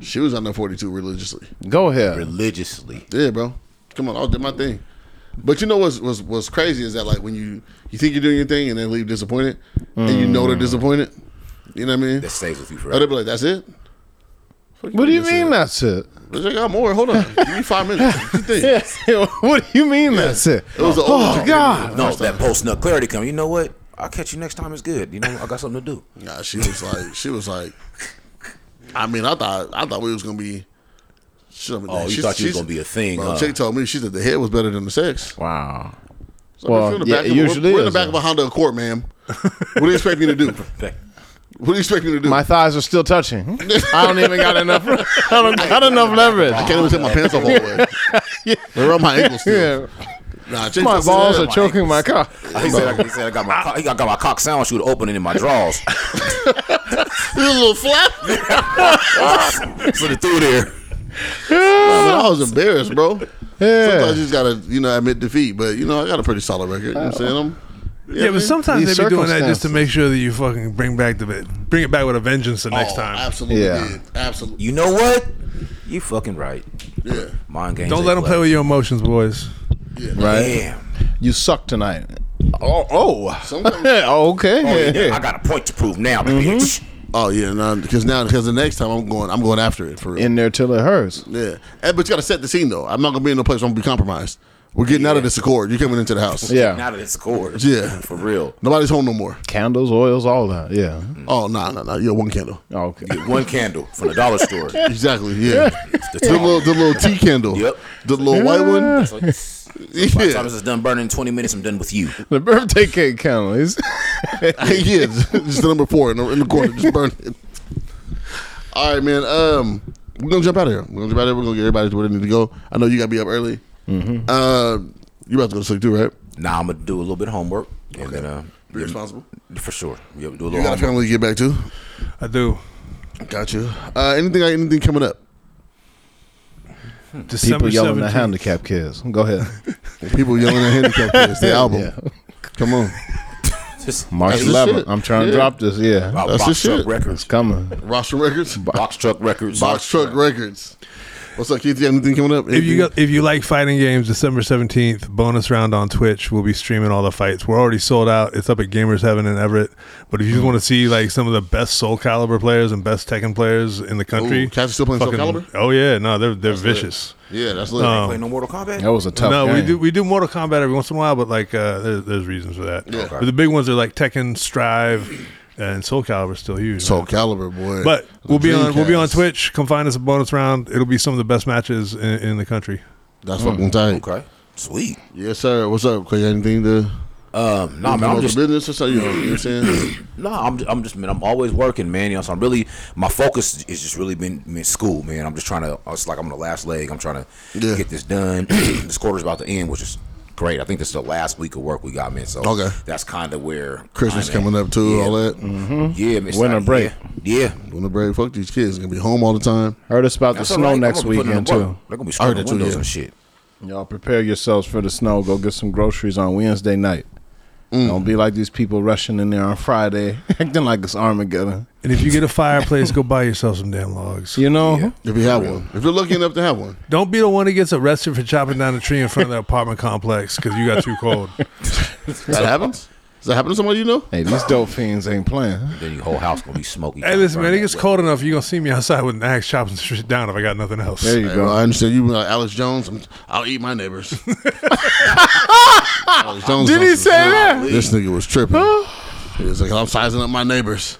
A: She was on the forty two religiously.
C: Go ahead.
B: Religiously.
A: Yeah, bro. Come on, I did my thing. But you know what's what's what's crazy is that like when you you think you're doing your thing and then leave disappointed, and you
B: Mm.
A: know they're disappointed. You know what I mean?
B: That stays with you
A: Oh,
B: forever.
A: they'll be like, "That's it." Fuck
C: What do you
A: that's
C: mean
A: it?
C: that's it?
A: Bitch, I got more. Hold
B: [LAUGHS]
A: on, give me five minutes. What you think?
C: [LAUGHS] what do you mean that's it?
A: It was an
C: oh
A: overtone.
C: God.
B: No, that post nut clarity come. You know what? I'll catch you next time. It's good. You know, I got something to do.
A: [LAUGHS] Nah, she was like, she was like, I mean, I thought I thought we was gonna be. She,
B: Oh, you thought you was gonna be a thing,
A: Bro,
B: huh?
A: Chick told me she said the head was better than the sex.
C: Wow.
A: So well,
C: Well,
A: in the
C: yeah,
A: back
C: it
A: of,
C: usually
A: we're, we're in the
C: is,
A: back of a Honda Accord, ma'am. What do you expect me to
B: [LAUGHS]
A: do?
B: Okay.
A: What do you expect me to do?
C: My thighs are still touching. I don't even got enough. [LAUGHS] I don't got enough
A: I
C: leverage.
A: can't even take my pants off all the way.
C: [LAUGHS]
A: They're on my ankles still.
C: Yeah,
A: Nah, Chick
C: my
A: told me
C: balls
A: that.
C: are choking my cock.
B: He said, I, he said I got my cock, he got, got my cock sound shooter opening in my drawers.
A: This is a little flap.
C: [LAUGHS]
B: Put it through there.
A: I was embarrassed, bro.
C: Yeah. Uh,
A: Sometimes you just gotta, you know, admit defeat. But you know, I got a pretty solid record. You know what I'm saying? I'm
D: Yeah, but sometimes
C: These
D: they be doing that just to
C: circumstances.
D: make sure that you fucking bring back the bring it back with a vengeance the next time.
A: Oh, Absolutely.
C: Yeah.
A: did. Absolutely.
B: You know what? You fucking right.
A: Yeah.
B: Mind games.
D: Don't
B: ain't
D: let them play with your emotions, boys.
C: right?
B: Yeah.
C: You suck tonight. Oh, [LAUGHS] oh,
A: [LAUGHS] Sometimes.
C: oh [LAUGHS] okay.
B: I got a point to prove now, bitch.
A: oh yeah, because now because the next time I'm going, I'm going after it for real.
C: In there till it hurts.
A: yeah, and, but you got to set the scene though. I'm not gonna be in no place where I'm gonna be compromised. We're getting out of this accord. You're coming into the house.
C: Yeah.
B: Now that it's chords.
A: Yeah.
B: For real.
A: Nobody's home no more.
C: Candles, oils, all that. Yeah.
A: Oh no no no. Yeah, one candle.
C: Okay.
B: One candle from the dollar store.
A: Exactly. [LAUGHS] Yeah.
B: The
A: the
B: tall-
A: little the little
B: [LAUGHS]
A: tea candle.
B: Yep.
A: The little white one.
B: So it's- By the time
A: Yeah.
B: this is done burning in 20 minutes, I'm done with you.
C: [LAUGHS] The birthday cake candle is
A: yeah, just the number four in the, in the corner. Just burn it. All right, man. Um, we're gonna jump out of here. We're gonna jump out of here. We're gonna get everybody to where they need to go. I know you gotta be up early. Mm-hmm. Uh, you about to go to sleep too, right?
B: Now I'm going to do a little bit of homework. And then, uh,
A: Be responsible.
B: for sure. Yeah, do
A: You
B: a little
A: got a
B: homework.
A: family to get back to.
D: I do.
A: Got you. Uh, anything? Anything coming up?
C: people
D: December
C: yelling at
D: 17th.
C: handicap kids. Go ahead. [LAUGHS]
A: People yelling at handicap kids.
B: [LAUGHS]
A: The album.
C: Yeah.
A: Come on.
B: Just
C: March
A: That's the
C: 11th.
A: shit.
C: I'm trying
A: Yeah.
C: to drop this. Yeah.
B: about
A: That's
B: box
A: the
B: truck
A: shit.
B: records.
C: It's coming.
A: Rostrum Records.
B: Box truck records.
A: Box Truck Records. What's up, Keith? You got anything coming up?
D: If you
A: Anything?
D: got, if you like fighting games, December seventeenth, bonus round on Twitch. We'll be streaming all the fights. We're already sold out. It's up at Gamers Heaven in Everett. But if you just want to see like some of the best Soul Caliber players and best Tekken players in the country,
A: Ooh, cats are still playing Soul Calibur?
D: Oh yeah, no, they're they're vicious. Um,
A: yeah, that's lit.
B: Play no Mortal Kombat?
C: That was a tough
D: no, we
C: game.
D: do we do Mortal Kombat every once in a while, but like uh, there, there's reasons for that. But the big ones are like Tekken, Strive, and Soul Caliber still huge.
A: Soul
D: man.
A: Caliber, boy.
D: But we'll be on we'll be on
A: Dreamcast.
D: Twitch. Come find us a bonus round. It'll be some of the best matches in, in the country.
A: That's fucking tight.
B: Okay. Sweet.
A: Yes, sir. What's up? Clay, anything to
B: Um, no, man,
A: promote
B: I'm
A: the
B: just
A: business or something? You know what I'm saying? [COUGHS]
B: No, I'm, I'm just man. I'm always working, man. You know, so I'm really my focus is just really been, been school, man. I'm just trying to. uh, It's like I'm on the last leg. I'm trying to
A: Yeah.
B: get this done. [CLEARS THROAT] this quarter's about to end, which is great. I think this is the last week of work we got, man. So
A: Okay.
B: that's kind of where
A: Christmas
B: I'm at.
A: coming up too,
B: Yeah, Mm-hmm.
A: all that.
B: Yeah, man, it's
C: Winter
B: like,
C: break.
B: Yeah, yeah.
A: Doing the break. Fuck these kids. Gonna be home all the time.
C: Heard us about the
B: That's
C: snow
B: alright. I'm
C: next
B: gonna be putting in
C: weekend
B: the
C: too.
B: work. They're gonna be
A: I heard
B: screwing the
A: that too,
B: windows
A: yeah.
B: and shit.
C: Y'all prepare yourselves for the snow. Go get some groceries on Wednesday night. Don't be like these people rushing in there on Friday, [LAUGHS] acting like it's Armageddon.
D: And if you get a fireplace, go buy yourself some damn logs.
C: You know?
A: If you have one. If you're lucky enough to have one.
D: Don't be the one that gets arrested for chopping down a tree in front of the apartment complex because you got too cold.
A: That happens? Does that happen to somebody you know?
C: Hey, these dope fiends ain't playing.
B: Then your whole house gonna be smoky.
D: hey, listen, man, it gets cold enough. You're going to see me outside with an axe chopping [LAUGHS] shit down if I got nothing else.
C: There you
A: Hey,
C: go.
A: well, I understand you, uh, Alex Jones. I'm, I'll eat my neighbors. Alex Jones
C: Did he
A: comes to
C: say
A: the-
C: that?
A: This nigga was tripping. he was like, I'm sizing up my neighbors.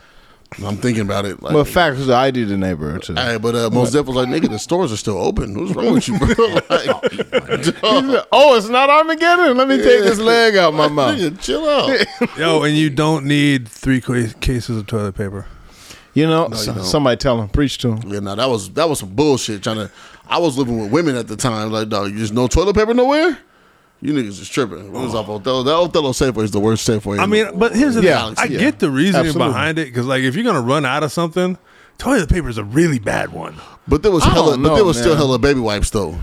A: I'm thinking about it. Like,
C: Well, facts is I do the neighbor too.
A: Hey, but uh, most Def was like, nigga, the stores are still open. What's wrong with you,
C: [LAUGHS]
A: bro? [LAUGHS] Like, dog,
C: Oh, it's not Armageddon. Let me take this leg
A: [LAUGHS]
C: out my mouth.
A: nigga, chill out.
D: Yo, and you don't need three ca- cases of toilet paper.
C: You know, s- somebody tell him, preach to him.
A: [LAUGHS] yeah, no, that was that was some bullshit. Trying to, I was living with women at the time. Like, dog, you just no toilet paper nowhere. You niggas is tripping. It
C: Oh.
A: was off Othello. That Othello Safeway is the worst Safeway.
D: I
A: in
D: mean,
A: the-
D: but here's the
A: Yeah,
D: thing. I
A: yeah.
D: get the reasoning
C: Absolutely.
D: behind it because, like, if you're going to run out of something, toilet paper is a really bad one.
A: but there was
C: I
A: hella,
C: don't
A: but there
C: know,
A: was still
C: man.
A: hella baby wipes though.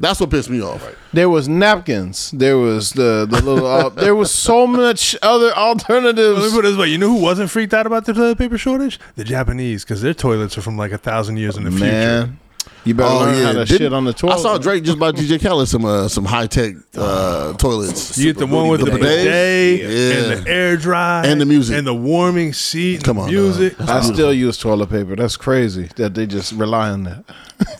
A: That's what pissed me off.
C: There was napkins. There was the the little. Uh, [LAUGHS] there was so much other
D: Let me
C: alternatives.
D: put it this way: You know who wasn't freaked out about the toilet paper shortage? The Japanese, because their toilets are from like a thousand years in the future.
C: Man, you better learn how to
A: Oh, Didn't-
C: shit on the toilet.
A: I saw Drake just buy DJ Khaled some uh, some high tech
C: [LAUGHS]
A: uh, toilets.
D: You get the one with the
A: bidets?
D: bidet
A: Yeah.
D: and the air dry
A: And the music.
D: and the warming seat. And
A: Come
D: the
A: on,
D: music.
C: I still use toilet paper. That's crazy that they just rely on that.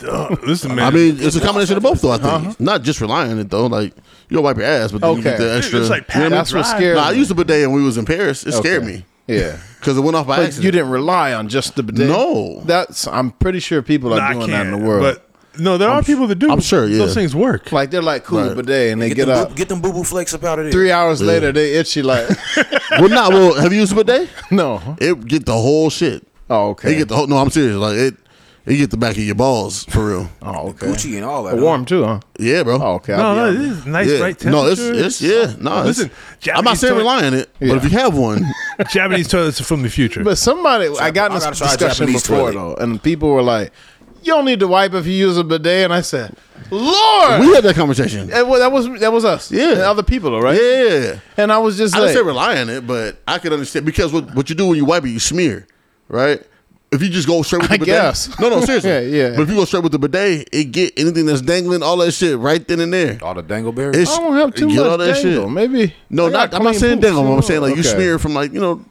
D: Uh, listen, man.
A: I mean, it's a combination of both, though. I think not just relying on it though. Like you don't wipe your ass, but then you
C: Uh-huh. Okay.
A: get the
C: Dude,
A: extra.
D: it's like
A: you know what I mean?
C: That's what
D: dry.
C: scared
A: Nah, I
C: me.
A: used a bidet when we was in Paris. It scared
C: Okay.
A: me [LAUGHS]
C: Yeah,
A: because it went off by
C: but
A: accident.
C: you didn't rely on just the bidet.
A: No.
C: that's. I'm pretty sure people are
D: I
C: doing
D: can't.
C: that in the world.
D: But no, there are people that do.
A: I'm sure, yeah.
D: those things work.
C: like they're like cool
A: Right.
C: bidet, and they
B: Get,
C: get,
B: them
C: up.
B: Boo, get them boo boo flakes up out of there.
C: Three hours later, they itchy like [LAUGHS]
A: well, not well. Have you used a bidet?
C: no.
A: It get the whole shit. It
C: Oh, okay.
A: get the whole. No, I'm serious. Like it, it get the back of your balls for real.
C: oh, okay.
B: Gucci and all that. huh?
C: Warm too, huh?
A: Yeah, bro.
C: Oh, okay.
D: no,
C: I'll
D: no,
C: be
D: this
C: honest.
D: is nice,
A: yeah.
D: right?
A: no, it's
D: temperature.
A: it's yeah. No, it's,
D: Listen,
A: I'm not
D: Japanese
A: saying
D: toilet-
A: relying on it,
C: Yeah.
A: but if you have one,
C: [LAUGHS]
D: Japanese toilets are from the future.
C: But somebody, I got in
B: I
C: this
B: gotta try a
C: discussion
B: Japanese
C: before
B: toilet.
C: though, and people were like, "You don't need to wipe if you use a bidet," and I said, Lord.
A: We had that conversation.
C: And well, that was that was us.
A: Yeah.
C: And other people though, right?
A: Yeah.
C: And I was just
A: I
C: like,
A: didn't say rely on it, but I could understand because what, what you do when you wipe it, you smear, right? If you just go straight with the
C: I
A: bidet,
C: guess.
A: no,
C: [LAUGHS]
A: no, seriously,
C: Yeah, yeah.
A: But if you go straight with the bidet, it get anything that's dangling, all that shit, right then and there.
B: All the dangleberries.
A: It's-
C: I don't have too
A: get all
C: much
A: that shit.
C: dangle. Maybe.
A: No,
C: I got
A: not, I'm not
C: clean
A: saying
C: poops.
A: dangle. I'm saying like you
C: Okay.
A: smear it from like you know,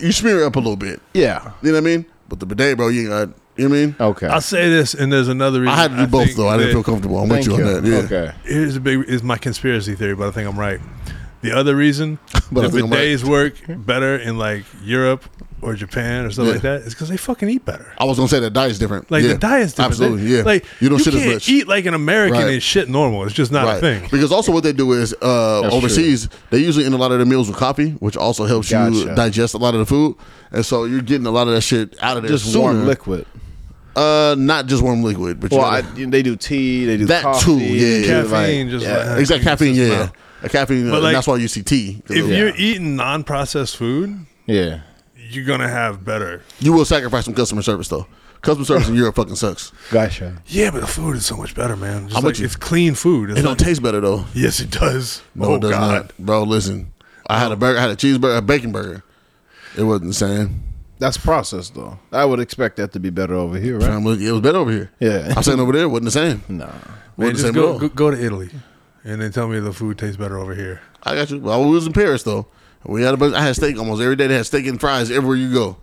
A: you smear it up a little bit.
C: Yeah. Oh.
A: You know what I mean? But the bidet, bro, you got. You know what I mean?
C: Okay.
D: I'll say this, and there's another reason.
A: I had to do both
D: think
A: though. I didn't
D: that-
A: feel comfortable. I'm
C: Thank
A: with you on that. Yeah.
C: Okay.
D: here's a big is my conspiracy theory, but I think I'm right. The other reason
A: [LAUGHS] But I
D: the
A: think I'm
D: bidets work better in like Europe or Japan or stuff
A: Yeah.
D: like that is because they fucking eat better.
A: I was gonna say that diet's different.
D: Like
A: Yeah.
D: the diet's different.
A: Absolutely,
D: They-
A: yeah.
D: Like
A: you don't shit
D: can't
A: as much.
D: eat like an American
A: Right.
D: and shit normal. It's just not a thing.
A: Because also what they do is uh, overseas, they usually end a lot of their meals with coffee, which also helps you
C: Gotcha.
A: digest a lot of the food, and so you're getting a lot of that shit out of there.
C: Just
A: sooner.
C: warm liquid.
A: Uh, not just warm liquid, but you
C: Well,
A: gotta-
C: I, they do tea. They do
A: That
C: coffee,
A: too, yeah,
C: they do,
A: yeah.
D: Caffeine
C: like-
D: just
C: yeah.
D: like,
A: Uh, exact caffeine.
D: just
A: Yeah,
D: not-
A: a caffeine. uh,
D: But, like,
A: and that's why you see tea.
D: If
A: Yeah.
D: you're eating non-processed food,
C: yeah.
D: you're gonna have better.
A: you will sacrifice some customer service though. Customer service in Europe fucking sucks.
C: Gotcha.
D: Yeah, but the food is so much better, man. Just
A: How about
D: like,
A: you?
D: It's clean food. It's
A: It
D: not-
A: don't taste better though.
D: yes, it does.
A: No,
D: oh
A: it does
D: God.
A: not, bro. Listen, I had a burger, I had a cheeseburger, a bacon burger. It wasn't the same.
C: That's processed though. I would expect that to be better over here,
A: But
C: right?
A: I'm looking- It was better over here.
C: Yeah.
A: I'm saying over there, it wasn't the same.
C: No.
D: Man,
A: Wasn't the
D: just
A: same at
D: go,
A: all.
D: go go to Italy, and then tell me the food tastes better over here.
A: I got you. Well, we was in Paris though. We had a bunch. I had steak almost every day. They had steak and fries everywhere you go.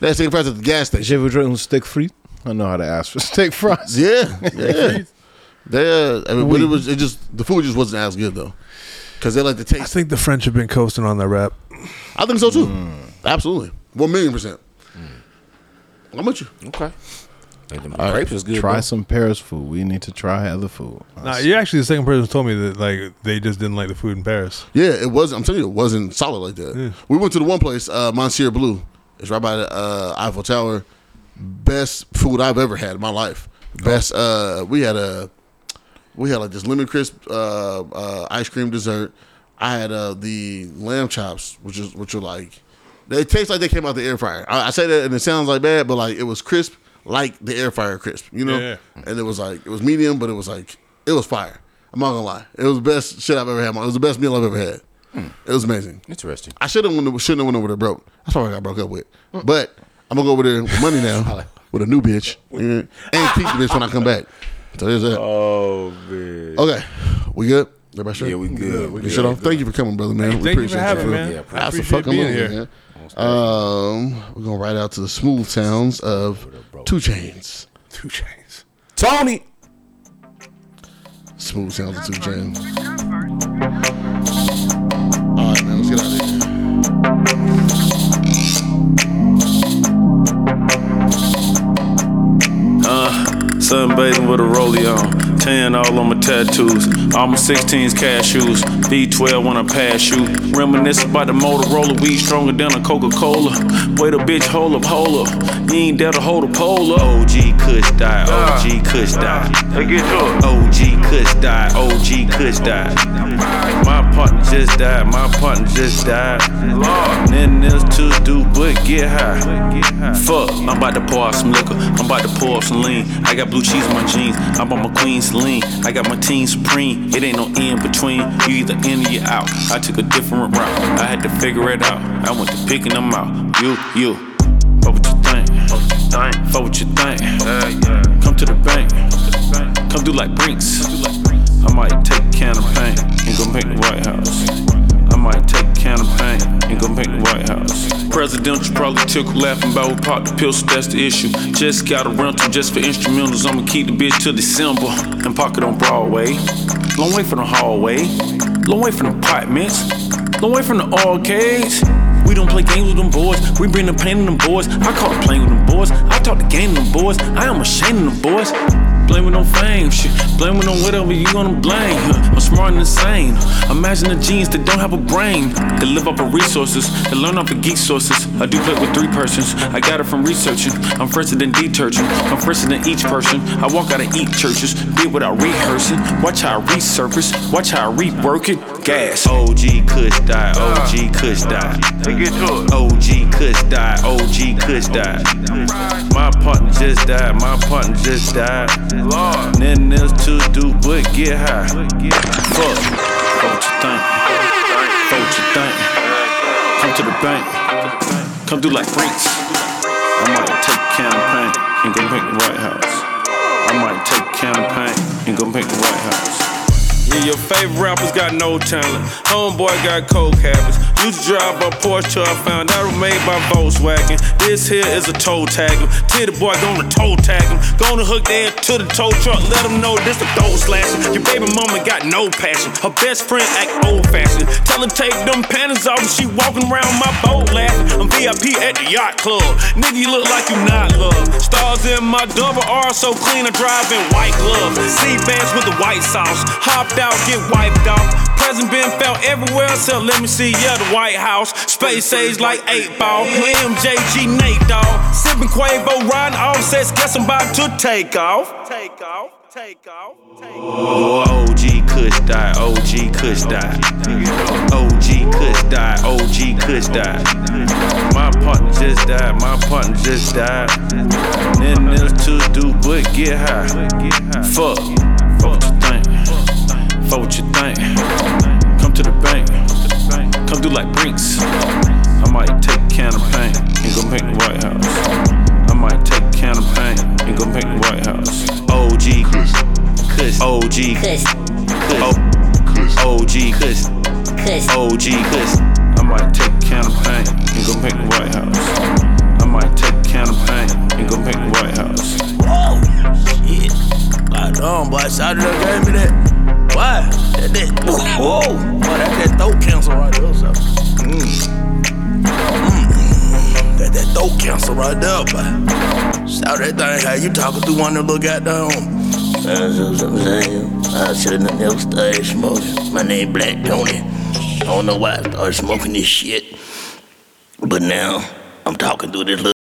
A: They had steak and fries at the gas station.
C: Je voudrais un steak frit. I know how to ask for [LAUGHS] steak fries.
A: Yeah, yeah. they, uh, I mean, but it was it just the food just wasn't as good though, because they like the
D: I
A: taste.
D: think the French have been coasting on that rap.
A: I think so too. Absolutely, one million percent. How much?
B: okay. And them grapes is good.
C: Try
B: bro.
C: some Paris food. We need to try other food.
D: Nah, you're actually the second person who told me that like they just didn't like the food in Paris.
A: Yeah, it wasn't. I'm telling you, it wasn't solid like that. We went to the one place, uh, Monsieur Blue. It's right by the uh, Eiffel Tower. Best food I've ever had in my life. Best. Uh, we had a we had like this lemon crisp uh, uh, ice cream dessert. I had uh, the lamb chops, which is which are like they taste like they came out the air fryer. I, I say that and it sounds like bad, but like it was crisp, like the air fryer crisp, you know.
D: Yeah.
A: And it was like it was medium, but it was like it was fire. I'm not gonna lie, it was the best shit I've ever had. It was the best meal I've ever had. It was amazing.
B: Interesting.
A: I should have went. Shouldn't have went over there broke. That's why I got broke up with. But I'm gonna go over there with money
B: [LAUGHS]
A: now with a new bitch and keep the bitch when I come back. So there's that.
B: Ah. Oh man.
A: Okay, we good? Everybody sure?
B: Yeah, we good. We
A: You sure though? Thank you for coming, brother, man. we
D: thank you for
A: appreciate
D: having me,
A: you.
D: man.
B: Yeah,
D: I
A: That's a
D: appreciate
A: fucking
D: being
A: movie, man.
D: here.
A: Um, we're gonna ride out to the smooth sounds of Two Chains.
D: Two chains.
B: Tony.
A: Smooth sounds of Two Chains. All right, man. Let's get out of here.
J: Sunbathing with a rollie on. 10 all on my tattoos. All my 16s cashews. D12 when I pass you. Reminisce about the Motorola. We stronger than a Coca Cola. Wait a bitch, hold up, hold up. You ain't dare to hold a pole up. OG Kush die. OG Kush die. OG Kush die. OG Kush die. My partner just died. My partner just died. Nothing else to do but get high. Fuck, I'm about to pour out some liquor. I'm about to pour up some lean. I got blue cheese in my jeans. I'm on my queen Celine. I got my team supreme. It ain't no in between. You either in or you out. I took a different route. I had to figure it out. I went to picking them out. You, you. Fuck what you think. Fuck what you think. Come to the bank. Come do like Brinks. I might take a can of paint and go make the White House. I might take a can of paint and go make the White House. Presidential probably tickle laughing about we pop the pistol, that's the issue. Just got a rental just for instrumentals. I'ma keep the bitch till December and pocket on Broadway. Long way from the hallway, long way from the apartments, long way from the arcades. We don't play games with them boys. We bring the pain to them boys. I call it playing with them boys. I talk the game to them boys. I am ashamed of them boys. Blame it on fame, shit. Blame it on whatever you gonna blame. huh. I'm smart and insane. Imagine the genes that don't have a brain. They live off of resources. They learn off of geek sources. I do play with three persons. I got it from researching. I'm fresher than detergent. I'm fresher than each person. I walk out of eat churches. Did without rehearsing. Watch how I resurface. Watch how I rework it. Gas. OG Kush die. OG Kush die. OG Kush die. OG Kush die. My partner just died. My partner just died. Nothing else to should do, but get high. Fuck. Fuck what you think. Fuck what you think. Come to the bank. Come through like freaks. I might take campaign and go pick the White House. I might take campaign and go pick the White House. Yeah, your favorite rappers got no talent. Homeboy got coke habits. Used to drive a Porsche till I found out it was made by Volkswagen. This here is a toe tagger. Titty boy gonna toe tag him. Gonna hook there to the tow truck. Let them know this the throw slashing. Your baby mama got no passion. Her best friend act old fashioned. Tell her take them panties off. She walking around my boat laughing. I'm VIP at the yacht club. Nigga, you look like you not loved. Stars in my double R so clean. I drive in white gloves. C bands with the white sauce. Hopped out, get wiped out. Present been felt everywhere except let me see, yeah, the White House. Space age like 8 ball. MJG Nate dog. Sipping Quavo, riding offsets. Guess I'm about to take off. Take off. Take off. Oh, OG Kush die, OG Kush die. OG Kush die, OG Kush die. My partner just died, my partner just died. Nothing else to do but get high. Fuck, fuck what you think, fuck what you think. Come to the bank, come through like Brinks. I might take a can of paint and go make the White House. I might take a can of paint and go make the White House. OG Kush, OG
K: Kush.
J: Kush, OG Kush, OG Kush. I might take a can of paint and go make the White House. I might take a can of paint and go make the White House.
G: Whoa, shit. God damn, boy. Shout out gave me that. Why? That, that, whoa, boy, that, that throat cancer right there, so. Mm. Mm. That, that throat cancer right there, boy. Shout that thing, how you talking through one of them little goddamn. That's what I'm saying. I shouldn't have never started smoking. My name Black Tony. I don't know why I started smoking this shit. But now, I'm talking through this little